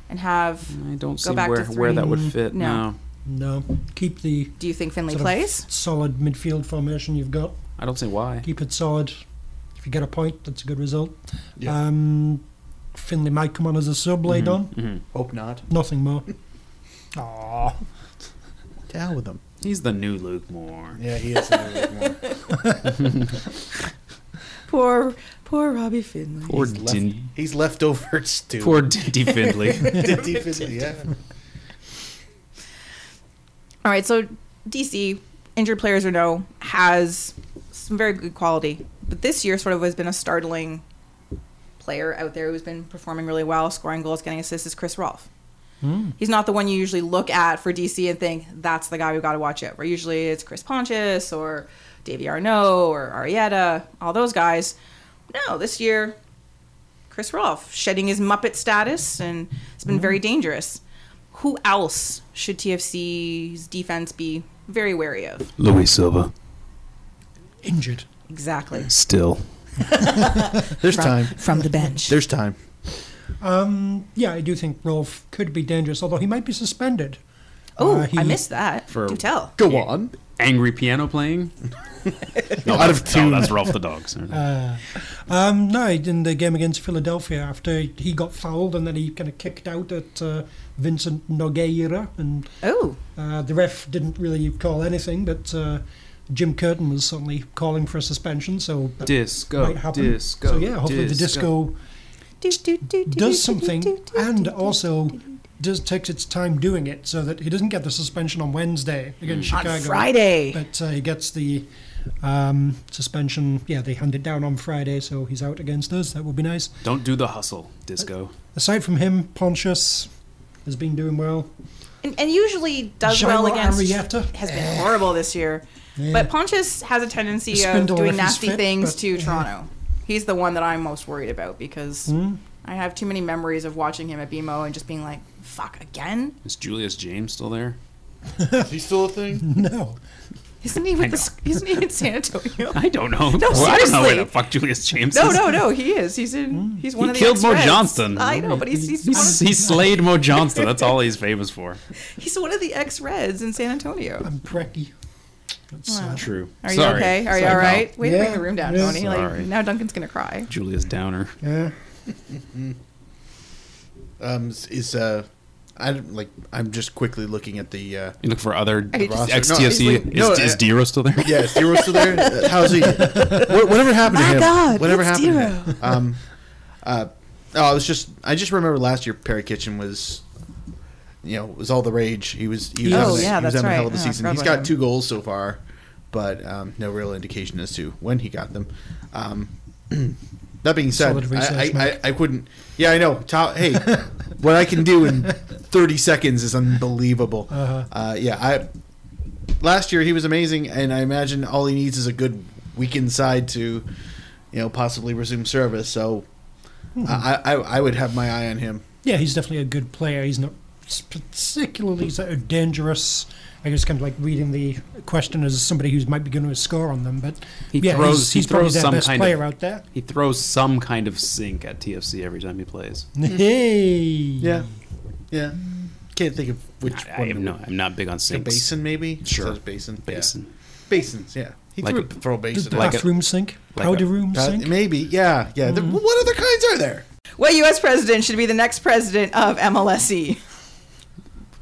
Speaker 2: and have.
Speaker 1: I don't
Speaker 2: Go
Speaker 1: see
Speaker 2: back to
Speaker 1: where, where that would
Speaker 2: three.
Speaker 1: fit.
Speaker 2: No.
Speaker 1: no,
Speaker 3: No, uh, keep the
Speaker 2: Do you think Finley
Speaker 3: sort of
Speaker 2: plays?
Speaker 3: solid midfield formation you've got.
Speaker 1: I don't see why.
Speaker 3: Keep it solid. If you get a point, that's a good result. Um, Finley might come on as a sub later on.
Speaker 4: Hope not.
Speaker 3: Nothing more. Aww.
Speaker 4: Down with him.
Speaker 1: He's the new Luke Moore.
Speaker 4: Yeah, he is.
Speaker 2: Poor, poor Robbie Finley.
Speaker 1: Poor
Speaker 4: he's, left,
Speaker 1: Din-
Speaker 4: he's leftover stew.
Speaker 1: poor Dinty Findley.
Speaker 4: Dinty Fiddly, yeah.
Speaker 2: All right, so DC, injured players or no, has some very good quality. But this year sort of has been a startling player out there who's been performing really well, scoring goals, getting assists is Chris Rolfe. He's not the one you usually look at for DC and think that's the guy we got to watch out for. Usually it's Chris Pontius or Davy Arnault or Arietta, all those guys. No, this year Chris Rolfe shedding his Muppet status, and it's been
Speaker 3: Mm.
Speaker 2: very dangerous. Who else should TFC's defense be very wary of?
Speaker 6: Louis Silva,
Speaker 3: Injured.
Speaker 2: Exactly.
Speaker 6: still.
Speaker 4: There's time.
Speaker 2: From the bench.
Speaker 4: There's time.
Speaker 3: Um, yeah, I do think Rolf could be dangerous, although he might be suspended.
Speaker 2: oh,
Speaker 3: Uh, he-
Speaker 2: I missed that.
Speaker 1: For-
Speaker 2: Do tell.
Speaker 4: Go on.
Speaker 1: Angry piano playing.
Speaker 4: Out of
Speaker 1: No,
Speaker 4: tune.
Speaker 1: that's Ralph the dog. sorry.
Speaker 3: Um, no, in the game against Philadelphia, after he got fouled and then he kind of kicked out at uh, Vincent Nogueira, and
Speaker 2: Oh,
Speaker 3: uh, the ref didn't really call anything, but uh, Jim Curtin was certainly calling for a suspension, so that
Speaker 1: disco,
Speaker 3: might happen.
Speaker 1: disco.
Speaker 3: so yeah, hopefully the disco
Speaker 2: Do, do, do, do, do,
Speaker 3: does
Speaker 2: do,
Speaker 3: something
Speaker 2: do, do,
Speaker 3: and
Speaker 2: do, do.
Speaker 3: also does takes its time doing it, so that he doesn't get the suspension on Wednesday against
Speaker 1: Mm.
Speaker 2: on
Speaker 3: Chicago.
Speaker 2: Friday.
Speaker 3: But uh, he gets the um, suspension. Yeah, they hand it down on Friday, so he's out against us. That would be nice.
Speaker 1: Don't do the hustle, disco.
Speaker 3: Aside from him, Pontius has been doing well.
Speaker 2: And, and usually does
Speaker 3: Jairo
Speaker 2: well against.
Speaker 3: Arrieta.
Speaker 2: Has been horrible this year. But Pontius has a tendency of
Speaker 3: Spindle
Speaker 2: doing
Speaker 3: if Eh. he's
Speaker 2: nasty
Speaker 3: fit,
Speaker 2: things
Speaker 3: but- eh.
Speaker 2: to
Speaker 3: yeah.
Speaker 2: Toronto. He's the one that I'm most worried about because
Speaker 3: Hmm?
Speaker 2: I have too many memories of watching him at BMO and just being like, fuck, again?
Speaker 1: Is Julius James still there?
Speaker 4: Is he still a thing?
Speaker 3: No,
Speaker 2: Isn't he with the, sc- isn't he in San Antonio?
Speaker 1: I don't know.
Speaker 2: No,
Speaker 1: I don't know where
Speaker 2: seriously.
Speaker 1: the fuck Julius James
Speaker 2: No,
Speaker 1: is.
Speaker 2: no, no. He is. He's in. He's
Speaker 1: Mm. He
Speaker 2: one of the.
Speaker 1: killed Mo
Speaker 2: ex-Reds.
Speaker 1: Johnston.
Speaker 2: I know, but he's he's,
Speaker 1: He's-
Speaker 2: one,
Speaker 1: He slayed Mo Johnston. That's all he's famous for.
Speaker 2: of, he's one of the ex Reds in San Antonio.
Speaker 3: I'm precky. That's, uh,
Speaker 1: True.
Speaker 2: Are you
Speaker 1: Sorry.
Speaker 2: okay? Are you all
Speaker 1: Sorry, pal.
Speaker 2: right? Way to bring
Speaker 3: Yeah,
Speaker 2: the room down,
Speaker 3: yeah.
Speaker 2: Tony. Like
Speaker 1: Sorry.
Speaker 2: now, Duncan's gonna cry.
Speaker 1: Julius Downer.
Speaker 3: yeah.
Speaker 4: Um, is- is uh, I don't- like. I'm just quickly looking at the. Uh,
Speaker 1: You look for other
Speaker 4: just-
Speaker 1: XTFC.
Speaker 4: No, he's
Speaker 1: is,
Speaker 4: like- no,
Speaker 1: is
Speaker 4: I-
Speaker 1: Dero still there?
Speaker 4: yeah, is Dero still there? Uh, How's he? What, whatever happened to
Speaker 2: My
Speaker 4: him?
Speaker 2: Ah, God,
Speaker 4: whatever
Speaker 2: it's
Speaker 4: happened? to him? Um, uh, oh, I was just. I just remember last year. Perry Kitchen was. You know, was all the rage. He was. He was
Speaker 2: Oh,
Speaker 4: having, a-
Speaker 2: yeah,
Speaker 4: he was
Speaker 2: that's
Speaker 4: having a hell
Speaker 2: right.
Speaker 4: of
Speaker 2: Oh,
Speaker 4: a
Speaker 2: I
Speaker 4: season.
Speaker 2: forgot
Speaker 4: He's
Speaker 2: about
Speaker 4: got
Speaker 2: him.
Speaker 4: two goals so far, but um, no real indication as to when he got them. Um, that being said,
Speaker 3: Solid research,
Speaker 4: I, I, I,
Speaker 3: Mike.
Speaker 4: I couldn't. Yeah, I know. Ta- hey, what I can do in 30 seconds is unbelievable.
Speaker 3: Uh-huh.
Speaker 4: Uh, yeah, I last year he was amazing, and I imagine all he needs is a good weekend side to, you know, possibly resume service. So
Speaker 3: Hmm.
Speaker 4: I, I, I would have my eye on him.
Speaker 3: Yeah, he's definitely a good player. He's not s- particularly sort of dangerous. I guess kind of like reading the question as somebody who's might be going to score on them, but
Speaker 1: He
Speaker 3: yeah,
Speaker 1: throws-
Speaker 3: he's,
Speaker 1: he
Speaker 3: he's probably
Speaker 1: throws
Speaker 3: their
Speaker 1: some
Speaker 3: best
Speaker 1: kind
Speaker 3: player
Speaker 1: of-
Speaker 3: out there.
Speaker 1: He throws some kind of sink at TFC every time he plays.
Speaker 3: Hey,
Speaker 4: Yeah, yeah. Can't think of which
Speaker 1: I, I
Speaker 4: one.
Speaker 1: am no, I'm not big on
Speaker 4: The
Speaker 1: sinks.
Speaker 4: basin, maybe.
Speaker 1: Sure.
Speaker 4: Says basin. Yeah.
Speaker 1: Basin.
Speaker 4: Basins. Yeah. He
Speaker 1: Like
Speaker 4: threw
Speaker 1: a-
Speaker 4: a throw a basin.
Speaker 3: the
Speaker 1: like a-
Speaker 3: bathroom sink,
Speaker 1: like
Speaker 3: powder
Speaker 1: a-
Speaker 3: room
Speaker 4: Uh,
Speaker 3: sink. Hmm.
Speaker 4: maybe. Yeah. Yeah. There- What other kinds are there?
Speaker 2: What U.S. president should be the next president of MLSE?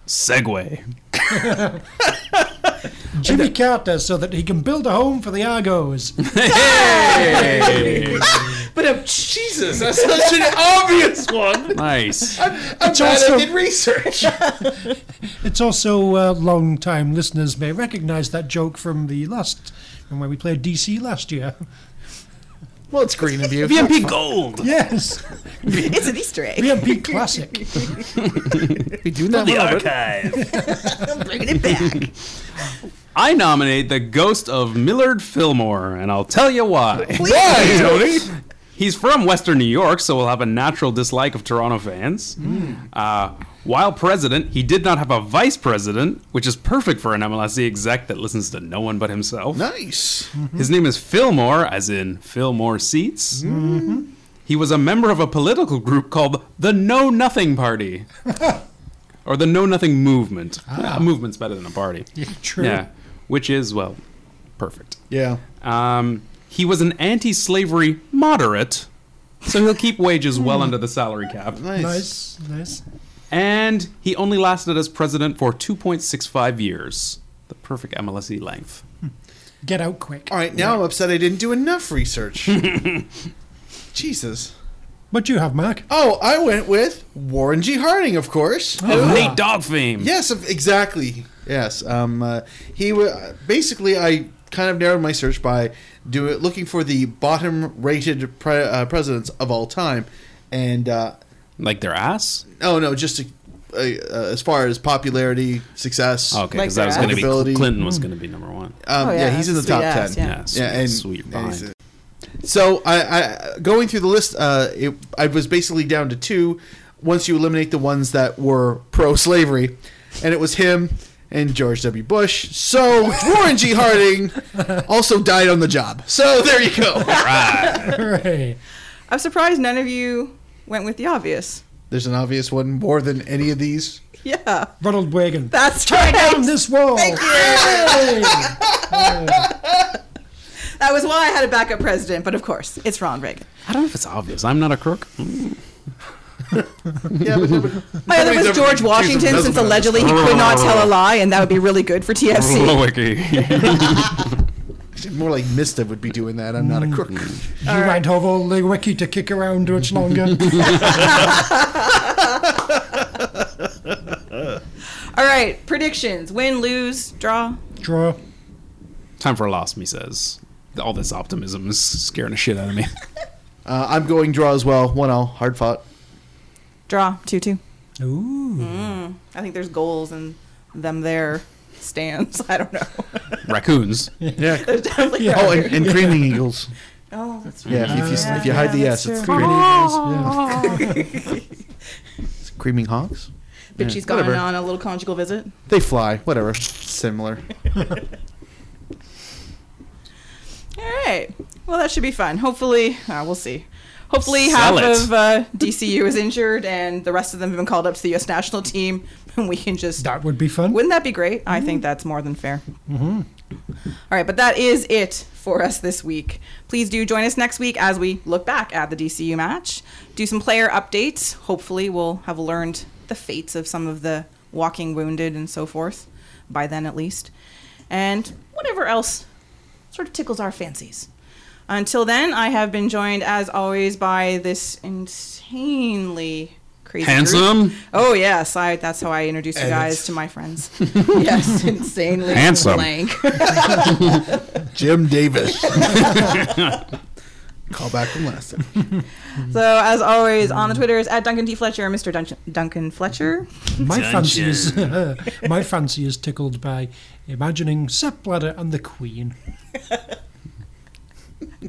Speaker 1: Segway.
Speaker 3: Jimmy Carter, so that he can build a home for the Argos.
Speaker 2: But um,
Speaker 4: Jesus, that's such an obvious one.
Speaker 1: Nice.
Speaker 4: I'm glad
Speaker 3: also-
Speaker 4: I did research.
Speaker 3: It's also uh, long-time listeners may recognize that joke from the last from when we played DC last year.
Speaker 4: well, it's green of you.
Speaker 1: BMP Gold.
Speaker 3: Yes,
Speaker 2: it's an Easter egg.
Speaker 3: BMP classic.
Speaker 4: We do not
Speaker 1: The
Speaker 4: want it.
Speaker 1: archive.
Speaker 2: I'm bringing it back.
Speaker 1: I nominate the ghost of Millard Fillmore, and I'll tell you why.
Speaker 4: Why, Tony?
Speaker 1: He's from Western New York, so will have a natural dislike of Toronto fans. Uh, while president, he did not have a vice president, which is perfect for an MLSE E exec that listens to no one but himself.
Speaker 4: Nice.
Speaker 1: His name is Fillmore, as in Fillmore Seats. Mm-hmm. He was a member of a political group called the Know Nothing Party, or the Know Nothing Movement. A movement's better than a party.
Speaker 3: True.
Speaker 1: Yeah, which is well, perfect.
Speaker 4: Yeah.
Speaker 1: Um, he was an anti-slavery moderate, so he'll keep wages well under the salary cap.
Speaker 2: Hmm.
Speaker 4: Nice.
Speaker 3: Nice, nice.
Speaker 1: And he only lasted as president for 2.65 years, the perfect MLSE E length.
Speaker 3: Get out quick.
Speaker 4: All right, now I'm upset I didn't do enough research. Jesus.
Speaker 3: What do you have, Mark?
Speaker 4: Oh, I went with Warren G. Harding, of course. Oh,
Speaker 1: Of Nate Dogg fame.
Speaker 4: Yes, of- exactly. Yes. Um, uh, he wa basically I kind of narrowed my search by do looking for the bottom-rated pre- uh, presidents of all time, and uh,
Speaker 1: Like their ass?
Speaker 4: oh no, just to, uh, uh, as far as popularity, success.
Speaker 1: Okay,
Speaker 2: Like
Speaker 1: because
Speaker 2: their
Speaker 1: that was going to be
Speaker 4: Likability.
Speaker 1: Clinton was going to be number one.
Speaker 4: Um,
Speaker 2: Oh,
Speaker 4: yeah,
Speaker 2: yeah,
Speaker 4: he's in the
Speaker 2: sweet
Speaker 4: top
Speaker 2: ass,
Speaker 4: ten.
Speaker 2: yeah.
Speaker 1: Yeah, sweet- sweet
Speaker 4: he's-
Speaker 1: behind.
Speaker 4: So I, I going through the list, uh, it, I was basically down to two. Once you eliminate the ones that were pro-slavery, and it was him and George W. Bush. So Warren G. Harding also died on the job. So there you go.
Speaker 3: Hooray.
Speaker 2: I'm surprised none of you went with the obvious.
Speaker 4: There's an obvious one more than any of these.
Speaker 2: Yeah,
Speaker 3: Ronald Reagan.
Speaker 2: that's
Speaker 3: Tear
Speaker 2: right.
Speaker 3: down this wall. Hey.
Speaker 2: That was why I had a backup president, but of course, it's Ronald Reagan.
Speaker 1: I don't know if it's obvious. I'm not a crook.
Speaker 4: Yeah, but,
Speaker 2: My other was
Speaker 4: Nobody's ever
Speaker 2: George
Speaker 4: accused him.
Speaker 2: Washington,
Speaker 4: Doesn't
Speaker 2: since
Speaker 4: matter.
Speaker 2: allegedly he could not tell a lie, and that would be really good for TFC.
Speaker 1: Wiki.
Speaker 4: more like Mista would be doing that. I'm not a crook.
Speaker 1: Mm-hmm.
Speaker 3: you might have all the wiki to kick around much longer.
Speaker 2: All right, predictions: win, lose, draw.
Speaker 3: Draw.
Speaker 1: Time for a loss, me says. All this optimism is scaring the shit out of me.
Speaker 4: Uh, I'm going draw as well. One all, hard fought.
Speaker 2: Draw two two.
Speaker 3: Ooh.
Speaker 2: I think there's goals and them there stands. I don't know.
Speaker 1: Raccoons.
Speaker 4: Yeah.
Speaker 2: There's definitely
Speaker 3: Yeah.
Speaker 4: Oh, and, and creaming eagles.
Speaker 2: oh, that's right.
Speaker 4: Yeah, if you if you hide the
Speaker 2: Yeah,
Speaker 4: S,
Speaker 2: that's
Speaker 4: it's
Speaker 2: true.
Speaker 4: creaming
Speaker 3: Yeah.
Speaker 4: Creaming hogs?
Speaker 2: But
Speaker 4: Yeah,
Speaker 2: she's gone
Speaker 4: whatever.
Speaker 2: on a little conjugal visit.
Speaker 4: They fly. Whatever. Similar.
Speaker 2: All right. Well, that should be fun. Hopefully, uh, we'll see. Hopefully,
Speaker 1: Sell
Speaker 2: half
Speaker 1: it.
Speaker 2: of uh, DCU is injured, and the rest of them have been called up to the U.S. national team, and we can just
Speaker 3: That would be fun.
Speaker 2: Wouldn't that be great? I think that's more than fair. All right, but that is it for us this week. Please do join us next week as we look back at the DCU match, do some player updates. Hopefully, we'll have learned the fates of some of the walking wounded and so forth, by then at least, and whatever else sort of tickles our fancies. Until then, I have been joined, as always, by this insanely crazy group.
Speaker 1: Handsome?
Speaker 2: Oh yes, I. That's how I introduce you guys to my friends. yes, insanely
Speaker 1: Handsome.
Speaker 2: blank.
Speaker 4: Jim Davis. Call back from last time.
Speaker 2: So as always, on the Twitters at Duncan D Fletcher, Mr. Duncan, Duncan Fletcher.
Speaker 3: My fancy is my fancy is tickled by imagining Sepp Blatter and the Queen.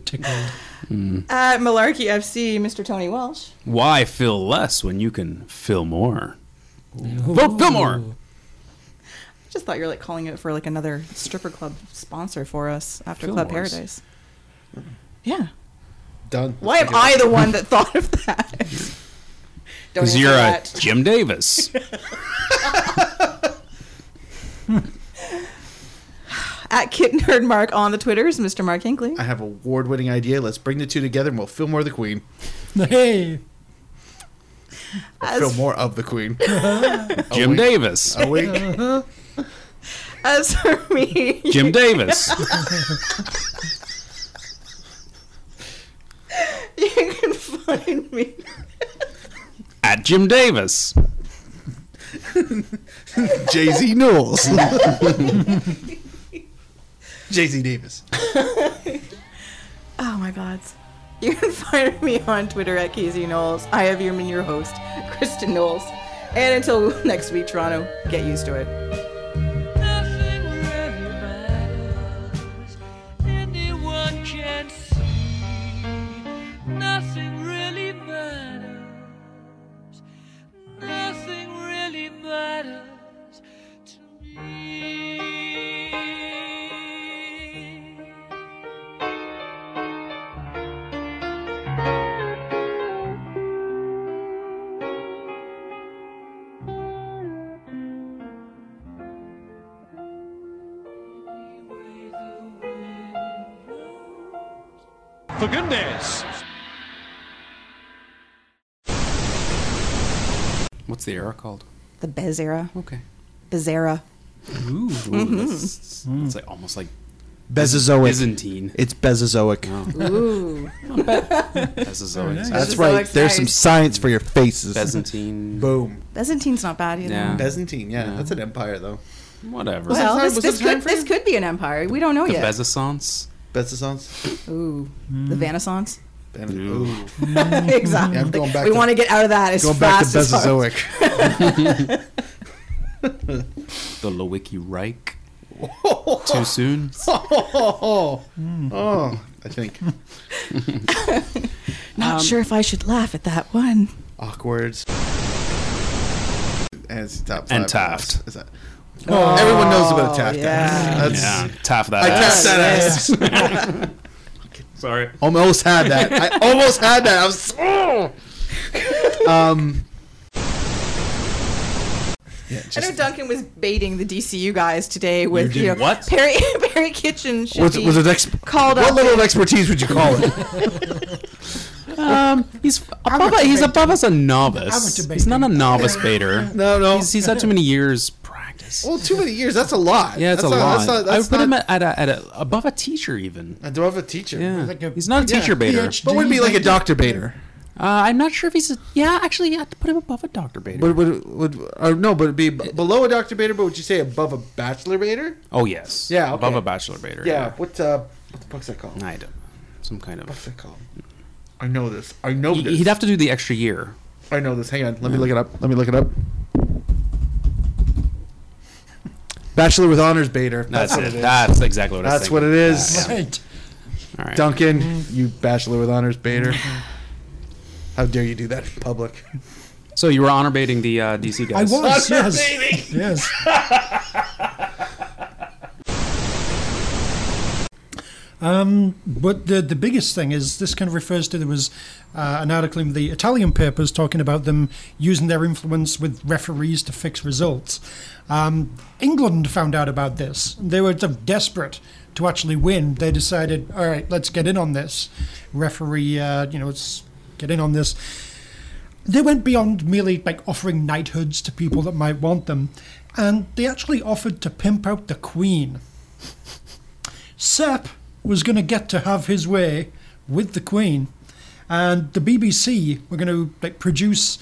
Speaker 3: tickled.
Speaker 2: At Malarkey FC, Mr. Tony Welsh.
Speaker 1: Why fill less when you can fill more? Vote Fillmore!
Speaker 2: Just thought you were like calling it for like another stripper club sponsor for us after Club
Speaker 1: Fillmore's.
Speaker 2: Paradise. Yeah.
Speaker 4: Done.
Speaker 2: Why am I the one that thought of that? Don't
Speaker 1: Because
Speaker 2: answer
Speaker 1: you're a
Speaker 2: that.
Speaker 1: Jim Davis.
Speaker 2: At Kit Nerd Mark on the Twitters, Mr. Mark Hinkley.
Speaker 4: I have an award winning idea. Let's bring the two together and we'll film more of the Queen.
Speaker 3: Hey,
Speaker 2: As,
Speaker 4: Film more of the Queen.
Speaker 1: Jim Davis.
Speaker 4: A week.
Speaker 2: as for me,
Speaker 1: Jim Davis.
Speaker 2: you can find me
Speaker 1: At Jim Davis.
Speaker 4: Jay Z Knowles. Jay Z Davis.
Speaker 2: Oh my gods. You can find me on Twitter at Casey Knowles. I have your been your host, Kristen Knowles. And until next week, Toronto, get used to it.
Speaker 7: Nothing really matters. Anyone can see. Nothing really matters. Nothing really matters to me.
Speaker 1: What's the era called?
Speaker 2: The Bez era.
Speaker 1: Okay.
Speaker 2: Bez era.
Speaker 1: Ooh,
Speaker 4: Mm-hmm.
Speaker 1: that's, that's like almost like
Speaker 4: Bezozoic.
Speaker 1: Byzantine.
Speaker 4: It's Bezozoic.
Speaker 2: Ooh.
Speaker 1: Mesozoic.
Speaker 4: That's
Speaker 2: Bezozoic's
Speaker 4: right. There's some
Speaker 2: nice.
Speaker 4: science for your faces.
Speaker 1: Byzantine.
Speaker 4: Boom.
Speaker 2: Byzantine's not bad either.
Speaker 1: Yeah.
Speaker 4: Byzantine. Yeah, that's an empire though.
Speaker 1: Whatever.
Speaker 2: Well, this,
Speaker 4: Was that- was
Speaker 2: this,
Speaker 4: that time
Speaker 2: could, this
Speaker 4: frame?
Speaker 2: could be an empire. We don't know
Speaker 1: the
Speaker 2: yet.
Speaker 1: Bezossance.
Speaker 4: Bezosons.
Speaker 2: Ooh.
Speaker 1: Hmm.
Speaker 2: The Renaissance.
Speaker 4: Ooh.
Speaker 2: exactly.
Speaker 4: Yeah, I'm going back
Speaker 2: we
Speaker 4: to-
Speaker 2: want to get out of that as
Speaker 4: Going back to
Speaker 2: fast as possible.
Speaker 4: Bezozoic.
Speaker 1: The Lewicki Reich. Too soon?
Speaker 4: oh, oh, I think
Speaker 2: Not sure if I should laugh at that one.
Speaker 4: awkward. And it's top five.
Speaker 1: And Taft.
Speaker 4: Is that? Everyone knows about Taft.
Speaker 2: yeah.
Speaker 4: That's,
Speaker 1: Yeah. Taff that
Speaker 4: I
Speaker 1: ass.
Speaker 4: tapped that ass.
Speaker 1: Sorry.
Speaker 4: Almost had that. I almost had that. I was. um. Yeah,
Speaker 2: I know
Speaker 4: just,
Speaker 2: Duncan was baiting the DCU guys today with you,
Speaker 1: did
Speaker 2: know
Speaker 1: what?
Speaker 2: Perry Perry Kitchen should
Speaker 4: was,
Speaker 2: be
Speaker 4: was it ex-
Speaker 2: called
Speaker 4: what
Speaker 2: up.
Speaker 4: level of expertise would you call it?
Speaker 1: Um, he's above.
Speaker 3: would
Speaker 1: He's
Speaker 3: debate
Speaker 1: above us a
Speaker 3: I would
Speaker 1: novice.
Speaker 3: debate
Speaker 1: He's not a novice baiter.
Speaker 4: No, no.
Speaker 1: He's, he's had too many years practice.
Speaker 4: well, too many years. That's a lot.
Speaker 1: Yeah, it's
Speaker 4: that's
Speaker 1: a
Speaker 4: not,
Speaker 1: lot.
Speaker 4: That's not,
Speaker 1: I
Speaker 4: that's
Speaker 1: would put him
Speaker 4: not,
Speaker 1: at, at, a, at a above a teacher even.
Speaker 4: I do have a teacher.
Speaker 1: Yeah,
Speaker 3: like a-
Speaker 1: he's not a
Speaker 4: yeah,
Speaker 1: teacher baiter.
Speaker 3: PhD.
Speaker 4: But would be like a doctor baiter.
Speaker 1: Uh, I'm not sure if he's. A, yeah, actually, yeah, I'd put him above a doctor baiter.
Speaker 4: Would would would or no? But it'd be b- below a doctor baiter. But would you say above a bachelor baiter?
Speaker 1: oh yes.
Speaker 4: Yeah, okay.
Speaker 1: above a bachelor baiter.
Speaker 4: Yeah. What uh, what the fuck's that called?
Speaker 1: yeah. I don't. know. Some kind
Speaker 4: What's
Speaker 1: of.
Speaker 4: that called? I know this. I know
Speaker 1: He-
Speaker 4: this.
Speaker 1: He'd have to do the extra year.
Speaker 4: I know this. Hang on. Let me look it up. Let me look it up. Bachelor with honors baiter.
Speaker 1: That's,
Speaker 4: what
Speaker 1: it. That's exactly what. I was
Speaker 4: That's what it
Speaker 1: thinking.
Speaker 4: is.
Speaker 3: right.
Speaker 1: All right.
Speaker 4: Duncan, you bachelor with honors baiter. How dare you do that in public?
Speaker 1: So you were honor baiting the uh, DC
Speaker 3: I
Speaker 1: guys.
Speaker 3: was yes, yes. Um, but the the biggest thing is this kind of refers to there was uh, an article in the Italian papers talking about them using their influence with referees to fix results. Um, England found out about this. They were sort of desperate to actually win. They decided, all right, let's get in on this. Referee, uh, you know, let's get in on this. they went beyond merely like offering knighthoods to people that might want them, and they actually offered to pimp out the queen. Sepp was going to get to have his way with the Queen, and the BBC were going to like produce,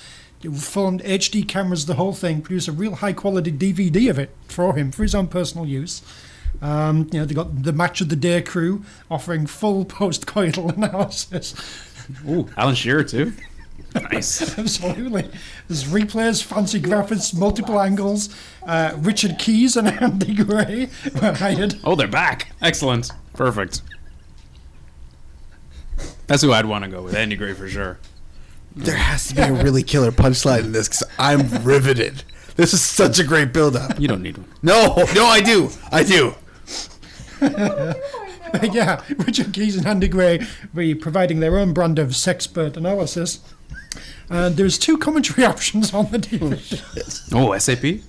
Speaker 3: filmed HD cameras, the whole thing, produce a real high quality DVD of it for him for his own personal use. Um, you know, they got the match of the day crew offering full post-coital analysis.
Speaker 1: Ooh, Alan Shearer too. Nice.
Speaker 3: Absolutely, there's replays, fancy graphics, multiple angles. Uh, Richard Keys and Andy Gray were hired.
Speaker 1: Oh, they're back. Excellent. Perfect. That's who I'd want to go with. Andy Gray for sure.
Speaker 4: There has to be a really killer punchline in this because I'm riveted. This is such a great build-up.
Speaker 1: You don't need one.
Speaker 4: No, no, I do, I do.
Speaker 3: yeah, Richard Keys and Andy Gray be providing their own brand of sexpert analysis. And there's two commentary options on the DVD.
Speaker 1: Oh, SAP.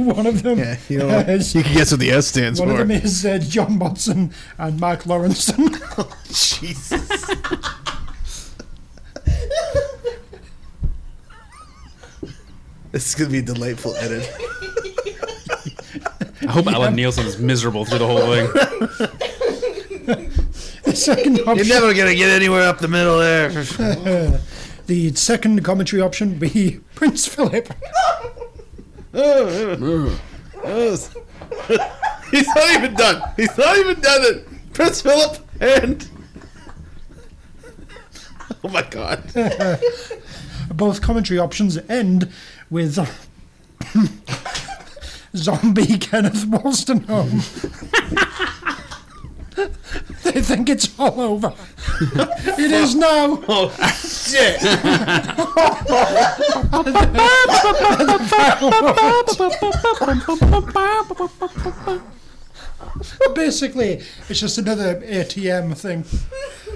Speaker 3: One of them
Speaker 4: Yeah, you, know,
Speaker 3: is
Speaker 4: you can guess what the S stands
Speaker 3: one of
Speaker 4: for.
Speaker 3: them is uh, John Watson and Mark Lawrence.
Speaker 4: Jesus. this is gonna be a delightful edit.
Speaker 1: I hope Alan Nielsen's miserable through the whole thing.
Speaker 3: the second
Speaker 4: You're
Speaker 3: option, uh,
Speaker 4: never gonna get anywhere up the middle there.
Speaker 3: the second commentary option be Prince Philip.
Speaker 4: He's not even done. He's not even done it. Prince Philip and. Oh my god.
Speaker 3: Both commentary options end with zombie Kenneth Wolstenholme. they think it's all over. it is now.
Speaker 4: Oh shit.
Speaker 3: Basically, it's just another ATM thing.